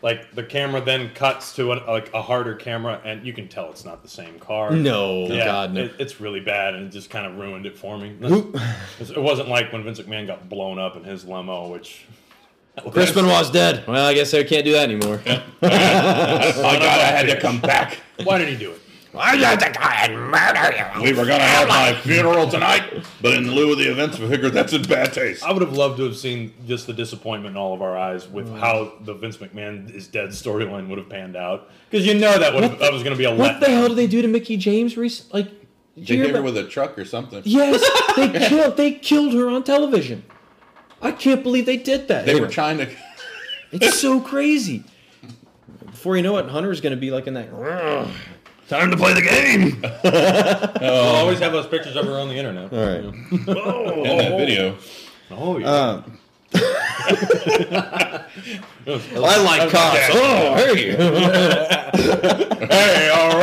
Like the camera then cuts to an, like a harder camera, and you can tell it's not the same car. no, Yeah, God, no. It, it's really bad, and it just kind of ruined it for me. It's- it wasn't like when Vince McMahon got blown up in his limo, which Chris Benoit's dead. Well, I guess I can't do that anymore. My God, I had to come back. why did he do it? I had to come and murder you. We were gonna have my funeral tonight, but in lieu of the events, we figured that's in bad taste. I would have loved to have seen just the disappointment in all of our eyes with Mm. how the Vince McMahon is dead storyline would have panned out. Because you know that would have, that was going to be a What letdown. the hell did they do to Mickey James recently? Like, did They you hear hit her about- with a truck or something. yes, they killed. They killed her on television. I can't believe they did that. They were Anyway, trying to. it's so crazy. Before you know it, Hunter's going to be like in that. All Time to play the game. They'll always have those pictures of her on the internet. right. in that video. Oh yeah. I like cops. Oh, hey. Hey, all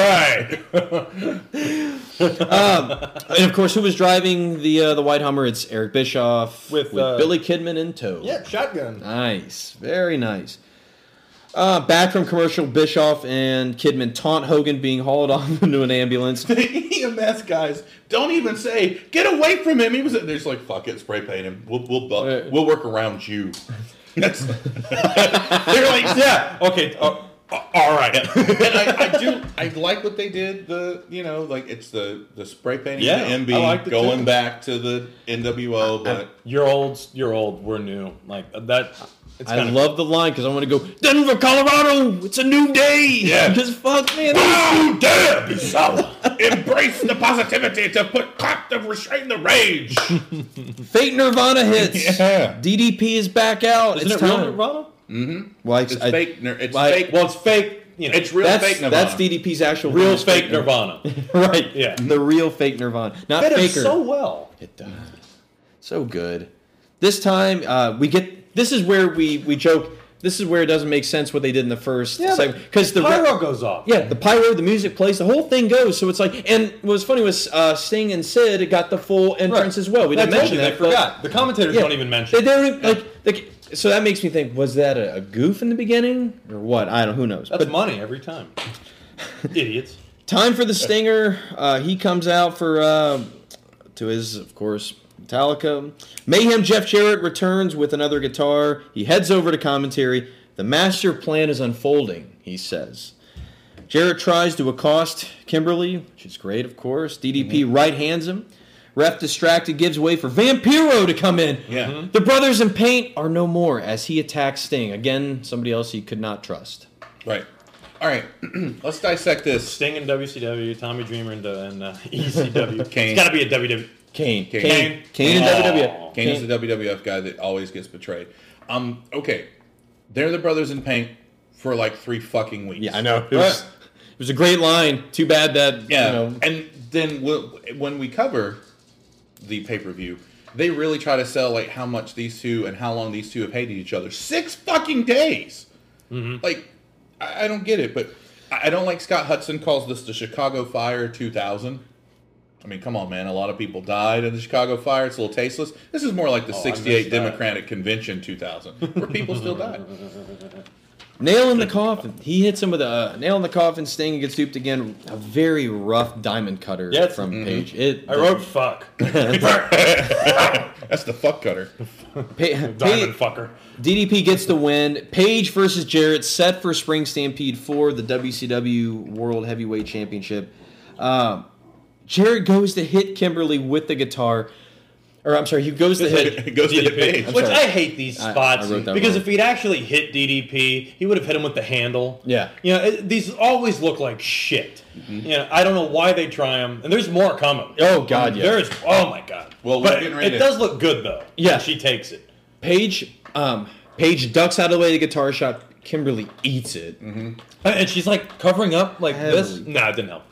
right. and of course, who was driving the uh, the white Hummer? It's Eric Bischoff With, uh, Billy Kidman in tow. shotgun. Nice, very nice. Uh, back from commercial, Bischoff and Kidman taunt Hogan being hauled off into an ambulance. The EMS E guys don't even say, "Get away from him." He was they're just like, "Fuck it, spray paint him. We'll we'll bu- Right. we'll work around you." That's They're like, yeah, okay. Uh, All right. and I, I do I like what they did. The you know like it's the the spray painting Yeah, the I MB liked it going too. back to the NWO, but You're old. You're old. We're new. Like uh, that. It's I kind of, love the line because I want to go Denver, Colorado. It's a new day. Yeah. Just fuck, man. How dare be so? Embrace the positivity to put clap to restrain the rage. Fate Nirvana hits. Yeah. DDP is back out. Isn't it's it real time. Nirvana? Well, I- It's I- fake. Ner- it's like, fake. Well, it's fake. You know, It's real That's fake. Nirvana. that's DDP's actual name real is fake Nirvana. Right. Yeah. The real fake Nirvana, not Fit him Faker. so well. It does. So good. This time, uh, we get. This is where we we joke. This is where it doesn't make sense what they did in the first Yeah, because the pyro goes off. yeah the pyro, the music plays, the whole thing goes. So it's like, and what was funny was uh, Sting and Sid got the full entrance as well. We didn't That's mention right, that. They but- forgot. The commentators Yeah. don't even mention. They don't even, like. Like, so that makes me think: was that a, a goof in the beginning, or what? I don't. Who knows? That's but money every time. Idiots. Time for the stinger. Uh, he comes out for uh, to his, of course, Metallica. Mayhem Jeff Jarrett returns with another guitar. He heads over to commentary. The master plan is unfolding. He says. Jarrett tries to accost Kimberly, which is great, of course. DDP Mm-hmm. right hands him. Ref distracted gives way for Vampiro to come in. Yeah. Mhm. The brothers in paint are no more as he attacks Sting. Again, somebody else he could not trust. right. All right. Let's dissect this. Sting in WCW, Tommy Dreamer and, uh, and uh, ECW. Kane. It's got to be a WWE. Kane. Kane. Kane. Oh. Kane and Aw. WWE. Kane's the WWF guy that always gets betrayed. Um. Okay. They're the brothers in paint for like three fucking weeks. Yeah, I know. It was, it was a great line. Too bad that Yeah, you know. and then we'll, when we cover the pay per view, they really try to sell like how much these two and how long these two have hated each other. Six fucking days. Like, I, I don't get it, but I, I don't like Scott Hudson calls this the Chicago Fire 2000. I mean, come on, man. A lot of people died in the Chicago Fire. It's a little tasteless. This is more like the I missed 68 that. Democratic Convention 2000, where people still died. nail in the coffin. He hits him with a uh, nail in the coffin. Sting gets duped again. A very rough diamond cutter Yeah, it's- from Page. It I wrote fuck. That's the fuck cutter. Pa- Diamond Pa- fucker. DDP gets the win. Page versus Jarrett set for Spring Stampede for the WCW World Heavyweight Championship. Um, Jarrett goes to hit Kimberly with the guitar, or I'm sorry, he goes to hit. It goes to the page. Which sorry. I hate these I- I spots wrote that because wrong. if he'd actually hit DDP, he would have hit him with the handle. Yeah. Mm-hmm. you know it, these always look like shit. You know, I don't know why they try them, and there's more coming. Oh, God, yeah. there's oh my god. Well, we're but getting it ready to- does look good though. Yeah. she takes it. Page, um, Page ducks out of the way of the guitar shot. Kimberly eats it. And she's like covering up like this. Heavily. Nah, it didn't help.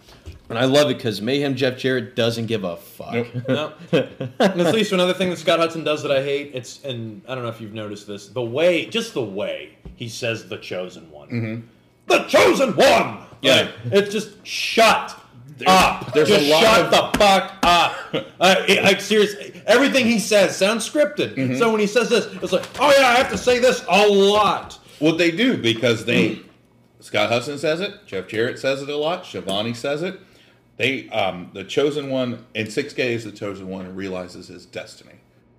And I love it because Mayhem Jeff Jarrett doesn't give a fuck. No. and this leads to another thing that Scott Hudson does that I hate. It's and I don't know if you've noticed this. The way, just the way he says the chosen one. The chosen one. Yeah. Like, it's just shut up. there's just a lot shut of- the fuck up. I, I, like seriously, everything he says sounds scripted. So when he says this, it's like, oh yeah, I have to say this a lot. What they do because they Scott Hudson says it, Jeff Jarrett says it a lot, Shivani says it. They um the chosen one in six days the chosen one realizes his destiny.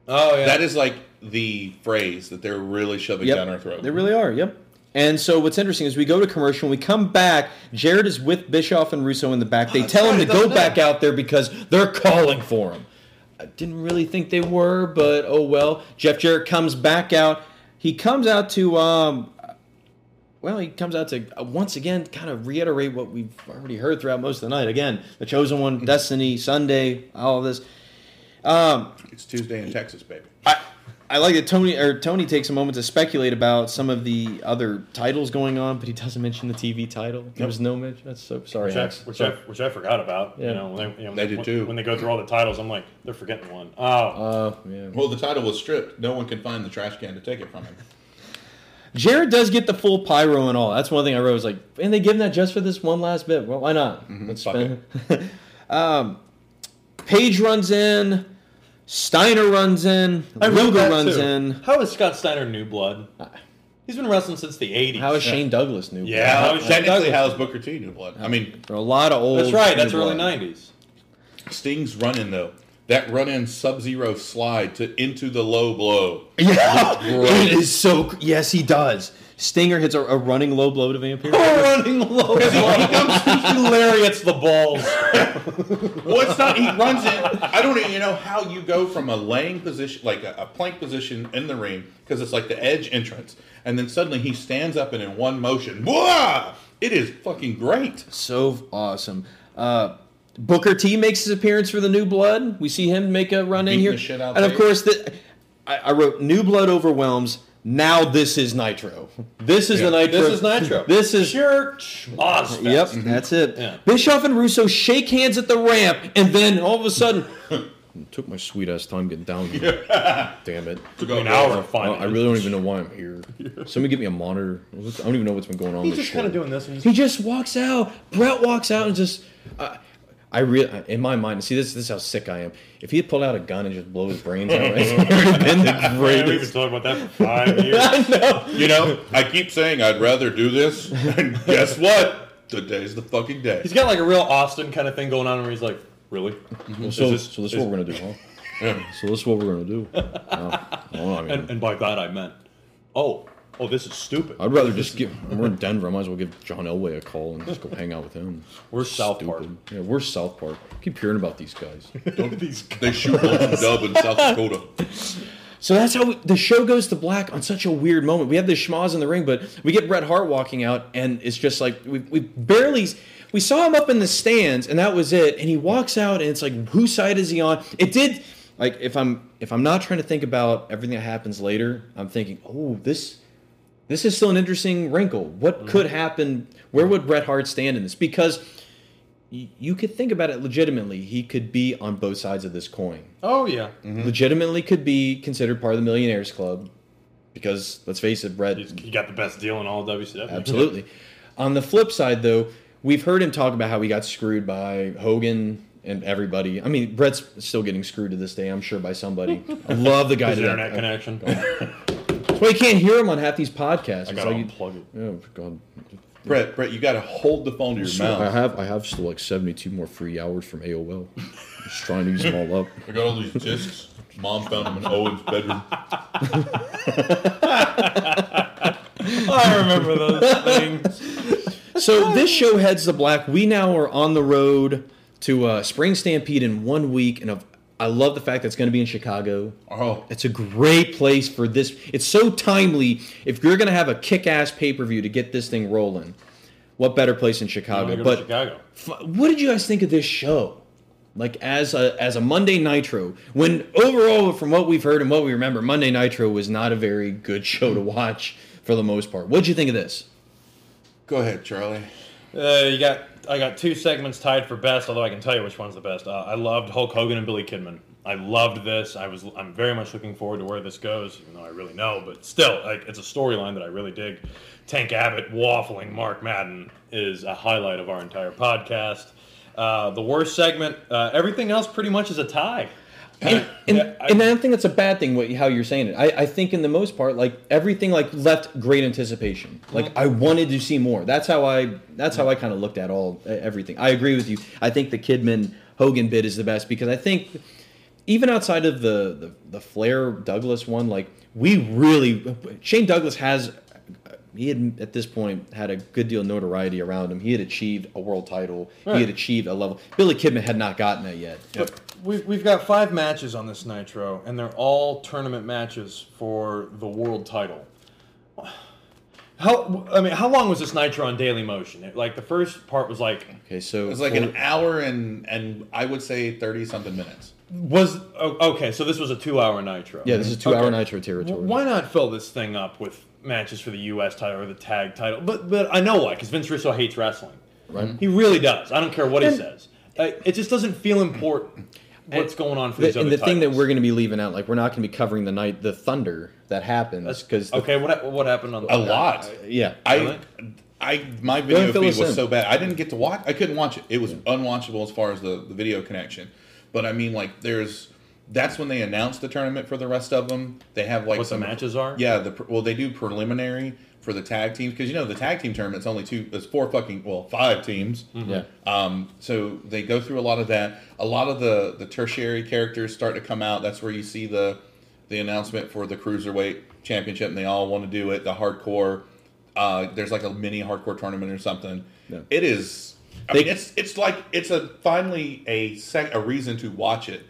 Oh yeah. That is like the phrase that they're really shoving down our throat. They really are. Yep. And so what's interesting is we go to commercial. When we come back, Jared is with Bischoff and Russo in the back. They tell him to go back out there because they're calling for him. I didn't really think they were, but oh well. Jeff Jarrett comes back out. He comes out to um, well, he comes out to uh, once again kind of reiterate what we've already heard throughout most of the night. Again, the chosen one, destiny, Sunday, all of this. it's Tuesday in Texas, baby. I like that Tony or Tony takes a moment to speculate about some of the other titles going on, but he doesn't mention the TV title. There was no mention. That's so sorry. Which I, Alex. which, I, Sorry. which I forgot about. Yeah. You know, when they, you know, They did when, too. When they go through all the titles, I'm like, they're forgetting one. Oh, Uh, yeah. Well, the title was stripped. No one can find the trash can to take it from him. Jared does get the full pyro and all. That's one thing I wrote. Was like, and they give him that just for this one last bit. Well, why not? Mm-hmm. Let's fuck spend. um, Page runs in. Steiner runs in. I wrote Luger that, runs too. in. How is Scott Steiner new blood? He's been wrestling since the 80s. How is Shane Douglas new? Yeah, how is Shane Technically, Douglas? how's Booker T new blood? I mean, There are a lot of old. That's right. That's new early blood. 90s. Sting's running though. that run in Sub Zero slide to into the low blow. Yeah, Right. it is so. cr- Yes, he does. Stinger hits a, a running low blow to Vampiro. running low. he lariats the balls. Well, it's not. He runs it. I don't even know how you go from a laying position, like a, a plank position in the ring, because it's like the edge entrance, and then suddenly he stands up and in one motion, Wah! It is fucking great. So awesome. Uh, Booker T makes his appearance for the New Blood. We see him make a run in Beating here, the shit out and of of Paige. course, the, I, I wrote New Blood overwhelms. Now this is Nitro. This is the Yeah. Nitro. This is Nitro. This is Church monster. Yep, Mm-hmm. that's it. Yeah. Bischoff and Russo shake hands at the ramp, and then all of a sudden, Took my sweet ass time getting down here. Damn it. An hour of I, fun. I really don't even know why I'm here. Somebody get me a monitor. I don't even know what's been going on. He's with just shit. kind of doing this. And He just walks out. Brett walks out and just. I I really, in my mind, see this. This is how sick I am. If he had pulled out a gun and just blow his brains out, right? it would have been the we've greatest. been talking about that for five years. You know, I keep saying I'd rather do this, and guess what? Today's the fucking day. he's got like a real Austin kind of thing going on where he's like, really? Mm-hmm. so, this- so this is what we're gonna do, huh? Yeah. So this is what we're gonna do. No, no, I mean, And, and by that I meant, oh, oh, this is stupid. I'd rather just give. We're in Denver. I might as well give John Elway a call and just go hang out with him. We're South Park. Yeah, we're South Park. keep hearing about these guys. These They shoot Golden Dub in South Dakota. So that's how we, the show goes to black on such a weird moment. We have the schmoz in the ring, but we get Bret Hart walking out, and it's just like we, we barely we saw him up in the stands, and that was it. And he walks out, and it's like whose side is he on? It did like if I'm if I'm not trying to think about everything that happens later, I'm thinking, oh, this this is still an interesting wrinkle. What could happen? Where would Bret Hart stand in this? Because y- you could think about it legitimately. He could be on both sides of this coin Oh yeah. Mm-hmm. legitimately could be considered part of the Millionaires Club because let's face it, Brett. He's, he got the best deal in all of WCW. Absolutely. On the flip side, though, we've heard him talk about how he got screwed by Hogan and everybody. I mean, Brett's still getting screwed to this day, I'm sure, by somebody. I love the guy. His to death. internet connection. That's why you can't hear him on half these podcasts. It's I gotta like you- unplug it. oh God. Brett, Brett, you got to hold the phone to your I mouth. have I have still like 72 more free hours from AOL. Just trying to use them all up. I got all these discs. Mom found them in Owen's bedroom. I remember those things. So this show heads to black. We now are on the road to uh, Spring Stampede in one week, and I've- I love the fact that it's going to be in Chicago. Oh, It's a great place for this. It's so timely. If you're going to have a kick-ass pay-per-view to get this thing rolling, what better place than Chicago? Go to but Chicago. f- what did you guys think of this show? Like as a as a Monday Nitro, when overall from what we've heard and what we remember, Monday Nitro was not a very good show to watch for the most part. What'd you think of this? go ahead, Charlie. Uh, you got I got two segments tied for best, although I can tell you which one's the best. Uh, I loved Hulk Hogan and Billy Kidman. I loved this. I was I'm very much looking forward to where this goes, even though I really know, but still, like it's a storyline that I really dig. Tank Abbott waffling Mark Madden is a highlight of our entire podcast. Uh, the worst segment. Uh, everything else pretty much is a tie. and, and, Yeah, I- and I don't think that's a bad thing what, how you're saying it. I, I think in the most part, like everything, like left great anticipation. Mm-hmm. Like I wanted to see more. That's how I. That's how I kind of looked at all e- everything. I agree with you. I think the Kidman Hogan bit is the best because I think even outside of the the, the Flair Douglas one, like we really Shane Douglas has. He had at this point had a good deal of notoriety around him. He had achieved a world title. He had Right. achieved a level. Billy Kidman had not gotten that yet. But we've, we've got five matches on this Nitro, and they're all tournament matches for the world title. How I mean, how long was this Nitro on Daily Motion? It, like the first part was like Okay, so It was like for- an hour and and I would say thirty something minutes. was oh, okay, so this was a two-hour Nitro. Yeah, this is two-hour Okay. Nitro territory. W- Why not fill this thing up with matches for the U.S. title or the tag title? But but I know why, because Vince Russo hates wrestling. Right. He really does. I don't care what And- he says. Uh, it just doesn't feel important. What's going on for The- these other and the thing that titles. we're going to be leaving out, like we're not going to be covering the night, the thunder that happens because okay, what hap- what happened on A lot. yeah, I, Really? I my ahead video and fill feed us in. was so bad. I didn't get to watch. I couldn't watch it. It was unwatchable as far as the, the video connection. But I mean, like, there's that's when they announce the tournament for the rest of them. They have like What the some matches are? Yeah, the pre- well, they do preliminary, for the tag teams because you know the tag team tournament's only two, it's four fucking well five teams. Yeah. Um, so they go through a lot of that. A lot of the the tertiary characters start to come out. That's where you see the the announcement for the cruiserweight championship, and they all want to do it. The hardcore. Uh, there's like a mini hardcore tournament or something. Yeah. It is. I They- mean, it's it's like it's a finally a sec, a reason to watch it,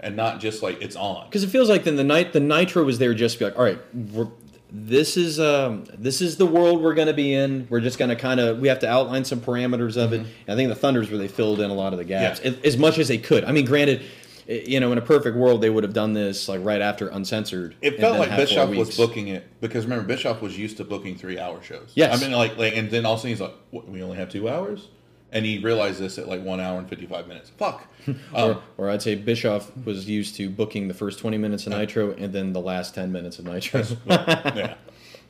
and not just like it's on. Because it feels like then the night the Nitro was there just to be like, all right, we're, this is um, this is the world we're going to be in. We're just going to kind of we have to outline some parameters of it. And I think the Thunder's where they filled in a lot of the gaps Mm-hmm. Yeah. a- as much as they could. I mean, granted, i- you know, in a perfect world they would have done this like right after Uncensored. It and felt then like had four Bischoff was weeks. booking it because remember Bischoff was used to booking three hour shows. Yes. I mean like, like and then all of a sudden he's like, what, we only have two hours, and he realized this at like one hour and fifty five minutes. Fuck. Um, Or, or I'd say Bischoff was used to booking the first 20 minutes of Nitro and then the last 10 minutes of Nitro. yeah.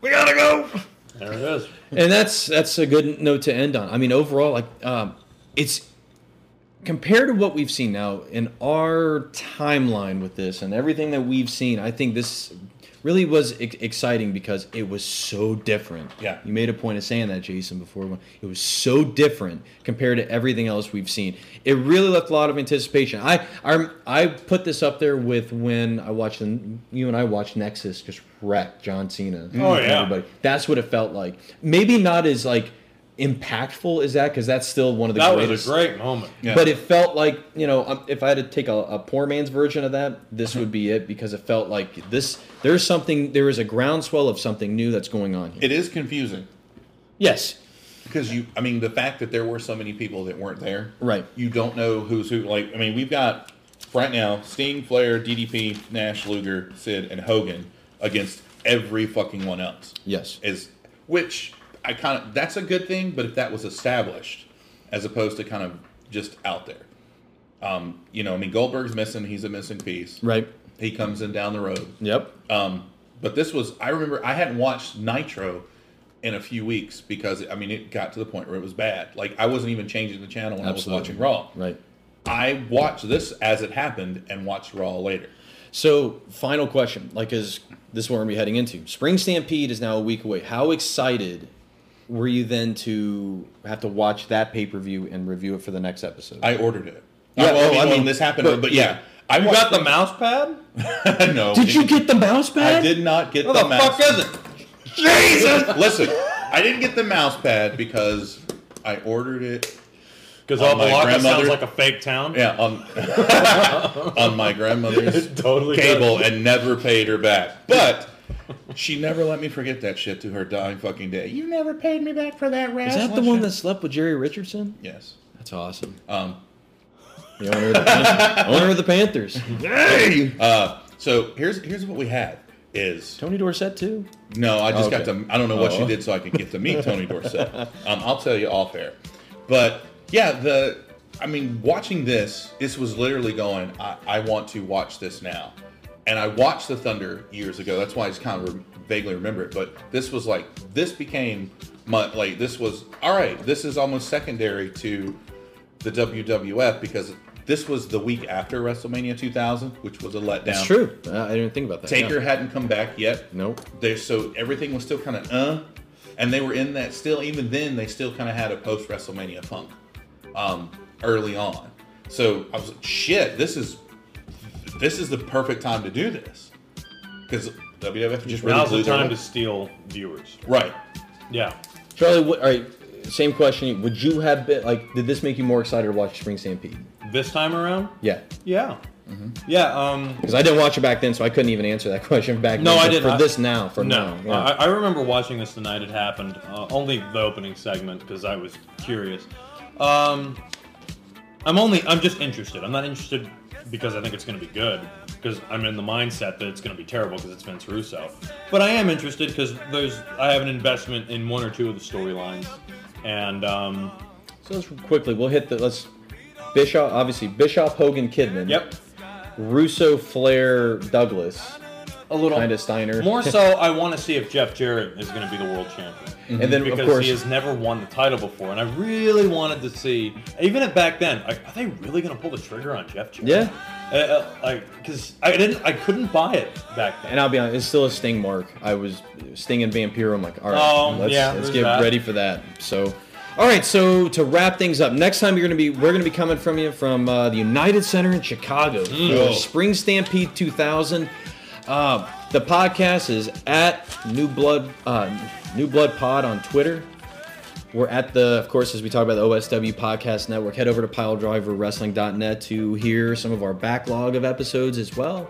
we gotta go! There it is. and that's that's a good note to end on. I mean, overall, like um, it's compared to what we've seen now in our timeline with this and everything that we've seen. I think this really was ex- exciting because it was so different. Yeah. you made a point of saying that, Jason, before we went- it was so different compared to everything else we've seen. It really left a lot of anticipation. I I, I put this up there with when I watched the, you and I watched Nexus just wreck John Cena. Oh, and yeah. everybody. That's what it felt like. Maybe not as like impactful as that because that's still one of the That greatest. was a great moment. Yeah. But it felt like you know, um, if I had to take a, a poor man's version of that, this would be it because it felt like this. There's something. There is a groundswell of something new that's going on here. It is confusing yes. because you. I mean, the fact that there were so many people that weren't there. Right. You don't know who's who. Like, I mean, we've got right now Sting, Flair, DDP, Nash, Luger, Sid, and Hogan against every fucking one else. Yes. is which I kind of that's a good thing, but if that was established as opposed to kind of just out there, um, you know, I mean Goldberg's missing, he's a missing piece. Right. He comes in down the road. Yep. Um, but this was I remember I hadn't watched Nitro in a few weeks because I mean it got to the point where it was bad. Like I wasn't even changing the channel when I was Absolutely. watching Raw. Right. I watched this as it happened and watched Raw later. So, final question. Like, is this is where we're heading into? Spring Stampede is now a week away. How excited were you then to have to watch that pay per view and review it for the next episode? I ordered it. Yeah, well, I oh, mean, I when mean, this happened, but, but- yeah, I You got the mouse. mouse pad? no, did you didn't. get the mouse I pad? did not get What the, the mouse. fuck is it? Jesus! Listen, I didn't get the mouse pad because I ordered it. Because On all Oh, my Malacca grandmother- sounds like a fake town. Yeah, on on my grandmother's It totally does. cable and never paid her back. But she never let me forget that shit to her dying fucking day. You never paid me back for that Is wrestling. that the one shit. that slept with Jerry Richardson? Yes. That's awesome. Um. The owner of the, Pan- owner of the Panthers. Uh. So here's here's what we had is Tony Dorsett, too? No, I just Okay. got to. I don't know what she Oh. did so I could get to meet Tony Dorsett. um, I'll tell you off air. But yeah, the. I mean, watching this, this was literally going. I, I want to watch this now, and I watched the Thunder years ago. That's why I just kind of re- vaguely remember it. But this was like this became my like this was all right. This is almost secondary to the WWF because this was the week after WrestleMania 2000, which was a letdown. That's true. Uh, I didn't think about that. Taker yeah. hadn't come back yet. Nope. They so everything was still kind of uh, and they were in that still. Even then, they still kind of had a post WrestleMania funk um, early on. So I was like, shit, this is this is the perfect time to do this because WWF just really Now's blew the their time way. to steal viewers. right. Yeah. Charlie, what, all right, same question. Would you have been, like, did this make you more excited to watch Spring Stampede? This time around? Yeah. Yeah. Mm-hmm. Yeah. Um, Because I didn't watch it back then, so I couldn't even answer that question back No, then. I but did For not. this now, for No, now. yeah. I, I remember watching this the night it happened. Uh, only the opening segment because I was curious. Um, I'm only, I'm just interested. I'm not interested because I think it's going to be good because I'm in the mindset that it's going to be terrible because it's Vince Russo. But I am interested because there's, I have an investment in one or two of the storylines, and um, So let's quickly, we'll hit the, let's, Bischoff, obviously, Bischoff, Hogan, Kidman. yep, Russo, Flair, Douglas. a little Kinda Steiner. More so, I want to see if Jeff Jarrett is going to be the world champion. And then, because of course, he has never won the title before, and I really wanted to see, even if back then, like, are they really going to pull the trigger on Jeff Jarrett? yeah. Uh, uh, like, because I didn't, I couldn't buy it back then. And I'll be honest, it's still a Sting mark. I was Sting and Vampiro. I'm like, all right, Oh, let's, yeah, let's there's get that. ready for that. So, all right, so to wrap things up, next time you're gonna be, we're gonna be coming from you from uh, the United Center in Chicago Hmm. for Spring Stampede 2000. Uh, the podcast is at New Blood uh, New Blood Pod on Twitter. We're at the, of course, as we talk about the OSW Podcast Network, head over to piledriverwrestling.net to hear some of our backlog of episodes as well.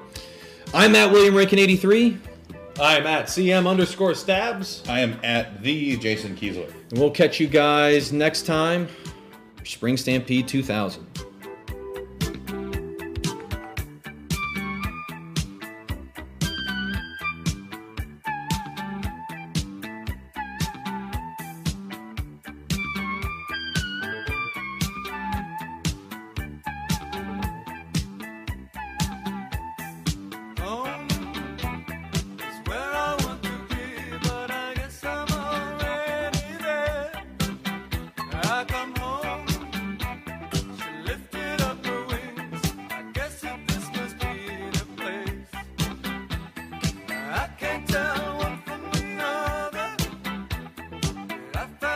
I'm at William Rankin 83, I'm at CM underscore stabs. I am at the Jason Kiesler. and we'll catch you guys next time. for Spring Stampede 2000. I can't tell one from another. I